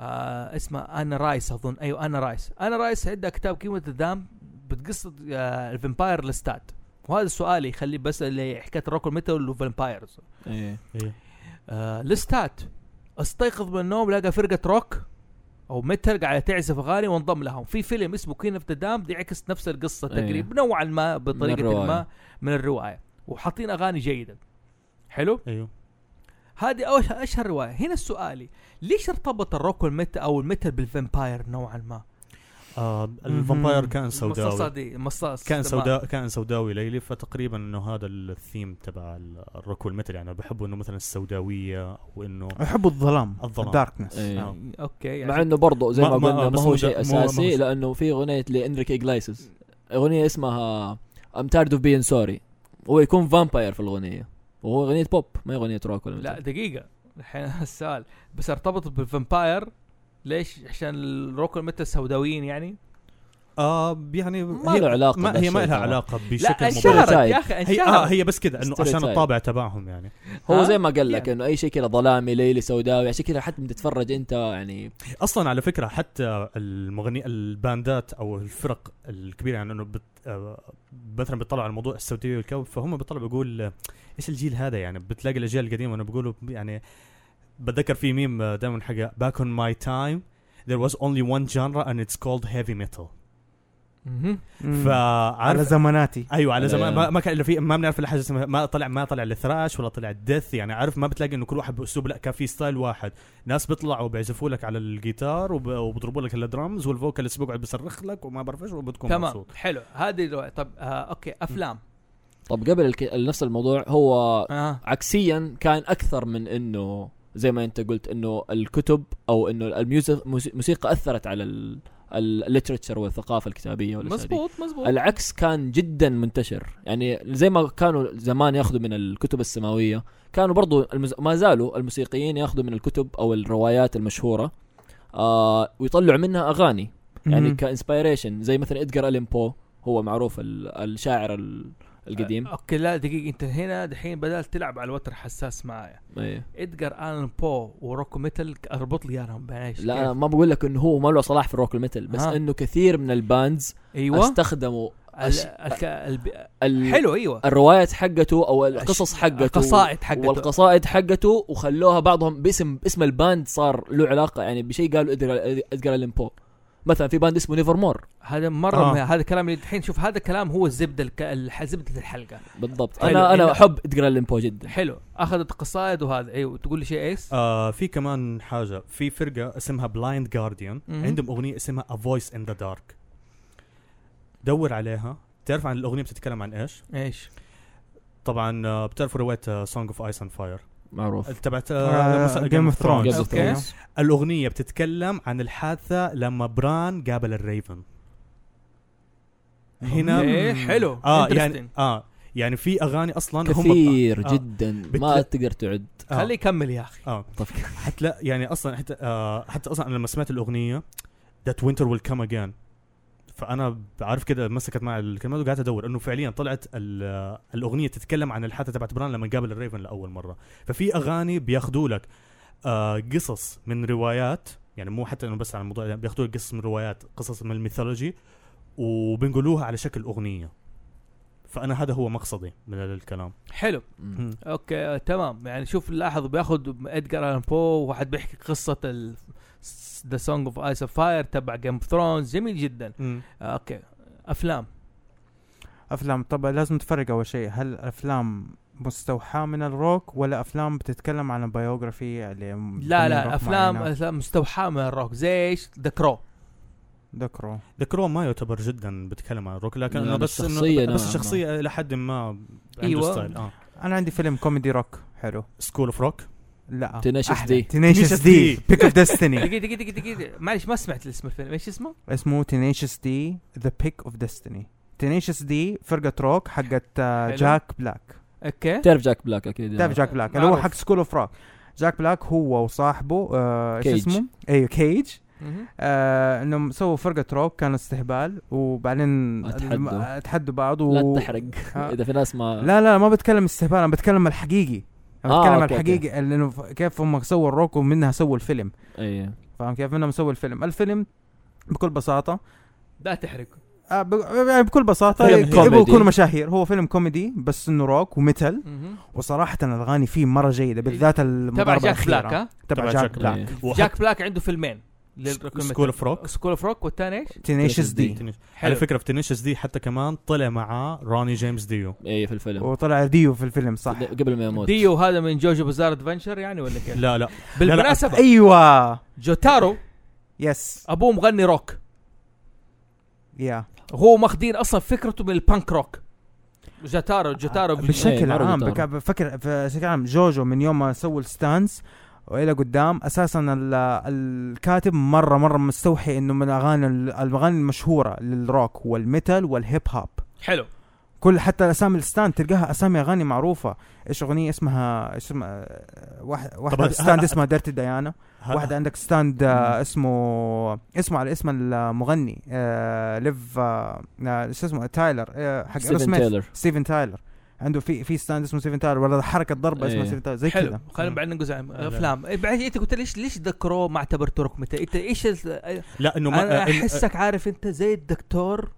آه اسمه انا رايس اظن ايوه انا رايس انا رايس عندها كتاب كيمة الدام بتقصة آه الفامباير الاستاد وهذا السؤال يخلي بس اللي حكايه الروك ميتال والفامبايرز
ايه
إيه.
آه الاستاد استيقظ من النوم لقى فرقه روك او ميتال قاعده تعزف اغاني وانضم لهم في فيلم اسمه كين اوف ذا دام يعكس نفس القصه
أيوه.
تقريبا نوعا ما بطريقه
الرواية.
ما من الروايه وحاطين اغاني جيده حلو
ايوه
هذه اول اشهر روايه هنا السؤالي ليش ارتبط الروك والميتا او الميتال بالفامباير نوعا ما
آه الفامباير
مم.
كان
المصاصه
سوداوي
دي المصاص
كان
تمام.
سوداء كان سوداوي ليلي فتقريبا انه هذا الثيم تبع ال- الروك والمتل يعني أنا بحبه انه مثلا السوداويه او انه
احب الظلام
الظلام.
الداركنس
إيه.
آه.
اوكي
مع
يعني
انه برضه زي
ما-
ما,
ما-
قلنا
بس
ما
مو
هو
ده-
شيء
مو- ما هو
اساسي
شيء.
لانه في اغنيه لانريك اجلايسس اغنيه اسمها ام تايرد اوف بين سوري هو يكون فامباير في الاغنيه وهو اغنيه بوب ما هي اغنيه روك ولا
لا
لا
دقيقه الحين السؤال بس ارتبط بالفامباير ليش عشان الروك والميتال سوداويين يعني
آه يعني
ما له علاقة
ما هي
بهالشيء
ما لها
ترى.
لا
علاقه بشكل مباشر
انشهرت يا اخي
هي اه
انشهرت
هي بس كذا انه عشان
stereotype.
الطابع تبعهم يعني
هو
ها؟
زي ما قال لك
يعني.
انه اي شيء كذا ظلامي ليلي سوداوي عشان كذا حتى بتتفرج انت يعني
اصلا على فكره حتى المغني الباندات او الفرق الكبيره يعني انه بت... آه، مثلا بيطلعوا على موضوع السوداويه والكوب فهم بيطلعوا بيقول آه، ايش الجيل هذا يعني بتلاقي الاجيال القديمه انه بيقولوا يعني بتذكر في ميم دائما حق باck on my time there was only one genre and it's called heavy metal
مهم.
على
فعارف
زماناتي
ايوه على
على-
زمان ما, ما كان الا في ما بنعرف الا حاجه اسمها ما طلع ما طلع الثراش ولا طلع الدث يعني عارف ما بتلاقي انه كل واحد باسلوب لا كان في ستايل واحد ناس بيطلعوا بيعزفوا لك على الجيتار وب- وبيضربوا لك الدرمز والفوكالس بيقعد بيصرخ لك وما بعرف ايش وبتكون
تمام
مبسوط
حلو هذه الرواية. طب آه اوكي افلام
طب قبل الك... نفس الموضوع هو
آه.
عكسيا كان اكثر من انه زي ما انت قلت انه الكتب او انه الميوزك موسي- موسيقى اثرت على الليترتشر والثقافه الكتابيه ولا
مزبوط مزبوط
العكس كان جدا منتشر يعني زي ما كانوا زمان ياخذوا من الكتب السماويه كانوا برضو المز... ما زالوا الموسيقيين ياخذوا من الكتب او الروايات المشهوره آه ويطلعوا منها اغاني يعني
مم.
كانسبيريشن زي مثلا ادجار الين بو هو معروف ال... الشاعر ال... القديم
آه، اوكي لا دقيقه انت هنا دحين بدات تلعب على الوتر حساس معايا
أيه.
ادجار الان بو وروكو ميتل اربط لي اياهم معليش
لا
كيف؟ آه.
انا ما بقول لك انه هو ما له صلاح في الروك الميتال بس
ها.
انه كثير من الباندز
ايوه
استخدموا
ال-
أش-
الك- الب-
ال...
حلو ايوه
الروايات حقته او القصص
أش-
حقته
القصائد حقته.
والقصائد حقته وخلوها بعضهم باسم باسم الباند صار له علاقه يعني بشيء قالوا ادجار ادجار الين بو مثلا في باند اسمه نيفر مور
هذا مره
آه.
آه. هذا كلام اللي الحين شوف هذا كلام هو الزبده الك... الح- زبده الحلقه
بالضبط
حلو.
انا
إنه-
انا احب ادجار الين بو جدا
حلو اخذت قصائد وهذا ايوه تقول لي شيء ايس
آه في كمان حاجه في فرقه اسمها بلايند جارديان
مم.
عندهم اغنيه اسمها A Voice in the Dark دور عليها تعرف عن الاغنيه بتتكلم عن ايش
ايش
طبعا آه، بتعرفوا روايه سونج اوف ايس اند فاير
معروف
تبعت آه،
آه، Game of Thrones.
Game of
أوكي.
Thrones.
الأغنية بتتكلم عن الحادثة لما بران قابل الريفن هنا
ايه حلو
اه
Interesting.
يعني اه يعني في أغاني أصلا هم
كثير
آه.
جدا ما
بتلا-
تقدر تعد
آه.
خليه يكمل يا اخي
اه
طب
حتلا يعني أصلا حتى آه حتى أصلا أنا لما سمعت الأغنية ذات وينتر ويل كام أجين فأنا بعرف كده مسكت مع الكلمات وقعدت أدور إنه فعليا طلعت ال- آه، الأغنية تتكلم عن الحادثة تبعت بران لما قابل الريفن لأول مرة ففي أغاني بياخدوا لك آه قصص من روايات يعني مو حتى انه بس عن الموضوع يعني بياخدوا قصص من روايات قصص من الميثولوجي وبنقولوها على شكل اغنيه فانا هذا هو مقصدي من الكلام
حلو
مم.
اوكي آه، تمام يعني شوف لاحظ بياخذ ادجار الان بو وواحد بيحكي قصه ذا سونج اوف ايس اوف فاير تبع جيم اوف ثرونز جميل جدا آه، اوكي افلام
افلام طبعا لازم تفرق اول شيء هل افلام مستوحاه من الروك ولا افلام بتتكلم عن بايوغرافي
لا لا افلام
نعم.
افلام مستوحاه من الروك زي ايش ذا كرو
ذكروا
ذا كرو ما يعتبر جدا بتكلم عن الروك لكن
يعني
انه بس
الشخصية
انه
نوعاً
بس
ما.
الشخصيه الى حد ما عنده
أيوة.
ستايل اه
انا عندي فيلم كوميدي روك حلو
سكول اوف روك
لا
Tenacious D.
تينيشس
Tenacious
دي
D.
بيك اوف ديستني
دقيقه دقيقه دقيقه دقيقه معلش ما سمعت اسم الفيلم ايش اسمه؟
اسمه تينيشس دي ذا بيك اوف ديستني تينيشس دي فرقه روك حقت آه،
حلو.
جاك بلاك
اوكي
تعرف جاك بلاك اكيد
تعرف جاك بلاك
معروف.
اللي هو حق سكول اوف روك جاك بلاك هو وصاحبه آه شو
كيج.
اسمه؟ ايوه كيج
مهم.
آه انهم سووا فرقه روك كان استهبال وبعدين
أتحدوا.
الم- اتحدوا بعض و...
لا تحرق
آه.
اذا في ناس ما
لا لا ما بتكلم استهبال انا بتكلم الحقيقي انا
آه،
بتكلم
أوكي،
الحقيقي لانه ف- كيف هم سووا الروك ومنها سووا الفيلم
اي
فاهم كيف منهم سووا الفيلم الفيلم بكل بساطه
لا تحرق
آه، ب- يعني بكل بساطه
فيلم
يبغوا
كوميدي.
يكونوا مشاهير هو فيلم كوميدي بس انه روك وميتال
مهم.
وصراحه الاغاني فيه مره جيده بالذات المضاربه
تبع جاك
الأخيرة.
بلاك ها
تبع جاك بلاك
جاك بلاك عنده فيلمين
سكول اوف روك
سكول اوف روك والثاني ايش؟
تينيشس دي
على
حلو
فكره في تنشس دي حتى كمان طلع معاه روني جيمس ديو
اي في الفيلم
وطلع ديو في الفيلم صح
د- قبل ما يموت
ديو هذا من جوجو بزار ادفنشر يعني ولا كيف؟
لا لا لا.
بالمناسبه
ايوه
جوتارو
يس
ابوه مغني روك
يا
هو ماخذين اصلا فكرته من البانك روك جوتارو جوتارو
آه،
إيه،
بشكل
معروف
عام
تعرف.
بك- بفكر بشكل عام جوجو من يوم ما سووا الستانس والى قدام اساسا ال- الكاتب مره مره مستوحي انه من اغاني الاغاني المشهوره للروك والميتال والهيب هوب
حلو
كل حتى اسامي الستاند تلقاها اسامي اغاني معروفه ايش اغنيه اسمها إيش اسمها آه، واحد
طبعاً
واحد
ه-
ستاند
ه-
اسمها ديرتي ديانا واحد عندك ستاند آه، اسمه اسمه على اسم المغني آه، ليف آه، آه، شو اسمه تايلر آه، حق Aerosmith.
ستيفن تايلر
ستيفن تايلر عنده في في ستاند اسمه ستيفن تايلر ولا حركه ضربه اسمها
إيه.
ستيفن تايلر زي
حلو
كذا
خلينا
مم.
بعد ننقز عن
آه. لا.
افلام إيه، بعد انت قلت ليش ليش ذكروه ما اعتبرته روك متى انت ايش ال-
لا انه ما-
انا
آه، إن-
احسك عارف انت زي الدكتور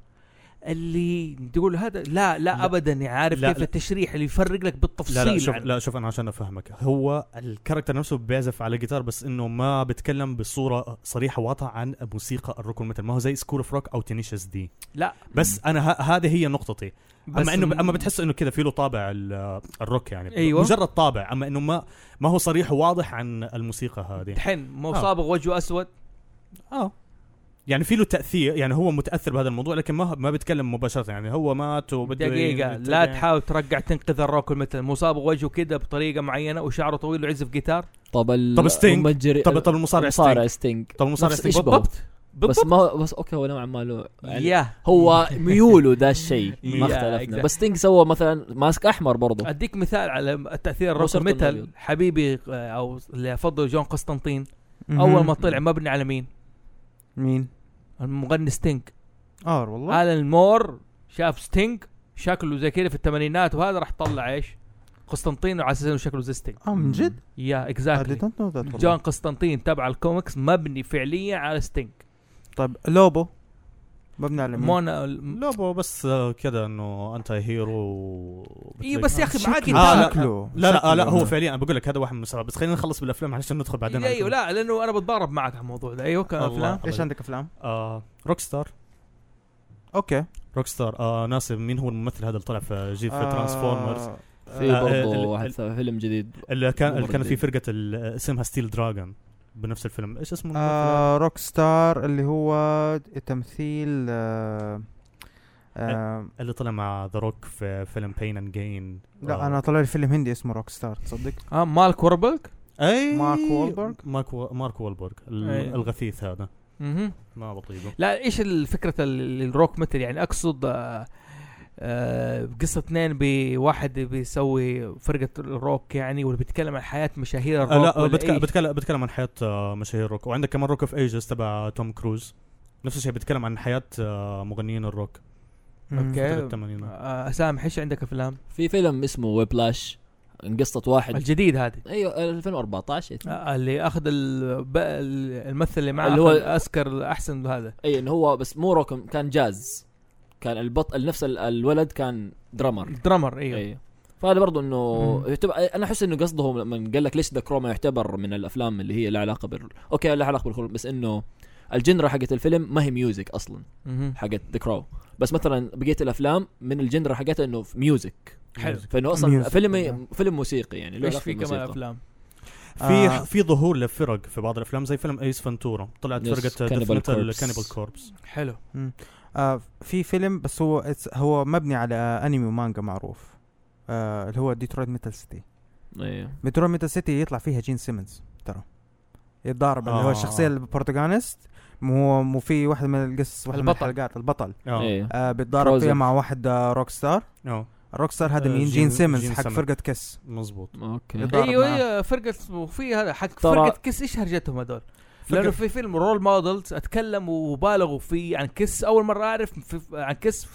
اللي تقول هذا لا لا
لا.
ابدا يعني عارف
لا،
كيف
لا.
التشريح اللي يفرق لك
لا
بالتفصيل يعني.
لا شوف
عن-
لا شوف انا عشان افهمك هو الكاركتر نفسه بيعزف على جيتار بس انه ما بيتكلم بصوره صريحه واضحه عن موسيقى الروك والمتل ما هو زي سكول اوف روك او تينيشس دي
لا
بس انا ه- هذه هي نقطتي
بس
اما انه
م-
اما بتحس انه كذا في له طابع ال- الروك يعني
أيوة.
مجرد طابع اما انه ما ما هو صريح وواضح عن الموسيقى هذه
دحين مو
آه.
صابغ وجهه اسود آه.
اه يعني في له تاثير يعني هو متاثر بهذا الموضوع لكن ما ما بيتكلم مباشره يعني هو مات وبده
دقيقة لا تحاول ترقع تنقذ الروك المثل مو صابغ وجهه كده بطريقة معينة وشعره طويل وعزف جيتار
طب ال
طب ستينج.
هم الجري-
طب طب المصارع
المصارع
ستينج
ستينج
طب المصارع
نفس-
ستينج
يشبهه.
بالضبط
بس
بالضبط
ما هو بس اوكي هو نوعا ما له يعني
ياه
هو ميوله ده الشيء ما
Yeah,
اختلفنا
exactly.
بس ستينج سوى مثلا ماسك احمر برضه
اديك مثال على تاثير
مو
الروك
شرط إنه
المثل
أبيض.
حبيبي آه، او اللي افضل جون قسطنطين
مهم.
اول ما طلع مبني على مين؟
مين؟
المغني ستينج
اه والله
الان مور شاف ستينج شكله زي كذا في الثمانينات وهذا راح طلع ايش؟ قسطنطين على اساس انه شكله زي ستينج
اه من جد؟
Mm-hmm.
يا
I did
اكزاكتلي
not know that والله.
جون قسطنطين تبع الكوميكس مبني فعليا على ستينج
طيب لوبو مبنى على مين؟
مونا
لوبو بس آه، كذا انه انت هيرو وبتلاقي-
اي إيه، بس يا اخي
شكله-
معاه
آه،
جيتار
شكله
لا لا آه، لا هو
شكله.
فعليا انا بقول لك هذا واحد من السبب بس خلينا نخلص بالافلام عشان ندخل بعدين على
ايوه لا لانه انا بتضارب معك على الموضوع ده ايوه
الله.
كافلام
ايش عندك افلام؟
آه روك ستار
اوكي
روك ستار آه ناسي مين هو الممثل هذا اللي طلع في جيف
آه،
ترانسفورمرز
في
آه،
برضه
ال-
واحد
ال-
ثا- فيلم جديد
اللي كان اللي
مرة
كانت في
جديد.
فرقه ال- اسمها ستيل دراجون بنفس الفيلم ايش اسمه الممثل؟
آه روك ستار اللي هو تمثيل آه آه
اللي طلع مع ذا روك في فيلم بين اند جين
لا انا طلع لي فيلم هندي اسمه روك ستار تصدق؟
اه مالك وربلك
اي
مارك وولبرغ؟
مارك و... مارك وولبرغ ال-
أي.
الغثيث هذا
اها
ما بطيقه
لا ايش الفكرة ال- الروك متل يعني اقصد آه، آه، قصة اثنين بواحد بيسوي فرقة الروك يعني واللي بيتكلم عن حياة مشاهير الروك
آه لا آه،
ولا
بتكلم
إيش؟
بتكلم بتكلم عن حياه آه، مشاهير روك وعندك كمان روك اوف ايجز تبع توم كروز نفس الشيء بيتكلم عن حياه آه، مغنيين الروك
اوكي
فترة الثمانينات.
آه، سامح ايش عندك افلام؟
في فيلم اسمه ويبلاش قصه واحد
الجديد هذه
ايوه 2014 يتم.
آه، اللي اخذ ال- ب- ال- الممثل اللي معاه
اللي هو-
أخذ اسكر احسن هذا
اي انه هو بس مو روك كان جاز كان البط نفس ال- الولد كان درامر
درامر ايوه
اي فهذا برضه انه
مم.
يعتبر انا احس انه قصده لما قال لك ليش ذا كروما يعتبر من الافلام اللي هي لها علاقه بال اوكي لها علاقه بالخروج بس انه الجنرا حقت الفيلم ما هي ميوزك اصلا
مهم.
حقت ذا كرو بس مثلا بقيه الافلام من الجنرا حقتها انه في ميوزك
حلو
فانه اصلا
Music.
فيلم فيلم موسيقي يعني له
ايش
علاقة
في كمان
بالموسيقى.
افلام؟
في
آه.
في ظهور لفرق في بعض الافلام زي فيلم ايس فنتورا طلعت
Yes,
فرقه
Cannibal
ديفنتال
Corpse.
كانيبال كوربس
حلو
آه في فيلم بس هو it's- هو مبني على انمي ومانجا معروف آه اللي هو ديترويت ميتال سيتي
ايوه
ديترويت ميتال سيتي يطلع فيها جين سيمنز ترى يتضارب اللي هو
آه.
الشخصيه البروتاغونست هو مو في واحد من القصص واحد من
البطل.
الحلقات البطل
اه
ايوه
آه بيتضارب
Frozen.
فيها مع واحد آه روك ستار
اه
الروك ستار هذا
آه،
مين
جين-
جين سيمنز
جين
حق
سيمنز.
فرقه
Uh,
كس
مظبوط
اوكي
ضارب
ايوه
معاه.
ايوه فرقه وفي هذا حق
ترى-
فرقه كيس ايش هرجتهم هذول؟ لانه في فيلم رول مودلز اتكلم وبالغوا فيه عن كيس اول مره اعرف في عن كيس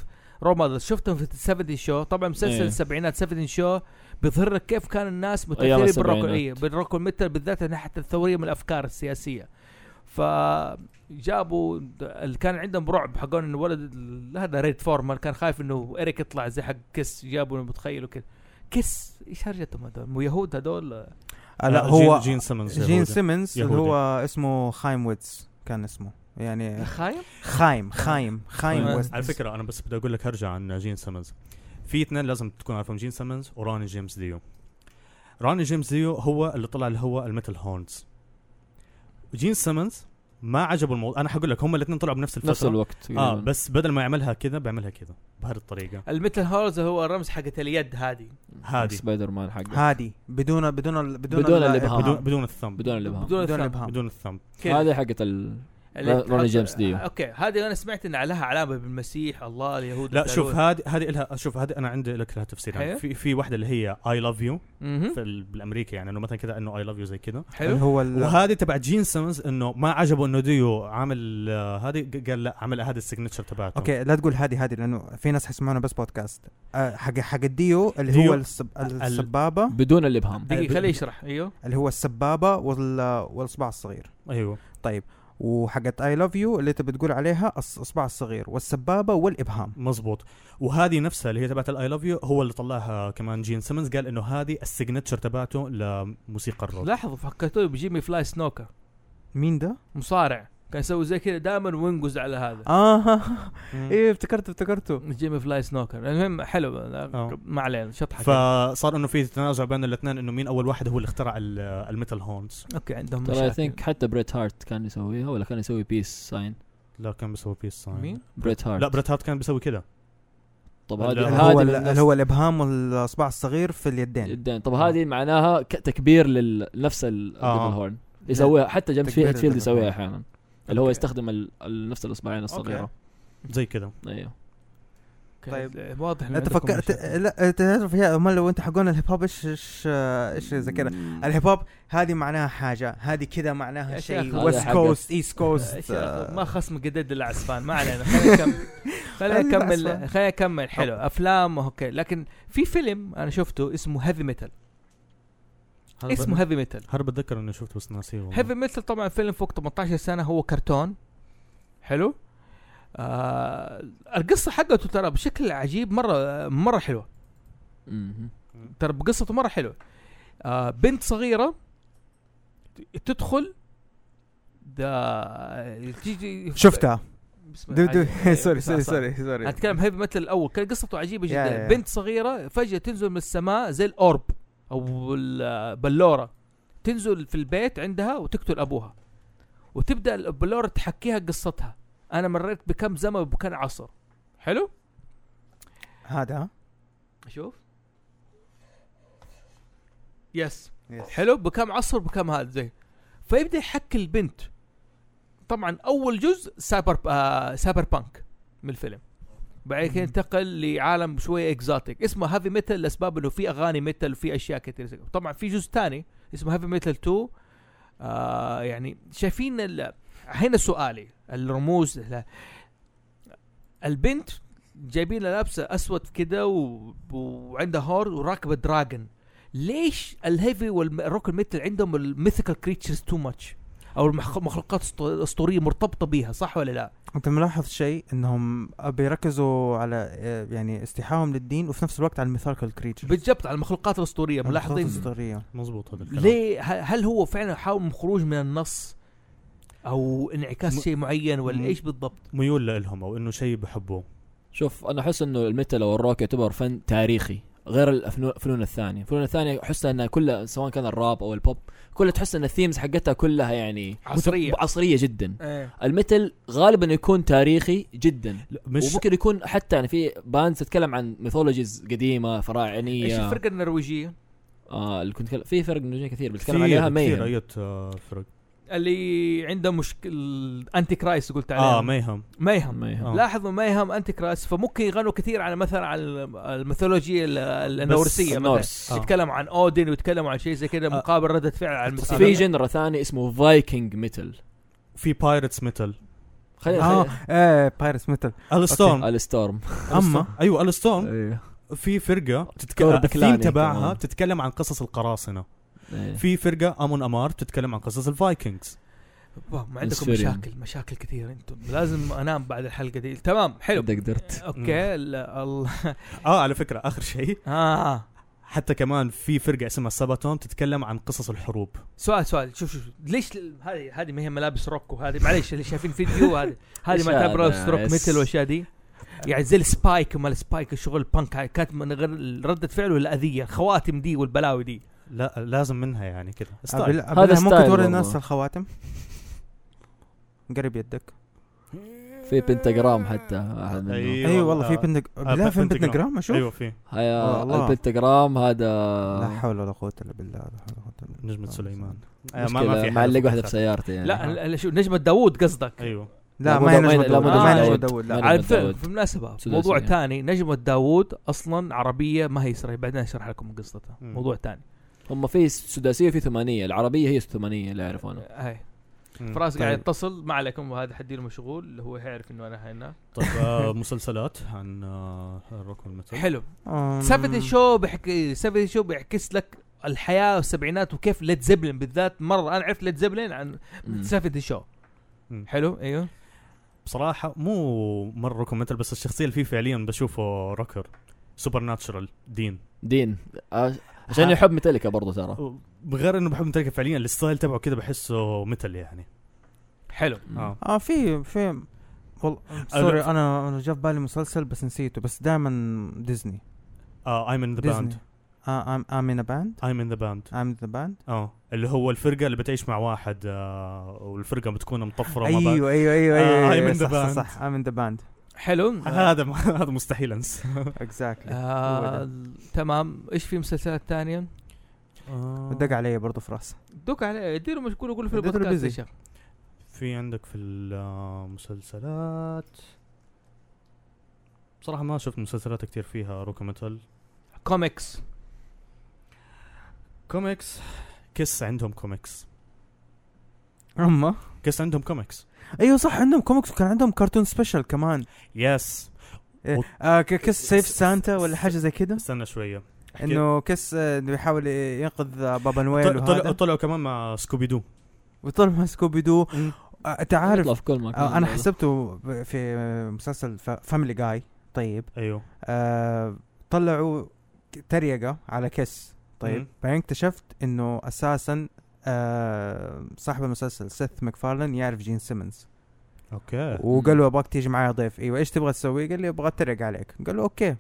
رول مودلز شفتهم في 70 شو طبعا مسلسل
إيه.
السبعينات 70 شو بيظهر لك كيف كان الناس
أيام
متاثرين بالروك
السبعينات.
إيه بالروك والميتال بالذات ناحيه الثوريه من الافكار السياسيه ف جابوا اللي كان عندهم رعب حقون انه ولد ال- هذا ريد فورمان كان خايف انه اريك يطلع زي حق كيس جابوا متخيله كده كيس ايش هرجتهم هذول؟ مو يهود هذول
إيه.
آه، لا هو
جين سيمنز
جين سيمنز اللي
يهودي.
هو اسمه خايم ويتس كان اسمه يعني
خايف؟
خايم خايم خايم
خايم.
ويتس
على فكره انا بس بدي اقول لك هرجع عن جين سيمنز في اثنين لازم تكون عارفهم جين سيمنز وراني جيمس ديو راني جيمس ديو هو اللي طلع اللي هو الميتال هورنز جين سيمنز ما عجبه الموضوع انا حقول لك هم الاثنين طلعوا بنفس الفتره
نفس الوقت يعني.
اه بس بدل ما يعملها كذا بيعملها كذا بهذه الطريقه
الميتل هولز هو الرمز حقت اليد هذه
هادي
سبايدر مان حقه
هادي بدون بدون ال- بدون
بدون
ال-
الإبهام.
بدون بدون الثمب
آه. بدون آه. الابهام
بدون
بدون
الثمب.
الابهام
بدون الثمب
كده.
هذه حقت ال
اللي
روني
تحط-
جيمس ديو.
اوكي هذه انا سمعت ان لها علامه بالمسيح الله اليهود
لا شوف هذه هذه لها شوف هذه انا عندي لك لها تفسير يعني
أيوه.
في في واحده اللي هي اي لاف يو
هذا
بالامريكي يعني انه مثلا كذا انه اي لاف يو زي كذا
اللي
حلو
هو ال-
وهذه تبع جين سيمنز انه ما عجبه انه ديو عامل آه، هذه ق- قال لا عمل هذا السيجنتشر تبعته
اوكي لا تقول هادي هادي لانه في ناس حيسمعونا بس بودكاست آه، حق حق الديو اللي
ديو.
هو السب-
ال-
السبابه
بدون الابهام
دقيقه
ب-
خليه يشرح ايوه
اللي هو السبابه وال- والاصبع الصغير
ايوه
طيب وحقت اي لاف يو اللي انت بتقول عليها الاصبع الصغير والسبابه والابهام
مزبوط وهذه نفسها اللي هي تبعت الاي لاف يو هو اللي طلعها كمان جين سيمنز قال انه هذه السيجنتشر تبعته لموسيقى الروك
لاحظوا فكرتوه بجيمي فلاي سنوكر
مين ده؟
مصارع كان يسوي زي كذا دائما وينقز على هذا
اه
مم.
إيه.
ايه افتكرته افتكرته
جيمي فلاي سنوكر المهم حلو
آه.
ما علينا شطحه كده.
فصار انه في تنازع بين الاثنين انه مين اول واحد هو اللي اخترع ال- الميتال هونز
اوكي عندهم
ترى اي
مشاكل
ثينك حتى بريت هارت كان يسويها ولا كان يسوي بيس ساين
لا كان بيسوي بيس ساين
مين؟
بريت هارت
لا بريت هارت كان بيسوي كذا
طب
لا،
هذه
اللي يعني هو ال-
هذه من نفس
اللي هو الابهام والاصبع الصغير في اليدين
الدين طب هذه معناها ك- تكبير لنفس
آه.
الدبل هورن يسويها حتى جيمس
تكبير
في- فيلد
ال-
يسويها احيانا اللي هو
أوكي.
يستخدم ال- ال- نفس الاصبعين الصغيره
زي كذا
ايوه
أوكي.
طيب.
واضح إن
انت
عندكم
فكرت
مشاكل.
لا تعرف يا امال لو انت حقون الهيب هوب ايش ايش ايش زي كذا الهيب هوب هذه معناها حاجه هذه كذا
يا
معناها
شيخ،
شيء
هذا
ويست
حاجة.
كوست ايست
يا
كوست
شيخ، ما خصم قدد العسفان ما علينا خلينا نكمل خلينا
خلينا
نكمل
العسفان.
خلينا نكمل حلو افلام اوكي لكن في فيلم انا شفته اسمه هيفي ميتال
هذا
اسمه هيفي ميتال
هرب بتذكر اني شفته بس ناسيه والله.
هيفي ميتال طبعا فيلم فوق 18 سنه هو كرتون حلو آه القصه حقته ترى بشكل عجيب مره مره حلوه
مهم.
ترى بقصته مره حلوه آه بنت صغيره تدخل ده تيجي
شفتها
بسم
دو
الله.
دو
عجيب.
سوري سوري
صح- صح.
سوري سوري
اتكلم هيفي ميتال الاول كان قصته عجيبه
يا-
جدا
يا.
بنت صغيره فجاه تنزل من السماء زي الاورب او البلوره تنزل في البيت عندها وتقتل ابوها وتبدا البلوره تحكيها قصتها انا مريت بكم زمن وبكم عصر حلو
هذا
اشوف يس
Yes.
حلو بكم عصر بكم هذا زي فيبدا يحكي البنت طبعا اول جزء سايبر آه سايبر بانك من الفيلم بعدين كده ينتقل لعالم شويه اكزوتيك اسمه هافي ميتال لاسباب انه في اغاني ميتال وفي اشياء كثير زي كده. طبعا في جزء ثاني اسمه هافي ميتال 2 آه يعني شايفين ال... هنا سؤالي الرموز ل... البنت جايبينها لابسه اسود كده و... وعندها هور وراكبه دراجون ليش الهيفي والروك ميتال عندهم الميثيكال كريتشرز تو ماتش او المخ- المخلوقات الأسط- الاسطوريه مرتبطه بيها صح ولا لا؟
انت ملاحظ شيء انهم بيركزوا على آه، يعني استيحاهم للدين وفي نفس الوقت على الميثاركال كريتشر
بالضبط على المخلوقات الاسطوريه ملاحظين
ملاحظين
مزبوط هذا الكلام
ليه ه- هل هو فعلا حاول من خروج من النص او انعكاس
م-
شيء معين ولا
م-
ايش بالضبط؟
ميول لهم او انه شيء بحبوه
شوف انا احس انه الميتال او الروك يعتبر فن تاريخي غير الفنون الفنون الثانيه، الفنون الثانيه احسها انها كلها سواء كان الراب او البوب كلها تحس ان الثيمز حقتها كلها يعني
عصرية.
عصريه جدا.
ايه
الميتال غالبا يكون تاريخي جدا
لا، مش
وممكن يكون حتى يعني في باندز تتكلم عن ميثولوجيز قديمه
ايش
فراعنيه
الفرقه النرويجيه؟
آه، اه اللي كنت كل- في فرق نجومية كثير بتكلم
كثير- أيوة.
عليها
كثير
مين
اية آه، فرق
اللي عنده مشكل انتي كرايس قلت عليه
اه ما يهم
ميهم
ما يهم.
آه.
لاحظوا ميهم انتي كرايس فممكن يغنوا كثير على مثلا على الميثولوجيا ال- ال- النورسيه مثلا
النورس
آه.
يتكلم عن اودن ويتكلم عن شيء زي كذا مقابل رده فعل على المسيح
آه. في جنرا ثاني اسمه فايكنج ميتل
في بايرتس ميتال
اه
خلينا آه،
ايه بايرس ميتال
الستورم
الستورم
اما
ايوه الستورم
ايوه
في فرقه
كورة
تتكلم الثيم
بكلاني
تبعها
يعني كمان.
بتتكلم عن قصص القراصنه
إيه.
في فرقه امون امار بتتكلم عن قصص الفايكنجز
بابا، ما عندكم
السفيريان.
مشاكل مشاكل كثير انتم لازم انام بعد الحلقه دي تمام حلو
اذا قدرت
اوكي ال- الله
اه على فكره اخر شيء
اه
حتى كمان في فرقه اسمها ساباتون تتكلم عن قصص الحروب
سؤال سؤال شوف شوف ليش ال- هذه هذه ما هي ملابس روك وهذه معليش اللي شايفين فيديو هذه هذه
إيش
ما تعتبر
هذا؟
ملابس روك
إس.
ميتل والاشياء دي يعني زي السبايك وما السبايك الشغل البانك هاي كانت من غير رده فعل ولا اذيه الخواتم دي والبلاوي دي
لا لازم منها يعني كذا
آه،
ستايل.
هذا ممكن
ستايل
توري
والله.
الناس الخواتم قرب يدك
في بنتجرام حتى واحد منهم
اي إيه، والله في بنتج
إيه، آه،
لا في
بنتجرام.
بنتجرام اشوف
ايوه في
هيا
والله.
البنتجرام
لا
هذا
حول ولا قوه الا بالله لا حول ولا قوة إلا بالله.
نجمة سليمان آه، ما ما في
مشكلة
حدا
معلق واحدة
في
في سيارتي يعني
لا ال- ال- شو نجمه داوود قصدك
ايوه
لا
لا
ما هي
مو-
نجمة
لا،
داوود
مو
ما هي نجمة
داوود.
داوود
ما
لا
نجمة
على فكرة،
داوود.
بالمناسبة
سداسية.
موضوع ثاني نجمة داوود اصلا عربية ما هي اسرائيلية بعدين اشرح لكم قصتها
مم.
موضوع ثاني
هم في سداسية وفي ثمانية العربية هي ثمانية اللي أعرفه أنا
هاي
مم.
فراس
طيب.
قاعد يتصل ما عليكم هذا حدي مشغول اللي هو حيعرف انه انا هنا
طيب آه، مسلسلات عن آه، الروك والمتل
حلو
أم،
سافيتي شو بيحكي سافيتي شو بيعكس لك الحياه والسبعينات وكيف ليد زبلن بالذات مره انا عرفت ليد زبلن عن
مم.
سافيتي شو
مم.
حلو ايوه
بصراحة مو مرة روك ومتل بس الشخصية اللي فيه فعليا بشوفه روكر سوبر ناتشرال دين
دين آه، عشان
ها.
يحب ميتاليكا برضه ترى
بغير انه بحب متل فعليا الستايل تبعه كذا بحسه متل يعني
حلو
اه
اه في في
آه،
والله سوري انا انا جا في بالي مسلسل بس نسيته بس دائما ديزني
ايم ان ذا
ديزني
باند
اه ام ان باند
ايم ان ذا باند
ام ذا باند
اه اللي هو الفرقة اللي بتعيش مع واحد آه، والفرقة بتكون مطفرة وما بعد.
ايوه ايوه ايوه
آه، I'm
ايوه
in the
صح صح
band.
صح ام ان ذا باند
حلو
هذا ما- هذا مستحيل انسى
اكزاكتلي
آه تمام ايش في مسلسلات ثانيه
آه.
دق علي برضه في راسي
دوك عليه اديله مشغول وقول في
اديته
البودكاست
busy.
يا شيخ
في عندك في آه، المسلسلات بصراحة ما شفت مسلسلات كتير فيها روك متل
كوميكس
كوميكس كيس عندهم كوميكس
اما
كيس عندهم كوميكس
ايوه صح عندهم كوميكس وكان عندهم كرتون سبيشال كمان
يس
إيه.
و-
آه ك- كس سيف سانتا ولا حاجه زي كده
استنى شوية أحكي-
انه كس آه، إنه بيحاول ينقذ آه، بابا نويل
طل- طلعوا
وهذا
طلعوا كمان مع سكوبي دو
وطلع مع سكوبي دو
مم.
آه، انت عارف
يطلع في كل مكان
آه، انا حسبته ب- في آه، مسلسل فاميلي جاي طيب
ايوه
آه طلعوا تريقه على كس طيب
مم.
بعدين اكتشفت انه اساسا آه صاحب المسلسل سيث ماكفارلان يعرف جين سيمنز
اوكي
وقال له ابغاك تيجي معايا ضيف ايوه ايش تبغى تسوي؟ قال لي ابغى اتريق عليك قال له اوكي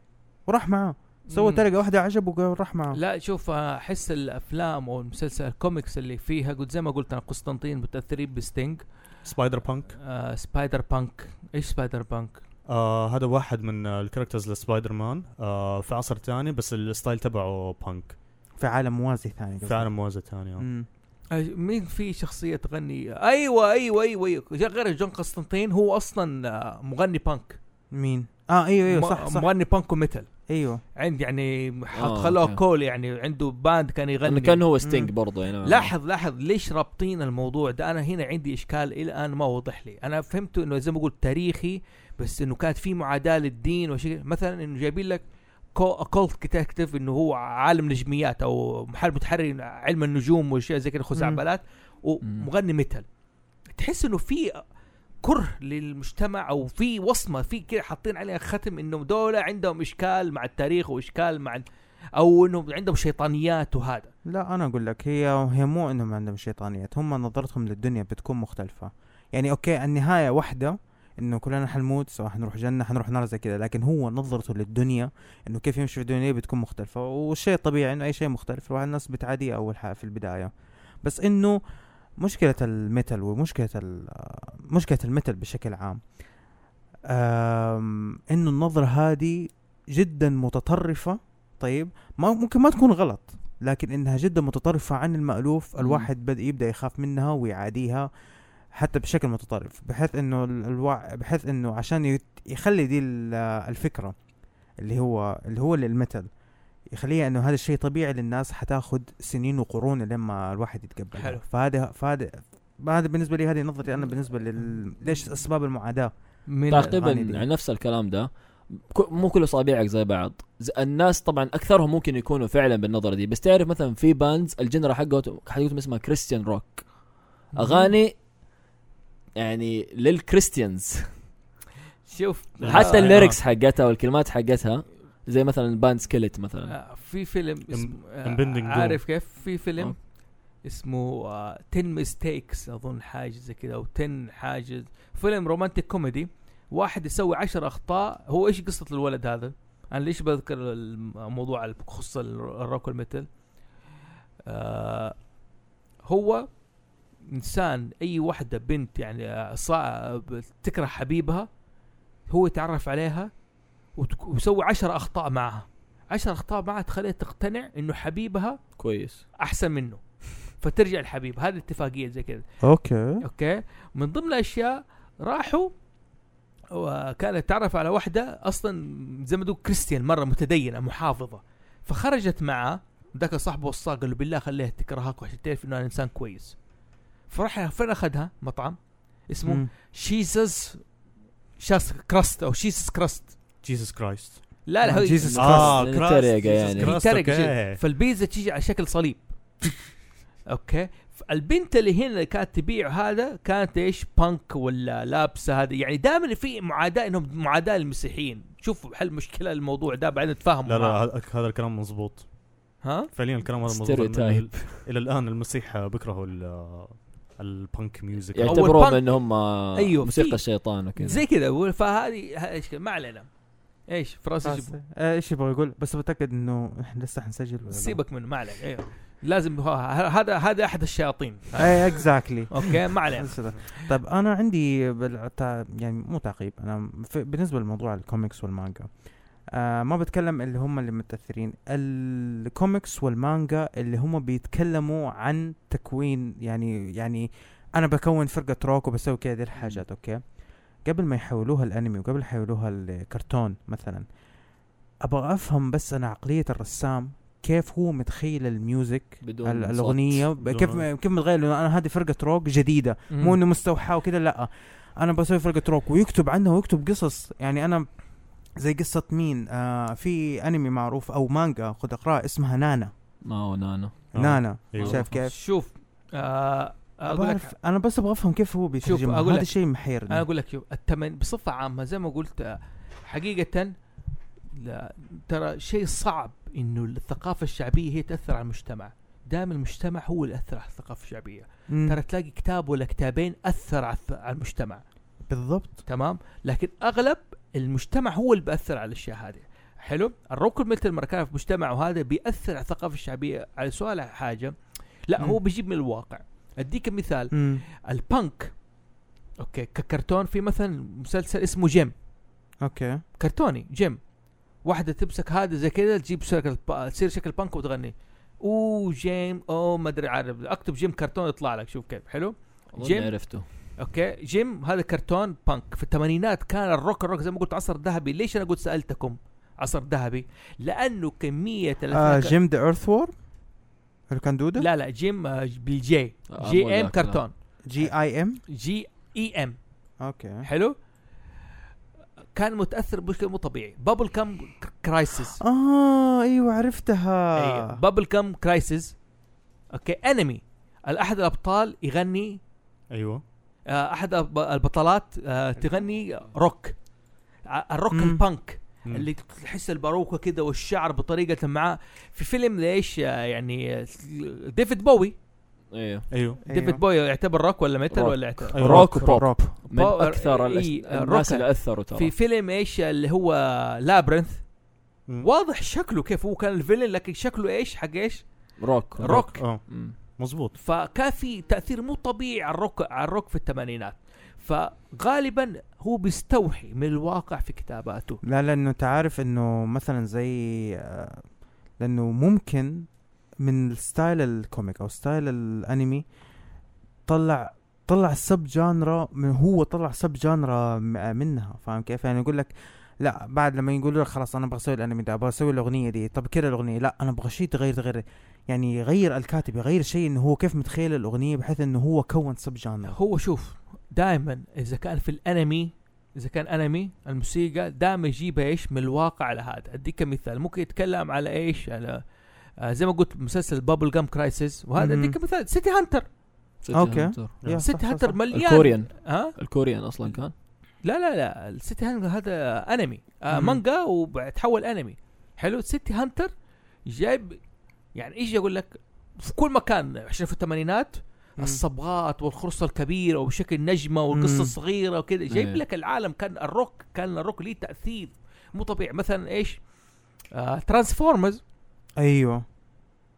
وراح معاه سوى
مم.
ترقه واحده عجبه وقال راح معاه
لا شوف آه، احس الافلام او المسلسل الكوميكس اللي فيها قلت زي ما قلت انا قسطنطين متاثرين بستينج
سبايدر بانك
آه سبايدر بانك ايش سبايدر بانك
آه هذا واحد من آه، الكاركترز لسبايدر مان آه في عصر تاني بس الستايل تبعه بانك
في عالم موازي ثاني قصدي.
في عالم موازي تاني آه.
مم.
آه، مين في شخصية تغني ايوه ايوه ايوه, أيوة. جا- غير جون قسطنطين هو اصلا آه، مغني بانك
مين؟ اه ايوه ايوه
م-
صح صح
مغني بانك وميتال
ايوه
عند يعني ح-
آه،
خلوه
أوكي.
كول يعني عنده باند كان
لأنه
يغني
كان هو ستينج
مم.
برضه يعني
لاحظ لاحظ ليش رابطين الموضوع ده انا هنا عندي اشكال الى الان ما وضح لي انا فهمته انه زي ما قلت تاريخي بس انه كانت في معاداه للدين وشيء مثلا انه جايبين لك اكولت كتكتف انه هو عالم نجميات او محل متحرر علم النجوم واشياء زي كده خزعبلات ومغني ميتال تحس انه في كره للمجتمع او في وصمه في كده حاطين عليها ختم انه دولة عندهم اشكال مع التاريخ واشكال مع ال- او انه عندهم شيطانيات وهذا
لا انا اقول لك هي هي مو انهم عندهم شيطانيات هم نظرتهم للدنيا بتكون مختلفه يعني اوكي النهايه واحده انه كلنا حنموت سواء حنروح جنه حنروح نار زي كده لكن هو نظرته للدنيا انه كيف يمشي في الدنيا بتكون مختلفه والشيء طبيعي انه اي شيء مختلف الواحد الناس بتعاديه اول حاجه في البدايه بس انه مشكله الميتال ومشكله ال- آه، مشكله الميتال بشكل عام آم، انه النظره هذه جدا متطرفه طيب ما ممكن ما تكون غلط لكن انها جدا متطرفه عن المالوف الواحد بدا يبدا يخاف منها ويعاديها حتى بشكل متطرف بحيث انه ال- الوا... بحيث انه عشان يت... يخلي دي ال- الفكره اللي هو اللي هو المثل يخليها انه هذا الشيء طبيعي للناس حتاخذ سنين وقرون لما الواحد يتقبل
حلو.
فهذا فهذا هذا بالنسبه لي هذه نظرتي انا بالنسبه لل ليش اسباب المعاداه
من
تقريبا
الأغاني دي.
عن نفس الكلام ده ك- مو كل اصابعك زي بعض ز- الناس طبعا اكثرهم ممكن يكونوا فعلا بالنظره دي بس تعرف مثلا في باندز الجنرا حقته حقتهم اسمها كريستيان روك اغاني يعني للكريستيانز
شوف
حتى
آه،
الليركس حقتها والكلمات حقتها زي مثلا باند سكيلت مثلا
آه، في فيلم اسمه
Impending Doom.
آه، عارف كيف في فيلم
آه.
اسمه آه، 10 ميستيكس اظن حاجه زي كذا او 10 حاجه فيلم رومانتيك كوميدي واحد يسوي عشر اخطاء هو ايش قصه الولد هذا انا ليش بذكر الموضوع اللي بخص الر- الروك والميتال آه هو انسان اي وحده بنت يعني آه، صا- تكره حبيبها هو يتعرف عليها وتك- ويسوي عشر اخطاء معها عشر اخطاء معها تخليها تقتنع انه حبيبها
كويس
احسن منه فترجع الحبيب هذه اتفاقيه زي كذا
اوكي
اوكي من ضمن الاشياء راحوا وكان يتعرف على واحده اصلا زي ما تقول كريستيان مره متدينه محافظه فخرجت معه ذاك صاحبه وصاه قال له بالله خليها تكرهك وعشان تعرف انه انا انسان كويس فراح فين اخذها مطعم اسمه
مم.
شيسس شاس كراست او شيسس كراست
جيسس كرايست
لا لا هو
Jesus
آه، للتريقة يعني.
يترق إيه. شيء. فالبيتزا تيجي على شكل صليب اوكي البنت اللي هنا اللي كانت تبيع هذا كانت ايش بانك ولا لابسه هذا يعني دائما في معاداه انهم معاداه للمسيحيين شوفوا حل مشكله الموضوع ده بعدين تفاهموا
لا لا
معاه.
هذا- هذا الكلام مزبوط
ها
فعليا الكلام هذا مزبوط لأن ال-
ستيريوتايب
الى الان المسيح بيكرهوا ال- البانك ميوزك
يعني-
يعتبروهم
punk-
ان هم
أيوه،
موسيقى
في-
الشيطان وكذا
زي كذا فهذه ه- ايش كده، ما علينا ايش فراس
بس-
يجيبه.
آه، ايش يبغى يقول بس بتاكد انه احنا لسه حنسجل ولا لا.
سيبك منه ما علينا ايوه لازم هو- ه- هذا هذا احد الشياطين
اي اكزاكتلي
اوكي ما علينا
طيب انا عندي بال- تع- يعني مو تعقيب انا في بالنسبه لموضوع الكوميكس والمانجا آه ما بتكلم اللي هم اللي متاثرين الكوميكس والمانجا اللي هم بيتكلموا عن تكوين يعني يعني انا بكون فرقه روك وبسوي كذا دي الحاجات اوكي قبل ما يحولوها الانمي وقبل يحولوها الكرتون مثلا ابغى افهم بس انا عقليه الرسام كيف هو متخيل الميوزك
بدون
ال-
صوت.
الاغنيه
بدون-
كيف كيف متغير لأنه انا هذه فرقه روك جديده مو انه مستوحاه وكذا لا انا بسوي فرقه روك ويكتب عنها ويكتب قصص يعني انا زي قصه مين آه في انمي معروف او مانجا خذ اقراها اسمها نانا
ما هو نانا
آه،
نانا
أيوة.
شايف كيف
شوف آه اقول لك
بعرف انا بس ابغى افهم كيف هو بيترجمها
أقول
هذا
لك-
الشيء
انا
محيرني
اقول لك شوف التمن بصفه عامه زي ما قلت آه، حقيقه لا ترى شيء صعب انه الثقافه الشعبيه هي تاثر على المجتمع دائما المجتمع هو اللي اثر على الثقافه الشعبيه
مم،
ترى تلاقي كتاب ولا كتابين اثر على الث- على المجتمع
بالضبط
تمام لكن اغلب المجتمع هو اللي بأثر على الاشياء هذه حلو الروك مثل المركان في مجتمعه وهذا بيأثر على الثقافه الشعبيه على سؤال حاجه لا
مم.
هو بيجيب من الواقع اديك مثال
مم،
البانك اوكي ككرتون في مثلا مسلسل اسمه جيم
اوكي
كرتوني جيم واحده تمسك هذا زي كذا تجيب شكل ب- تصير شكل بانك وتغني او جيم او ما ادري عارف اكتب جيم كرتون يطلع لك شوف كيف حلو
اظن
جيم.
عرفته
اوكي جيم هذا كرتون بانك في الثمانينات كان الروك الروك زي ما قلت عصر ذهبي ليش انا قلت سالتكم عصر ذهبي لانه كميه
آه
الأفلام-
جيم ذا ايرث وور اللي كان دوده
لا لا جيم آه، بالجي
آه، مو
جي ام
ذاك، لا.
كرتون E
جي اي ام
جي اي ام
اوكي
حلو كان متاثر بشكل مو طبيعي بابل كام كرايسيس
اه ايوه عرفتها
بابل كام كرايسيس اوكي انمي احد الابطال يغني
ايوه
آه، احد الب- البطلات آه، تغني روك ع- الروك
مم.
البانك
مم.
اللي تحس الباروكه كده والشعر بطريقه معاه في فيلم ليش آه، يعني آه، ديفيد بوي
ايوه
ايوه
ديفيد بوي يعتبر روك ولا ميتال
روك.
ولا يعتبر
أيوة.
روك وبوب
أيوة. روك
من
Power-
اكثر الأش-
إيه،
الناس
rock.
اللي اثروا ترى
في فيلم ايش اللي هو لابرنث
مم.
واضح شكله كيف هو كان الفيلن لكن شكله ايش حق ايش
روك
روك.
اه
مم.
مزبوط
فكان في تاثير مو طبيعي على الروك على الروك في الثمانينات فغالبا هو بيستوحي من الواقع في كتاباته
لا لانه تعرف انه مثلا زي آه، لانه ممكن من ستايل الكوميك او ستايل الانمي طلع طلع سب جانرا من هو طلع سب جانرا م- منها فاهم كيف يعني يقول لك لا بعد لما يقولوا لك خلاص انا ابغى اسوي الانمي ده ابغى اسوي الاغنيه دي طب كده الاغنيه لا انا ابغى شيء تغير تغير يعني يغير الكاتب يغير شيء انه هو كيف متخيل الاغنيه بحيث انه هو كون سب جانرا
هو شوف دائما اذا كان في الانمي اذا كان انمي الموسيقى دائما يجيبها ايش من الواقع على هذا اديك مثال ممكن يتكلم على ايش على آه زي ما قلت مسلسل بابل جام كرايسيس وهذا
مم.
اديك مثال سيتي هانتر
أوكي. يعني يا، صح،
سيتي
صح،
هانتر
صح.
مليان
الكوريان
ها
الكوريان اصلا كان
لا لا لا السيتي هانتر هذا انمي آه
مم.
مانجا وتحول انمي حلو سيتي هانتر جايب يعني ايش اقول لك في كل مكان عشان في الثمانينات الصبغات والخرصه الكبيره وشكل نجمه والقصه
مم.
الصغيره وكذا جايب
إيه.
لك العالم كان الروك كان الروك ليه تاثير مو طبيعي مثلا ايش آه ترانسفورمرز
ايوه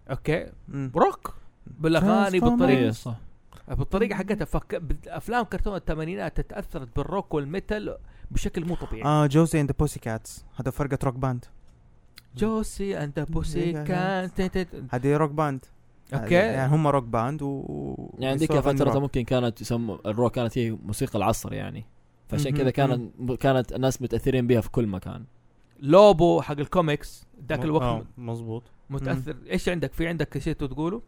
اوكي
اوكي روك بالاغاني
Transformers.
بالطريقه
ايه صح
بالطريقه حقتها فك... بال- افلام كرتون الثمانينات تاثرت بالروك والميتال بشكل مو طبيعي
اه
يعني.
جوزي اند بوسي كاتس هذا فرقه روك باند
جوسي اند بوسي كان
هذه روك باند
اوكي
يعني هم روك باند و
يعني ذيك
بيسووا أغاني
فترة
روك.
ممكن كانت يسموا الروك كانت هي موسيقى العصر يعني فعشان
مهم.
كذا كانت كانت الناس متاثرين بها في كل مكان
لوبو حق الكوميكس ذاك
م-
الوقت
آه مزبوط
متاثر ايش عندك في عندك شيء تقوله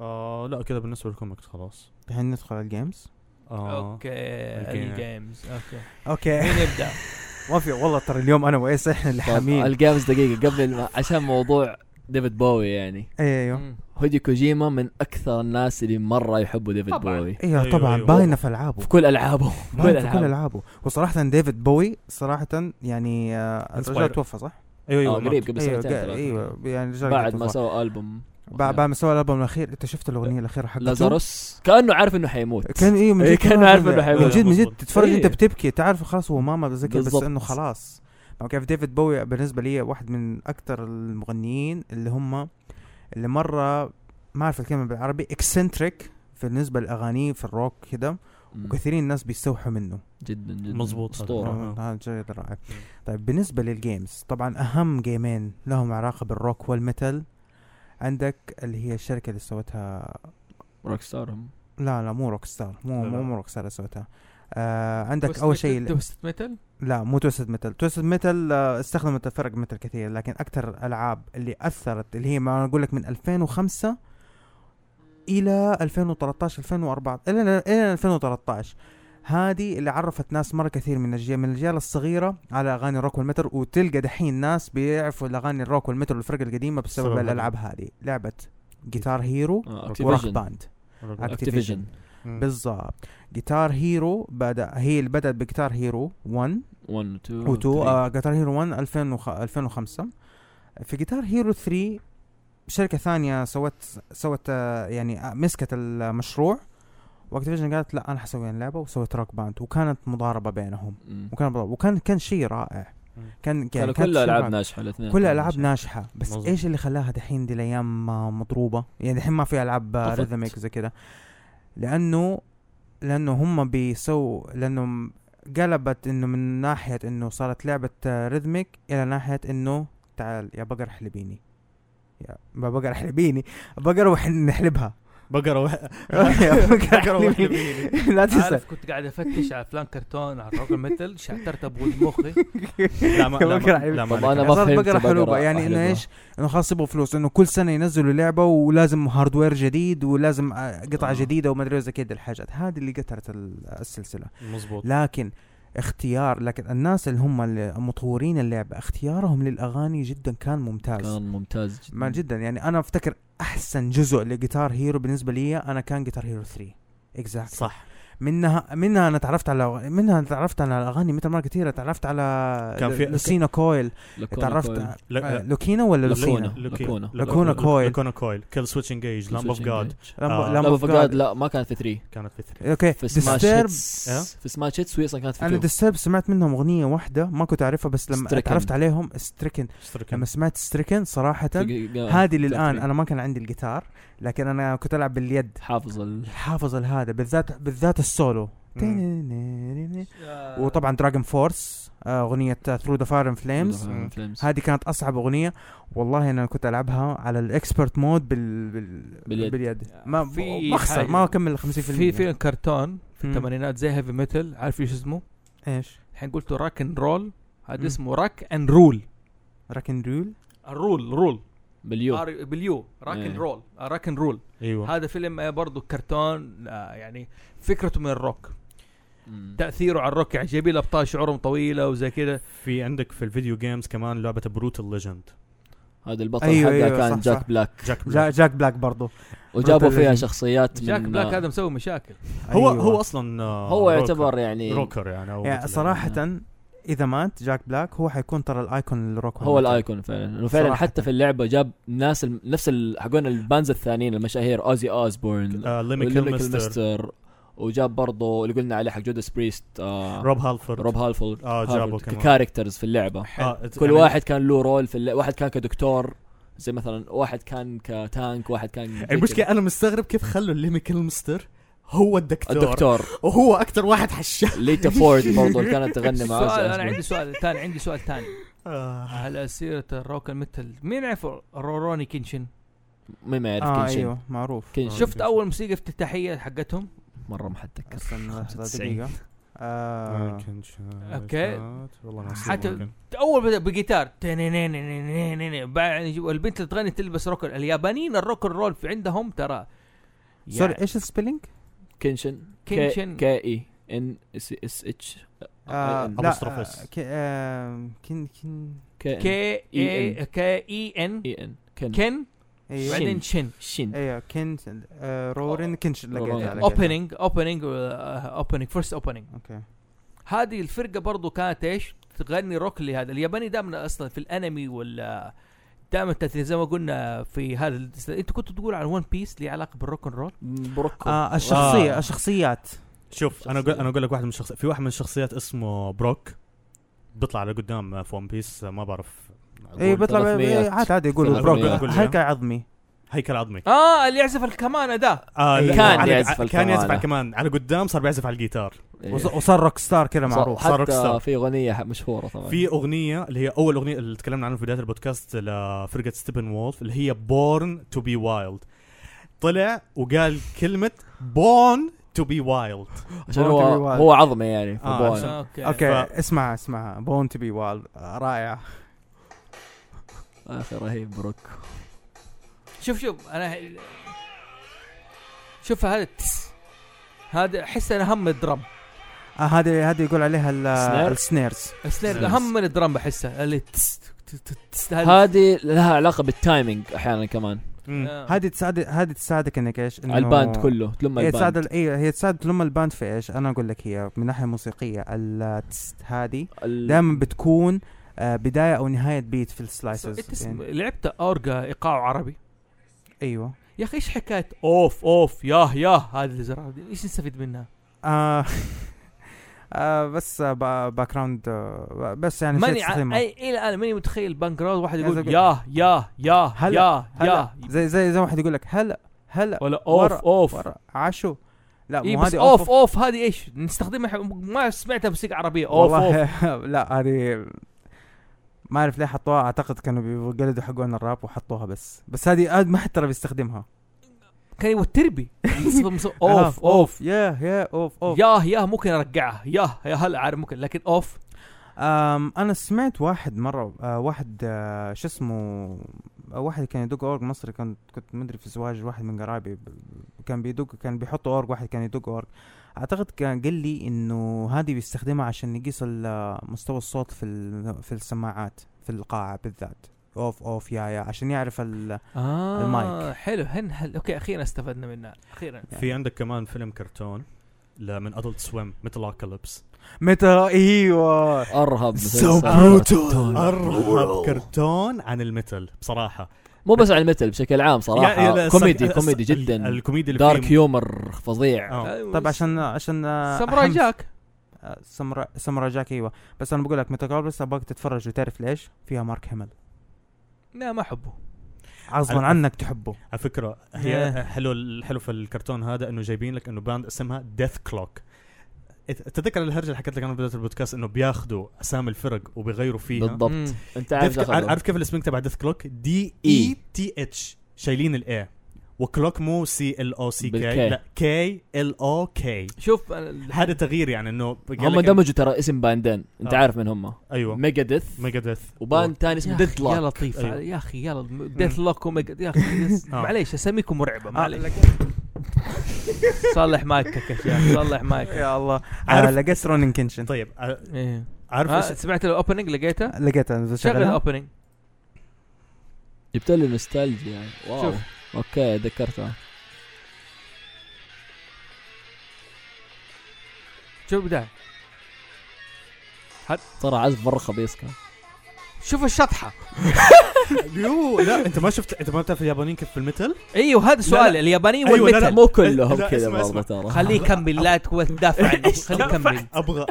آه لا كذا بالنسبه للكوميكس خلاص
الحين ندخل على الجيمز
آه
اوكي
الجيم.
الجيمز اوكي
اوكي
مين يبدا
ما في والله ترى اليوم انا وإيس احنا اللي
طيب،
حامين
الجيمز دقيقة قبل الم- عشان موضوع ديفيد بوي يعني
ايوه
مم.
هودي كوجيما من اكثر الناس اللي مرة يحبوا ديفيد
طبعاً.
بوي
ايوه
أيوه،
طبعا
أيوه.
باينه في العابه
في كل العابه في كل
باينه في كل
العابه
العابه وصراحه ديفيد بوي صراحه يعني آه،
Inspired.
الرجال توفى صح؟
ايوه
آه،
ايوه
قريب
مات.
قبل
ايوه
سنتين
قا-
ثلاثة.
ايوه يعني الرجال
بعد ما
توفى.
سووا البوم
بع- بعد ما سوى الالبوم الاخير انت شفت الاغنيه الاخيره حقته
لازاروس كانه عارف انه حيموت
كان ايوه من
إيه،
جد
كان
كان
عارف
هذا.
إنه حيموت.
من جد من جد
مظبوط.
تتفرج
إيه.
انت بتبكي تعرف خلاص هو ماما زي كده بس
بالضبط.
انه خلاص فاهم كيف ديفيد بوي بالنسبه لي واحد من اكثر المغنيين اللي هم اللي مره ما اعرف الكلمه بالعربي اكسنتريك بالنسبه لاغانيه في الروك كده
مم.
وكثيرين الناس بيستوحوا منه
جدا جدا
مظبوط.
اسطورة
آه.
آه، هذا شيء رائع طيب بالنسبه للجيمز طبعا اهم جيمين لهم علاقه بالروك والميتال عندك اللي هي الشركه اللي سوتها
روك ستار هم
لا لا مو روك ستار مو
لا، لا.
مو, مو روك ستار اللي سوتها آه عندك اول شيء ال-
توست ميتال
لا مو توستد ميتال توستد ميتال آه، استخدمت الفرق ميتال كثير لكن اكثر الالعاب اللي اثرت اللي هي ما أنا اقول لك من 2005 الى 2013 2004 الى الى 2013 هذه اللي عرفت ناس مره كثير من الجيل من الجيل الصغيره على اغاني الروك والميتال وتلقى دحين ناس بيعرفوا الاغاني الروك والميتال والفرق القديمه بسبب
بسبب إيه.
الالعاب هذه لعبه جيتار هيرو
آه،
وروك
اكتيفيجن
باند
اكتيفيجن
بالضبط جيتار هيرو بدا هي اللي بدات بجيتار هيرو 1
1 2
و2 آه جيتار هيرو 1 2005 2005 في جيتار هيرو 3 شركه ثانيه سوت سوت آه يعني آه، مسكت المشروع واكتيفيجن قالت لا انا حسوي أنا لعبه وسويت روك باند وكانت مضاربه بينهم وكان مضاربة وكان كان شيء رائع
مم.
كان يعني
كانوا
كان
كل العاب
ناجحه
ناجحة الاثنين
كل
كانوا
العاب
ناجحة.
ناجحه بس
مظبوط.
ايش اللي خلاها دحين دي الايام آه، مضروبه يعني دحين ما في العاب
طفت.
ريذميك زي كده لانه لانه هم بيسووا لانه م- قلبت انه من ناحيه انه صارت لعبه ريذميك الى ناحيه انه تعال يا بقر حلبيني يا ما بقر حلبيني بقر نحلبها
بقره
يا بقر حلبيني
واحد
لا تنسى
عارف كنت قاعد افتش على افلام كرتون على روك ميتال شعترت ابو مخي
لا ما لا
بقرة
ما- لا
طب
ما
أنا
عليك.
ما
صارت
فهمت
بقرة
بقرة
حلوبة يعني انه
أحلبها.
ايش؟ انه خلاص يبغوا فلوس انه كل سنة ينزلوا لعبة ولازم هاردوير جديد ولازم آه، قطعة
آه.
جديدة وما ادري زي كده الحاجات هذه اللي قتلت ال- السلسلة
مزبوط
لكن اختيار لكن الناس اللي هم مطورين اللعبة اختيارهم للاغاني جدا كان ممتاز
كان ممتاز جدا
ما جدا يعني انا افتكر احسن جزء لجيتار هيرو بالنسبة لي انا كان جيتار هيرو 3 اكزاكت
صح
منها منها انا تعرفت على منها أنا تعرفت على الاغاني مثل ما كثيره تعرفت على
كان في-
لوسينا كويل
لكونا
تعرفت
كويل.
آه،
لا-
لوكينا ولا
لوكينا.
لوسينا؟
لوكي-
لاكونا.
لاكونا كويل.
لاكونا كويل كل سويتش انجيج لامب اوف
Switching
جاد
Gauge.
آه،
لامب
لا
اوف
بفقاد
جاد
لا ما كانت في 3
كانت في الثري
اوكي
في سماش
ديسترب
هيتس
إيه؟
في سماش هيتس وهي اصلا كانت في
انا
2
ديسترب سمعت منهم اغنيه واحده ما كنت اعرفها بس لما
Stricken.
تعرفت عليهم ستريكن لما سمعت ستريكن صراحه
آه،
هذه للان انا ما كان عندي الجيتار لكن انا كنت العب باليد
حافظ ال
حافظ الهذا بالذات بالذات السولو وطبعا دراجون فورس آه، اغنيه ثرو ذا فاير فليمز
فليمز
هذه كانت اصعب اغنيه والله انا كنت العبها على الاكسبرت مود بال... بال...
باليد.
باليد ما
في
بخسر
حاجة.
ما اكمل 50%
في في كرتون في
مم.
الثمانينات زي هيفي ميتال عارف ايش اسمه؟
ايش
الحين قلت راك اند رول
مم.
هذا اسمه راك اند رول
راكن رول
الرول رول
باليو
آه،
R- باليو راك
إيه.
اند رول راك اند رول
ايوه
هذا فيلم آه، برضو كرتون آه، يعني فكرته من الروك
مم.
تاثيره على الروك يعني جايبين الابطال شعورهم طويله وزي كذا
في عندك في الفيديو جيمز كمان لعبه بروتال ليجند
هذا البطل
أيوة،
حقها
أيوة،
كان
صح،
جاك
صح.
بلاك
جاك
جا...
بلاك
جاك بلاك برضو
وجابوا
Brutal
فيها
Legend.
شخصيات
جاك
من-
بلاك هذا مسوي مشاكل
هو
أيوة.
هو اصلا آه،
هو
روكر.
يعتبر يعني
روكر يعني او
يعني
مثل-
صراحه اذا مات جاك بلاك هو حيكون ترى الايكون الروك
هو الايكون فعلا انه فعلا
صراحة.
حتى في اللعبه جاب ناس الم- نفس ال- حقون البانز الثانيين المشاهير اوزي اوزبورن
آه، ليمي
والليميكال
كيلمستر
مستر وجاب برضه اللي قلنا عليه حق جودس بريست آه
روب هالفورد
روب هالفورد
آه،
هالفورد
جابوا كمان.
ككاركترز في اللعبه
آه، ات-
كل
يعني
واحد كان له رول في اللعبة. واحد كان كدكتور زي مثلا واحد كان كتانك واحد كان زي كده.
المشكله انا مستغرب كيف خلوا الليمي كيلمستر هو الدكتور,
الدكتور
وهو اكثر واحد حشاش
ليتا فورد برضه اللي كانت تغني
سؤال
معاه زي
انا
أسبوع.
عندي سؤال ثاني عندي سؤال ثاني على سيره الروك الميتال مين يعرف روروني كينشن؟
مين ما يعرف
آه
كل شيء
أيوه.
ايوه معروف
كل شيء
شفت اول موسيقى افتتاحيه حقتهم
مره ما حتذكر
استنى لحظه
95.
دقيقه آه،
أوكي.
والله ما
حتى-
حتى
اول بدا بجيتار تنينينينينينيني. بعد يجيبوا البنت اللي تغني تلبس روك اليابانيين الروك الرول في عندهم ترى
سوري
يعني
ايش السبيلينج؟
كنشن
كينشن.
كي اي ان اس اس اتش
Ah,
آه،
أبو
لا
apostrophe
آه،
S.
كي- آه، كين كين
كي
كي
إي
اي
إن.
كي اي ان
اي ان كن
كن
ايوه
شين.
بعدين شن
Eh,
شين
ايوه كين آه، رورين كنش
رورين.
لقيت
اوبننج اوبننج اوبننج فيرست اوبننج
اوكي
هذه الفرقه برضو كانت ايش تغني روك لهذا الياباني دائما اصلا في الانمي ولا دائما تأثير زي ما قلنا في هذا الس- انت كنت تقول عن ون بيس لي علاقه بالروك اند رول
بروكو
آه الشخصيه
آه.
الشخصيات
شوف انا اقول انا اقول لك واحد من الشخصيات في واحد من الشخصيات اسمه بروك بيطلع على قدام في ون بيس ما بعرف
اي
أقول
بيطلع
ثلاثميات.
إيه، عاد عادي يقولوا
ثلاثميات.
بروك
أقول لي.
هيكل عظمي
هيكل عظمي
اه اللي يعزف الكمان ده
آه لا،
إيه. كان
على-
يعزف على
كان يعزف على
الكمانة.
الكمان على قدام صار بيعزف على الجيتار
وص- وصار روك ستار كذا معروف
صار روك ستار.
إيه. حتى في اغنيه ح- مشهوره طبعا
في اغنيه اللي هي اول اغنيه اللي تكلمنا عنها في بدايه البودكاست لفرقه ستيبن وولف اللي هي بورن تو بي وايلد طلع وقال كلمه بورن تو بي وايلد
عشان
Born
هو
to be wild.
هو عظمه يعني في
آه،
Born.
عشان-
اوكي
اوكي
ف-
اسمعها اسمعها بون تو بي وايلد رائعه
يا اخي رهيب بروكو
شوف شوف انا شوف هذا التس. هذا احس انا هم الدرم
آه، هذه هذه يقول عليها ال-
Snare؟
السنيرز
السنير
Nice.
هم من الدرم بحسه اللي تس- تس- تس- تس- هذا-
هذه لها علاقه بالتايمينج احيانا كمان
آه.
هذه تساعد هذه تساعدك انك ايش؟ إنه-
على الباند كله
إيه،
تلم
هي تساعد
الباند
ال- ايوه هي تساعد لما الباند في ايش؟ انا اقول لك هي من ناحيه موسيقيه التست هذه
ال-
دائما بتكون آه، بدايه او نهايه بيت في
انت
السلايسز
اسم-
يعني
لعبت اورجا ايقاع عربي
ايوه
يا اخي ايش حكايه اوف اوف ياه ياه هذه الزراعه دي ايش نستفيد منها؟
آه آه بس آه، با- باك جراوند آه، بس يعني شيء
ماني ع...
تستخدمه.
اي الى الان ماني متخيل بانك جراوند واحد
عايز
يقول
أقول-
ياه ياه ياه
هلا-
ياه
هلا
ياه
زي زي زي واحد يقول لك هلا هلا
ولا اوف
ورا-
اوف
ورا عشو لا
اي
إيه،
مو
بس
هذه
اوف اوف هذه ايش؟ نستخدمها ح- ما سمعتها موسيقى عربيه اوف اوف
والله لا هذه ما اعرف ليه حطوها اعتقد كانوا بيقلدوا حقون الراب وحطوها بس بس هذه آه، ما حد ترى بيستخدمها
كان يوتر بي اوف
آه،
اوف
ياه ياه اوف اوف
ياه ياه ممكن ارجعها ياه يا هلا عارف ممكن لكن اوف
أم انا سمعت واحد مره آه، واحد آه، شو اسمه آه، واحد كان يدق اورج مصري كان كنت مدري في زواج واحد من قرايبي ب- كان بيدق كان بيحط اورج واحد كان يدق اورج اعتقد كان قال لي انه هذه بيستخدمها عشان يقيس ال- آه، مستوى الصوت في ال- في السماعات في القاعه بالذات اوف اوف يا يا عشان يعرف ال
آه
المايك.
حلو هن هل اوكي اخيرا استفدنا منها اخيرا
في عندك كمان فيلم كرتون ل- من ادلت سويم مثل اوكاليبس
متى ايوه
ارهب
So
بروتال
ارهب كرتون عن المثل بصراحه
مو بس على المثل بشكل عام صراحه
يا- يا-
كوميدي
الس-
كوميدي
الس- ال-
جدا
الكوميدي اللي
دارك
فيه-
هيومر فظيع
آه.
طب طيب، عشان عشان آه،
ساموراي
أحمس-
طيب، جاك
آه، سامورا- ساموراي جاك ايوه بس انا بقول لك متى كولبس ابغاك تتفرج وتعرف ليش فيها مارك هيمل
لا ما احبه
غصبا
على-
عنك تحبه
على فكره
إيه.
هي حلو الحلو في الكرتون هذا انه جايبين لك انه باند اسمها ديث كلوك تتذكر الهرجه اللي حكيت لك عنها بدايه البودكاست انه بياخذوا اسامي الفرق وبيغيروا فيها
بالضبط
مم.
انت عارف
عارف
دخله.
عارف كيف السبرينج تبع ديث كلوك دي
E.
اي تي اتش شايلين الاي وكلوك مو سي ال او سي
بالكي.
كي لا كي ال او كي
شوف أنا-
هذا تغيير يعني انه قال
هم
لك
دمجوا ترى اسم باندين انت
آه.
عارف من هم
إن- ايوه
ميجا ديث
ميجا ديث
وباند ثاني اسمه
يا
ديث
أخي يا
لاك
لطيف
أيوه.
يا اخي يا ديث لوك وميجا يا اخي يس-
آه.
معليش اساميكم مرعبه
آه.
معليش
لقيت-
صلح مايكك يا شيخ صلح مايكك
يا الله
عارف-
آه، لقيت رونين كنشن
طيب ع-
إيه.
عارف
آه.
ها،
إيش-
سمعت الاوبننج لقيته
لقيتها
شغل
شغل
الاوبننج
جبت لي نوستالجيا يعني واو
شوف.
اوكي ذكرتها
شوف البدايه
ترى عزف مره خبيص كان
شوف الشطحه
يو لا انت ما شفت انت ما بتعرف اليابانيين كيف في المثل
ايوه هذا
لا.
سؤال اليابانيين
أيوة، لا، لا.
والمثل
مو كلهم
إيه،
لا،
كذا
اسمع،
برضه
اسمع.
ترى
خليه يكمل لا تكو- تدافع عنه خليه يكمل
ابغى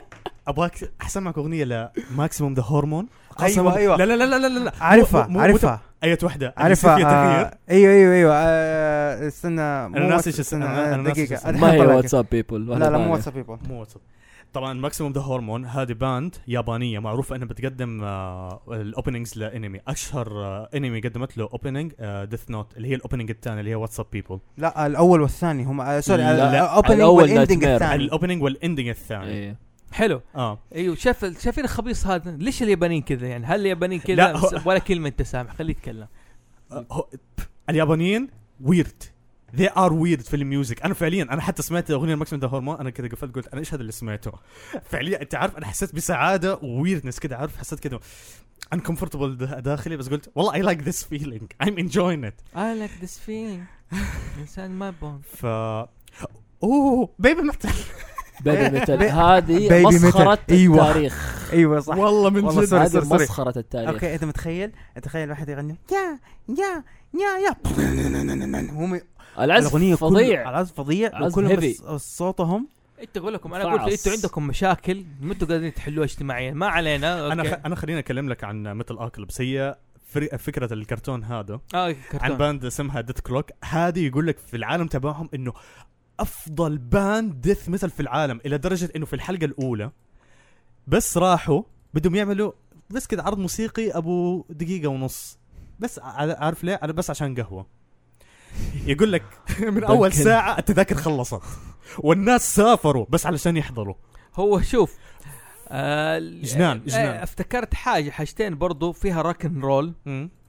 ابغاك اسمعك اغنيه لماكسيموم ذا هرمون
أيوة، أيوة.
لا لا لا لا لا لا مو-
عارفها
مو-
عارفها
اية وحده اللي يصير
عارفها
فيها
آه،
تغيير
ايوه ايوه ايوه آه، استنى آه، انا
ناسي شو اسمه، أنا- أنا ناسي شو
دقيقه
اسمه.
الحين
ما هي
أطلع لك.
واتساب بيبل
لا لا مو واتساب بيبل
مو واتساب طبعا ماكسيموم ذا هرمون هذه باند يابانيه معروفه انها بتقدم آه الاوبننجز لانمي اشهر آه انمي قدمت له اوبننج ديث نوت اللي هي الاوبننج الثاني اللي هي واتساب بيبل
لا الاول والثاني هم آه، سوري
لا،
الاوبننج
الأول
والاندنج
Nightmare.
الثاني
الاوبننج والاندنج
إيه.
الثاني
حلو
اه
ايوه شاف شايفين الخبيص هذا ليش اليابانيين كذا يعني هل اليابانيين
لا،
كذا
هو-
بس- ولا كلمه تسامح خليه يتكلم
آه، هو- اليابانيين ويرد they are weird في الميوزك انا فعليا انا حتى سمعت اغنيه ماكسيموم ذا هرمون انا كذا قفلت قلت انا ايش هذا اللي سمعته فعليا انت عارف انا حسيت بسعاده وويردنس كذا عارف حسيت كذا uncomfortable داخلي بس قلت والله I like this feeling I'm enjoying it
I like this feeling انسان ما بون
ف اوه بيبي متى
بيبي ميتال
بي-
هذه
بيبي
مسخره
ميتال. أيوة.
التاريخ
ايوه صح
والله من
والله
جد
سوري،
هذه
سوري، سوري.
مسخره التاريخ
اوكي انت متخيل تخيل واحد يغني يا يا يا يا هم
العزف
كله-
فظيع
العزف فظيع
عزف
وكلهم
heavy.
بس- صوتهم
انت اقول لكم انا اقول
فعص.
انتوا عندكم مشاكل ما انتوا قادرين تحلوها اجتماعيا ما علينا
انا
اوكي
خ... انا خليني اكلم لك عن ميتال اكلبس هي فر... فكره الكرتون هذا
اه
عن
كرتون
باند اسمها ديث كلوك هذه يقول لك في العالم تبعهم انه افضل باند ديث ميتال في العالم الى درجه انه في الحلقه الاولى بس راحوا بدهم يعملوا بس كده عرض موسيقي ابو دقيقه ونص بس ع- عارف ليه انا بس عشان قهوه يقول لك من اول
دنكن.
ساعه التذاكر خلصت والناس سافروا بس علشان يحضروا
هو شوف آه ال-
جنان، جنان.
آه، افتكرت حاجه حاجتين برضو فيها راكن رول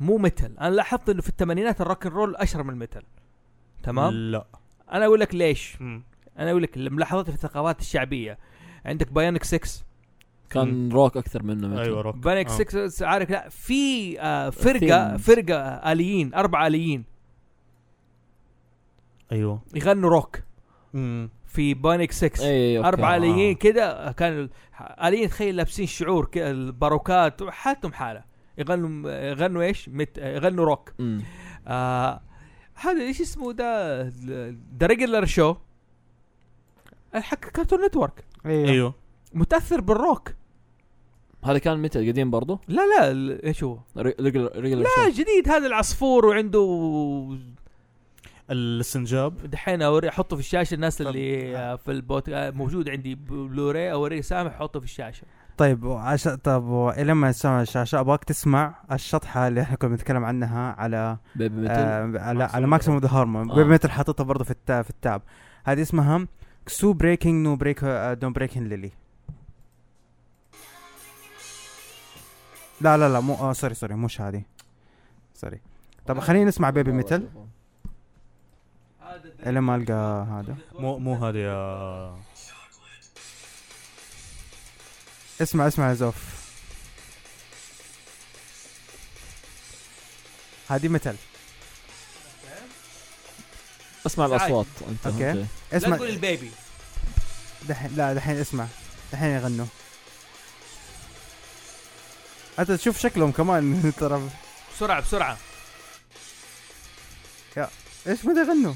مو متل انا لاحظت انه في الثمانينات الراكن رول اشهر من المتل تمام
لا
انا اقول لك ليش
مم.
انا اقول لك اللي ملاحظتي في الثقافات الشعبيه عندك بايونيك 6
كان روك اكثر منه ميتال.
أيوة،
ايوه روك
بايونيك
آه.
6 عارف لا في آه فرقه
Themes.
فرقه اليين اربع اليين
ايوه
يغنوا روك
امم
في بايونيك 6
اي إيه، أوكي.
اربع
آه.
اليين كذا كان اليين تخيل لابسين شعور كده الباروكات حالتهم حاله يغنوا يغنوا ايش؟ مت... يغنوا روك
مم.
آه هذا ايش اسمه ده ذا ريجلر شو حق كارتون نتورك
إيه.
أيوه.
ايوه
متاثر بالروك
هذا كان ميتال قديم برضه
لا لا ال- ايش هو؟
ريجلر
لا جديد هذا العصفور وعنده
السنجاب
دحين اوري احطه في الشاشه الناس اللي آه، في البوت آه، موجود عندي بلوري اوريه سامح احطه في الشاشه
طيب وعش... طب و- لما تسمع الشاشه ابغاك تسمع الشطحه اللي احنا كنا بنتكلم عنها على
بيبي ميتال
آه على على
Maximum
ماكسيموم ذا هرمون
آه.
بيبي ميتال حاططها برضه في التاب في التاب هذه اسمها كسو بريكنج نو بريك آه، دون بريكنج ليلي لا لا لا مو آه سوري سوري مش هذه سوري طب خلينا نسمع بيبي ميتال الى ما القى هذا
مو مو هذه يا-
اسمع اسمع يا زوف هذه متل
اسمع الاصوات انت
أوكي.
أوكي.
لا
اسمع
تقول البيبي
دحين لا دحين اسمع دحين يغنوا انت تشوف شكلهم كمان ترى
بسرعه بسرعه
ايش متى يغنوا؟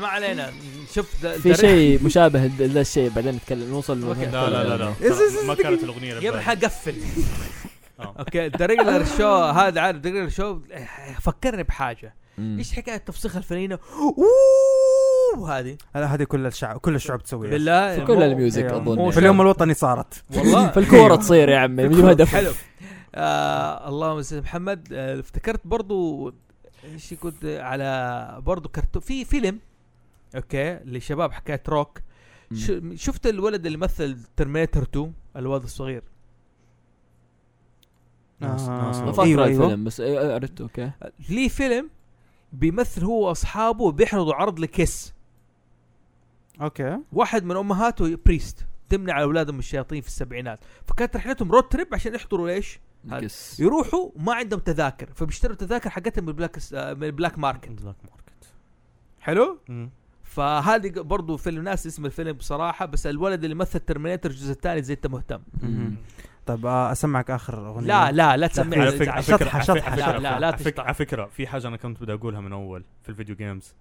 ما علينا شوف ذا-
في
ذا ري-
شيء مشابه ل- للشيء بعدين نتكلم نوصل
أوكي.
نتكلم
لا لا لا
عنه.
لا ما كانت الاغنيه اللي
يا ابني
ببالي.
حقفل
آه.
اوكي ذا ريجلر شو هذا عارف ذا ريجلر شو فكرني بحاجه
مم.
ايش حكايه تفسيخ الفنينه اوه الشعوب هذه
هذا- هذه كل الشعب كل الشعوب تسويها
بالله
في كل
مو-
الميوزك
أيوة.
اظن
في اليوم الوطني صارت
والله
فالكوره تصير يا عمي نجيب هدف
حلو آه اللهم صل على محمد آه افتكرت برضو ايش كنت على برضو كرتون في فيلم اوكي لشباب حكايه روك ش- شفت الولد اللي مثل ترميتر 2 الولد الصغير
ناس- ناس-
آه.
ما
ناس.
فاكر
أيوة، أيوة.
الفيلم بس أيوة، عرفته اوكي
ليه فيلم بيمثل هو واصحابه بيحرضوا عرض لكيس
اوكي
واحد من امهاته بريست تمنع اولادهم من الشياطين في السبعينات فكانت رحلتهم رود تريب عشان يحضروا ايش؟ هذا.
كس.
يروحوا ما عندهم تذاكر فبيشتروا تذاكر حقتهم من البلاك س- آه، من البلاك ماركت
بلاك ماركت
حلو
مم.
فهذه ق- برضو فيلم ناس اسم الفيلم بصراحه بس الولد اللي مثل ترمينيتر الجزء الثاني زي انت مهتم
مهم. طب آه، اسمعك اخر اغنيه
لا لا لا تسميه
على فكره على
عشان-
فكرة-
شطحة-
على فكرة-
شطحة-
على
لا،
فكرة-
لا، لا
على فكرة-
تشطح.
على فكره في حاجه انا كنت بدي اقولها من اول في الفيديو جيمز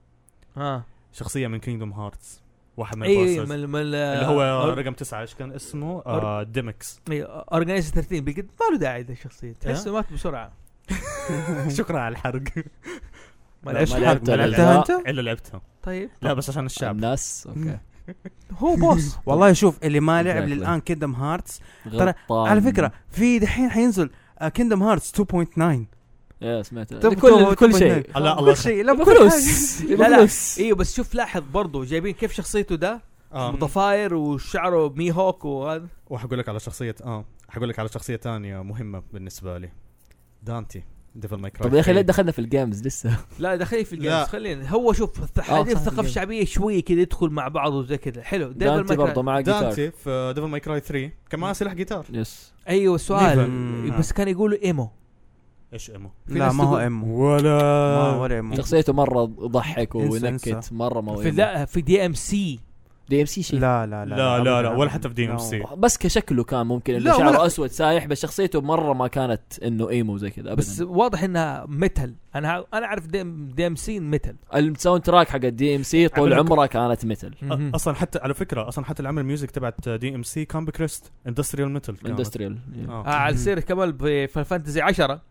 ها
شخصيه من كينجدوم هارتس واحد من
اي
البوسز
إيه، من من
اللي هو رقم تسعة ايش كان اسمه؟ آه ديمكس
إيه، اورجنايز 13 بيقد ما له داعي ده
إيه؟
الشخصيه تحسه مات بسرعه
شكرا على الحرق
ما
لا،
ليش
ما
حرق.
لعبته.
لعبتها انت؟
الا إيه، لعبتها
طيب
لا بس عشان الشعب
الناس اوكي
هو بوس
والله شوف اللي ما لعب
Exactly. آه.
للان كيندم هارتس
ترى
على فكره في دحين حينزل آه، كيندم هارتس 2.9
يا سمعت
طب
كل
تو-
كل
تو-
شيء
لا الله
كل شيء لا بكل حاجه
بفلوس
لا لا
بفلوس
ايوه بس شوف لاحظ برضه جايبين كيف شخصيته ده
آه.
متفاير وشعره مي هوك وهذا
وحقول لك على شخصية اه حقول لك على شخصية ثانية مهمة بالنسبة لي دانتي ديفل ماي كراي
طب يا اخي ليه دخلنا في الجيمز لسه
لا دخلي في
لا.
الجيمز خلينا هو شوف الث- حديث
آه، صح،
ثقافه
الجيمز.
شعبيه شويه كذا يدخل مع بعض وزي كذا حلو دايما
دانتي برضه معاه جيتار
دانتي في ديفل ماي كراي 3 كان معاه سلاح جيتار
يس
ايوه سؤال
نيفل.
بس كان يقولوا ايمو
ايش امه
في
لا
ناس
ما هو
تقول-
امه ما
ولا
ولا امه
شخصيته مره ضحك
انسى- انسى.
ونكت مره ما هو
في لا في دي ام سي
دي ام سي شيء
لا لا لا
لا لا لا
أبداً.
ولا حتى في دي ام
No.
سي
إيه.
بس كشكله كان ممكن
لا،
انه شعره
ولا-
اسود سايح بس شخصيته مره ما كانت انه ايمو زي كذا
بس
ابدا
واضح انها ميتال انا انا اعرف دي ام سي ميتال
الساوند تراك حق الدي ام سي طول
عملوا-
عمره كانت مثل
مهم.
اصلا حتى على فكرة اصلا حتى العمل الميوزك تبعت دي ام سي كان بكريست اندستريال ميتال
اندستريال
آه على سيرة كمال بفان فانتزي 10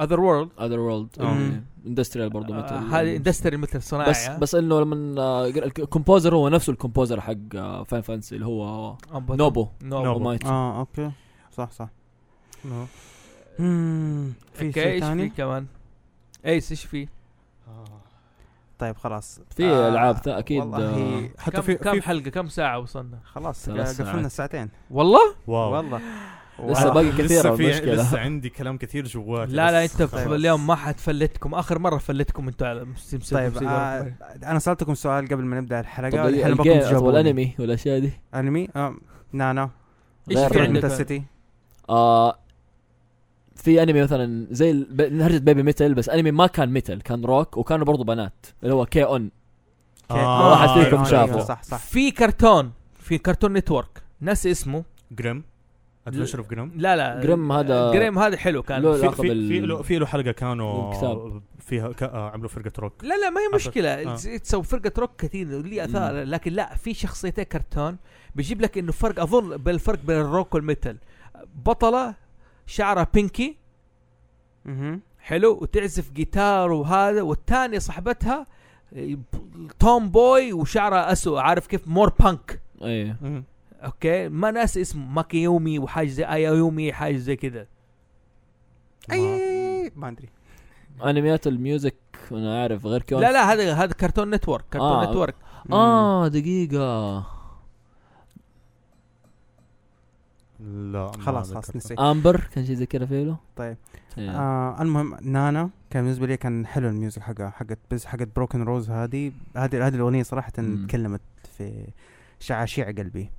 اذر وورلد
اذر وورلد
مم.
اندستريال برضه إيه. مثل
آه. هذه يعني. اندستري مثل صناعي
بس بس انه لما آه، الكومبوزر هو نفسه الكومبوزر حق آه، فان فانسي اللي هو نوبو
نوبو
نوبو.
ومايت
آه.
اه اوكي صح صح مم، في
اوكي
شيء
ايش في
ثاني
كمان؟ ايس ايش في؟
آه.
طيب خلاص
في
آه،
العاب ثا- اكيد آه،
والله
حتى
كم,
في
كم
في
حلقه كم ساعه وصلنا؟
خلاص
ثلاث
قفلنا
ساعات.
ساعتين
والله؟
واو
والله
لسه
واو.
باقي كثير
آه. لسه في
المشكلة.
لسه عندي كلام كثير آه. جواتي
لا لا
بس
انت
خلاص.
في اليوم ما حد فلتكم اخر مره فلتكم انتوا على مسلسل
طيب آه، انا سالتكم سؤال قبل ما نبدا الحلقه
طب
الحين
الجيم
بكم تجاوبوني.
والانمي والاشياء دي
انمي آه، نانا
ايش
لا،
في
يعني
متى
عندك؟
سيتي
آه في انمي مثلا زي ال- ب- نهجة بيبي ميتال بس انمي ما كان ميتال كان روك وكانوا برضو بنات اللي هو كي اون
آه،
واحد فيكم
أيوة،
شافه.
أيوة.
صح صح
في كرتون في كرتون نتورك ناسي اسمه
جريم ادفنشر اوف جريم
لا لا
جريم هذا-
جريم هذا حلو كان
لو-
لا
لا.
في
علاقة
في
بال-
في له في له حلقه كانوا
الكتاب.
فيها ك... آه، عملوا فرقه روك
لا ما هي مشكله
آه.
تسوي فرقه روك كثير لي اثار لكن لا في شخصيتين كرتون بيجيب لك انه فرق اظن بالفرق بين الروك والميتال بطله شعرها بينكي
مهم.
حلو وتعزف جيتار وهذا والثانيه صاحبتها إيه، ب- توم بوي وشعرها اسود عارف كيف مور بانك
ايه
اوكي ما ناسي اسمه ماكيومي وحاجه زي ايايومي حاجه زي كذا
آه.
اي ما ادري
انميات الميوزك انا اعرف غير كي اون
لا لا هذا هذا كرتون نتورك كرتون
آه.
نتورك
اه دقيقة
لا ما
خلاص
أذكر.
خلاص نسيت
امبر كان شيء زي كذا في له
إيه. طيب.
إيه.
آه المهم نانا كان بالنسبه لي كان حلو الميوزك حقها حقت بس حقت بروكن روز هذه هذه هذه الاغنيه صراحه
مم.
تكلمت في شعاشيع قلبي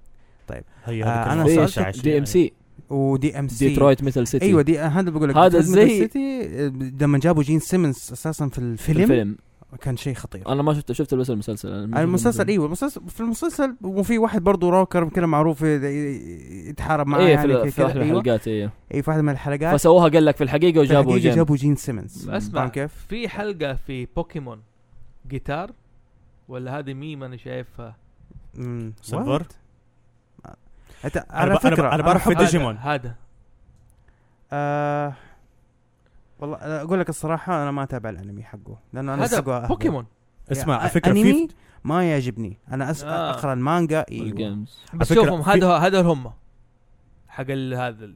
هي
آه،
هذيك
أنا
الفرقة
سألتك
الشعشعية.
دي ام سي
ودي ام سي
ديترويت ميتال سيتي
ايوه دي هذا اللي بقول لك
هذا
Detroit Metal
زي-
City، آه، لما جابوا جين سيمنز اساسا في الفيلم,
الفيلم آه.
كان شيء خطير
انا ما شفته شفت بس المسلسل أنا ما شفت
المسلسل ايوه المسلسل في المسلسل وفي واحد برضه روكر كذا معروف ي- ي- يتحارب معاه
ايه في,
يعني
ال- في
كذا.
احد
ايوه
الحلقات ايه
اي في واحده من الحلقات
فسووها قال لك في الحقيقة
في
وجابوا
الحقيقة
جيم
جابوا جين سيمنز
اسمع
فاهم كيف؟
في حلقه في بوكيمون جيتار ولا هذه ميم انا شايفها
مم.
سيلفر؟
What? أت-
ب-
على
أنا ب-
فكره
أنا بعرف
على
في
فكرة-
ديجيمون.
هذا
آه، والله أنا اقول لك الصراحه انا ما اتابع الانمي حقه لانه انا
هذا
سقوا أهبل.
بوكيمون
اسمع،
أ-
على فكرة في-
آه، أنمي ما يعجبني انا أس...
آه.
اقرا المانجا ايوه
الجيمز
بس
فكرة
شوفهم
في-
هذا هذا هم حق ال- هذا ال-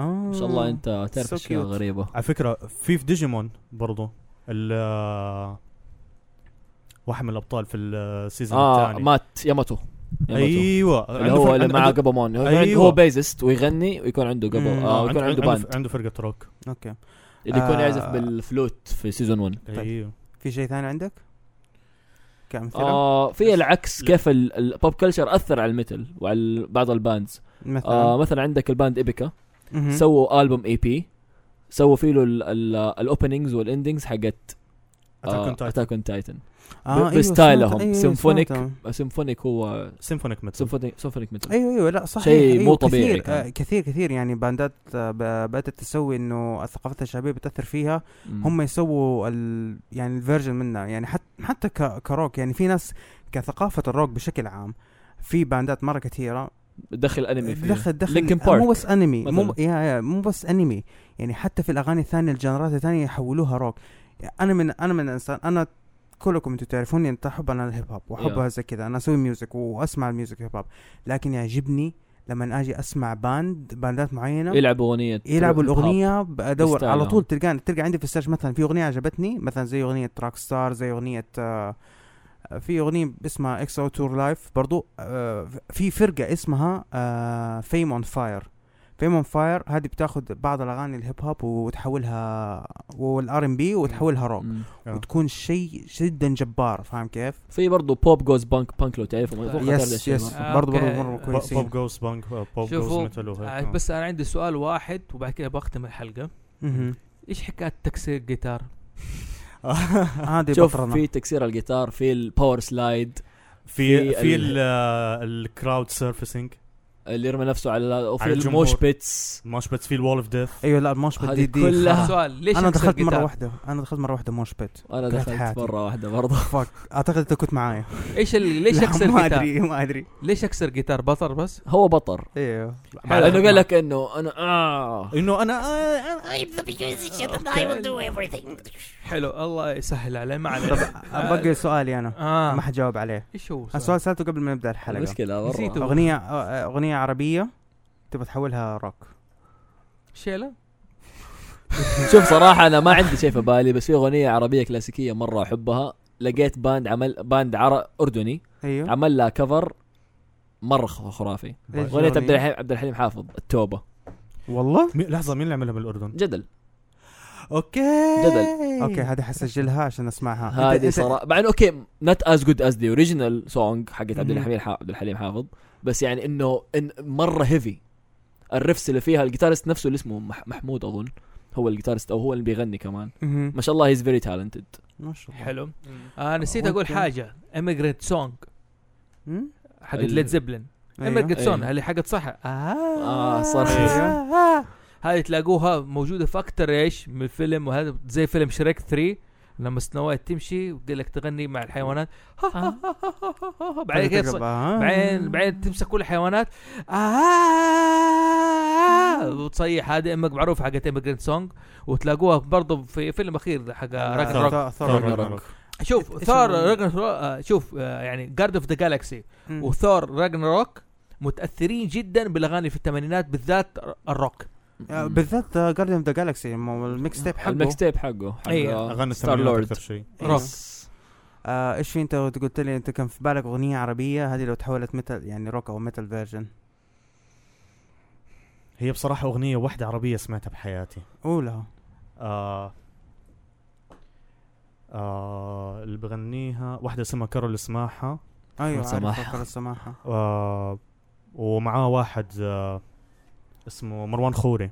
آه.
ما شاء الله انت تعرف
so
اشياء
cute.
غريبه
على فكره في في ديجيمون برضو ال واحد من الابطال في السيزون
اه
الثاني
مات ياماتو ياماتو
ايوه
اللي
عنده فرق-
هو اللي
عنده-
معاه قبامون هو-
أيوه.
هو بيزست ويغني ويكون عنده قبا
مم.
آه
عنده-
ويكون عنده باند
عنده فرقه روك
اوكي
اللي يكون
آه.
يعزف بالفلوت في سيزون 1
طيب.
ايوه
في شيء ثاني عندك؟ كامثله
آه في العكس
لا.
كيف البوب كلتشر اثر على الميتال وعلى ال- بعض الباندز
مثلا
آه مثلا عندك الباند ايبيكا
مهم.
سووا البوم اي بي سووا فيه له الاوبننجز والاندنجز حقت آه،
اتاك اون تايتن
اتاك اون تايتن
آه، أيوة،
بستايلهم.
سمعت- أيوة،
سيمفونيك.
سمعتهم.
سيمفونيك آه، هو
سيمفونيك ميتال
سيمفونيك سيمفونيك ميتال
ايوه ايوه لا صحيح
شيء
أيوة
مو طبيعي
كثير
كان.
آه كثير كثير يعني باندات آه ب- بدات تسوي انه الثقافات الشعبيه بتاثر فيها
مم.
هم يسووا ال يعني الفيرجن منها يعني حتى حتى ك- كروك يعني في ناس كثقافه الروك بشكل عام في باندات مره كثيره
دخل انمي فيه
دخل دخل
لينكن
مو
بارك
بس انمي مو
مثلاً.
يا يا مو بس انمي يعني حتى في الاغاني الثانيه الجنرات الثانيه يحولوها روك يعني انا من انا من انسان انا كلكم انتم تعرفوني انت احب انا الهيب هوب واحبها زي كذا انا اسوي ميوزك واسمع الميوزك هيب هوب لكن يعجبني لما اجي اسمع باند باندات معينه
يلعبوا اغنيه
يلعبوا
هاب.
الاغنيه بدور على
بستايلهم.
طول تلقاني تلقى عندي في السيرش مثلا في اغنيه عجبتني مثلا زي اغنيه تراك ستار زي اغنيه آه، في اغنيه اسمها اكس او تور لايف برضو آه، في فرقه اسمها آه، فيم اون فاير فيم اون فاير هذه بتاخذ بعض الاغاني الهيب هوب وتحولها والار ام بي وتحولها روك
مم.
آه.
وتكون شيء جدا جبار فاهم كيف؟
في برضه بوب جوز بانك بانك لو تعرفه
يس،
أتوقع تعرف هذا
يس
الشيء
يس
مرة.
آه،
برضو برضو
أوكي.
مره
بوب
كويسين
جوز بانك بوب جوز
شوفوا،
ميتال
آه،
وهيك آه.
بس انا عندي سؤال واحد وبعد كذا بختم الحلقه
مهم.
ايش حكايه تكسير جيتار
هذه
شوف
بطرنا
في تكسير الجيتار في الباور سلايد
في
في
في آه،
ال-
الكراود سيرفيسنج
اللي يرمي نفسه على وفي
على الجمهور.
الموش بيتس
ماش بت في الوول اوف ديث
ايوه لا الموش
هذه
دي دي
كلها
خرا.
سؤال ليش
انا
أكسر
دخلت مره
جيتار؟
واحده انا دخلت مره واحده موش بيت
انا
كرهت
دخلت
حياتي.
مره واحده برضه
فك اعتقد انت كنت معايا
ايش ال- ليش
لا،
اكسر
ما
جيتار
ادري ما ادري
ليش اكسر جيتار بطل بس
هو بطر
ايوه
لانه قال لك انه انا آه.
انه انا آه، آه،
I'm the musician and I will do everything.
حلو الله يسهل عليه ما
طب
عليه
بقي سؤالي انا ما آه،
اه
حجاوب عليه
ايش هو
السؤال سالته قبل ما نبدا الحلقه
مشكله
نسيته.
مره
اغنيه أ- اغنيه عربيه تبغى تحولها روك
شيله
شوف صراحه انا ما عندي شيء في بالي بس في اغنيه عربيه كلاسيكيه مره احبها لقيت باند عمل باند عر... اردني
ايوه
عمل لها كفر مره خ- خرافي
ليش
اغنيه عبد
الأغنية؟
الحليم عبد الحليم حافظ التوبه
والله
مي- لحظه مين اللي عملها من الاردن؟
جدل
اوكي
إيه.
جدل.
اوكي هذه حسجلها عشان اسمعها أنت-
هذه
أنت-
صراحه مع انه اوكي نوت از جود از ذا اوريجينال سونج حقت عبد
مم.
الحليم حا- عبد الحليم حافظ بس يعني انه إن مره هيفي الرفس اللي فيها الجيتارست نفسه اللي اسمه مح- محمود اظن هو الجيتارست او هو اللي بيغني كمان
مهم.
ما شاء الله هيز فيري تالنتد
ما شاء الله
حلو آه نسيت اقول
أوكي.
حاجه اميجريت سونج
مم؟
حقت
ال-
ليد زبلن
أيوه.
اميجريت سونج
أيوه.
اللي حقت صح
آه، صح.
آه.
أيوه.
هذه تلاقوها موجوده في اكثر ايش من فيلم وهذا زي فيلم شريك 3 لما سنو وايت تمشي وتقول لك تغني مع الحيوانات بعدين كده تص-
آه.
بعدين بعدين تمسك كل الحيوانات آه وتصيح هذه امك معروف حقت اميجرنت سونج وتلاقوها برضه في فيلم اخير حق
آه،
راجن روك
ثور- ثور
ثور
راجناروك.
راجناروك.
شوف
اسمه-
ثور راجن شوف آه، يعني جارد اوف ذا جالكسي
مم.
وثور راجن روك متاثرين جدا بالاغاني في الثمانينات بالذات الروك
آه، بالذات جاردن اوف ذا جالكسي الميكس تيب حقه إيه.
الميكس تيب حقه حق
أي،
اغاني
ستار
الثمانينات
لورد
اكثر شيء
روك
آه، ايش في انت قلت لي انت كان في بالك اغنيه عربيه هذه لو تحولت ميتال يعني روك او ميتال فيرجن
هي بصراحه اغنيه واحده عربيه سمعتها بحياتي
قولها
آه آه اللي بغنيها واحدة اسمها كارول سماحة
ايوه
أحمد سماحة.
عارف السماحه
آه ومعاه واحد آه اسمه مروان خوري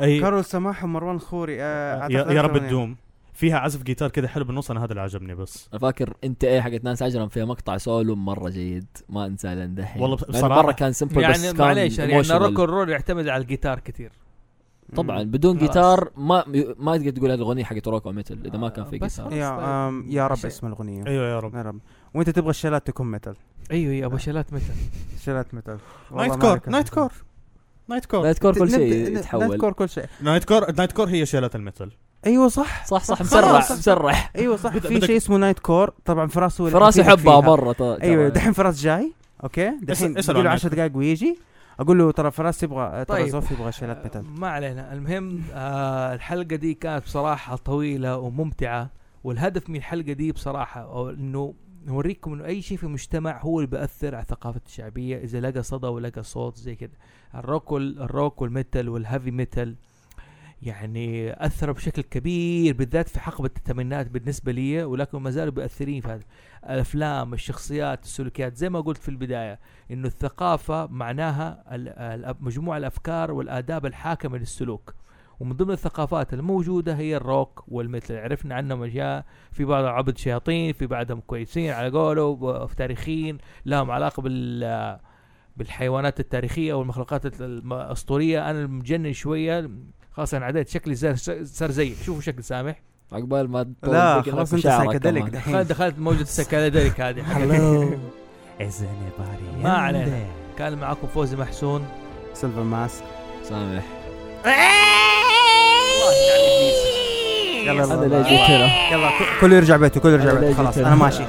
اي
كارول سماحه ومروان خوري آه،
إيه. يا,
أعتقد
يا رب
أغنية.
تدوم فيها عزف جيتار كذا حلو بالنص انا هذا اللي عجبني بس
انا فاكر انت ايه حقت ناس عجرم فيها مقطع سولو مره جيد ما انساه لين دحين
والله
لأنه
بصراحة-
مره كان سمبل بس
يعني
كان
معليش يعني
emotional.
روك رول يعتمد على الجيتار كثير
طبعا بدون
خلاص.
جيتار ما ما تقدر تقول هذه الاغنيه حقت روك او ميتال اذا ما كان في
آه، بس
جيتار
خلاص.
يا
طيب.
آم، يا رب
شيء.
اسم الاغنيه
ايوه يا رب
يا رب وانت تبغى الشلات تكون ميتال أيوة،
ايوه يا ابو شلات متى
شلات ميتال والله
نايت
ما
كور
عليك.
نايت كور نايت كور
نايت كور كل
نبدأ-
شيء
نايت
يتحول
كور كل شيء
نايت كور نايت كور هي شيلات المثل
ايوه صح
صح صح
خلاص.
مسرع
صح.
مسرع
ايوه صح
بدأ-
في
بدأ-
شيء اسمه نايت كور طبعا فراس هو اللي
فراس
حيفيدك
يحبها
فيها.
برا ترى ترى.
ايوه أيوة، دحين فراس جاي اوكي دحين
اسأله
له
عن
10 دقائق ويجي اقول له ترى فراس تبغى
طيب.
ترى زوف يبغى شيلات متل
ما علينا المهم آه الحلقه دي كانت بصراحه طويله وممتعه والهدف من الحلقه دي بصراحه أو انه نوريكم انه اي شيء في المجتمع هو اللي بياثر على ثقافه الشعبيه اذا لقى صدى ولقى صوت زي كده الروك وال- الروك والميتال والهيفي ميتال يعني اثروا بشكل كبير بالذات في حقبه الثمانينات بالنسبه لي ولكن ما زالوا مؤثرين في هذا الافلام الشخصيات السلوكيات زي ما قلت في البدايه انه الثقافه معناها ال- ال- مجموع الافكار والاداب الحاكمه للسلوك ومن ضمن الثقافات الموجوده هي الروك والمثل عرفنا عنهم اشياء في بعض عبد شياطين في بعضهم كويسين على قوله و- في تاريخيين لهم علاقه بال بالحيوانات التاريخيه والمخلوقات الت- الم- الاسطوريه انا مجنن شويه خلاص انا عديت شكلي زي- صار زي شوفوا شكل سامح
عقبال ما تطول
لا
بيك
خلاص انت
هناك طيب، شعرك
سايكدلك
كمان.
خلاص
دحين
دخلت موجة السكالاديك هذه
Hello.
ما علينا كان معكم فوزي محسون
سيلفر ماسك
سامح
يلا يلا
هذا
يلا.
ليش جيت هنا
يلا كله يرجع بيته كله يرجع
أنا
بيته
ليش
خلاص
جيت
انا
هنا؟
ماشي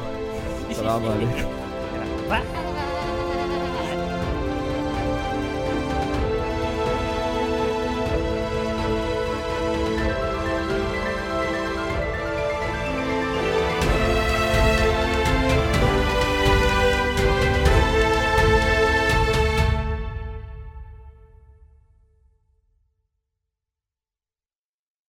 السلام عليكم
Bye.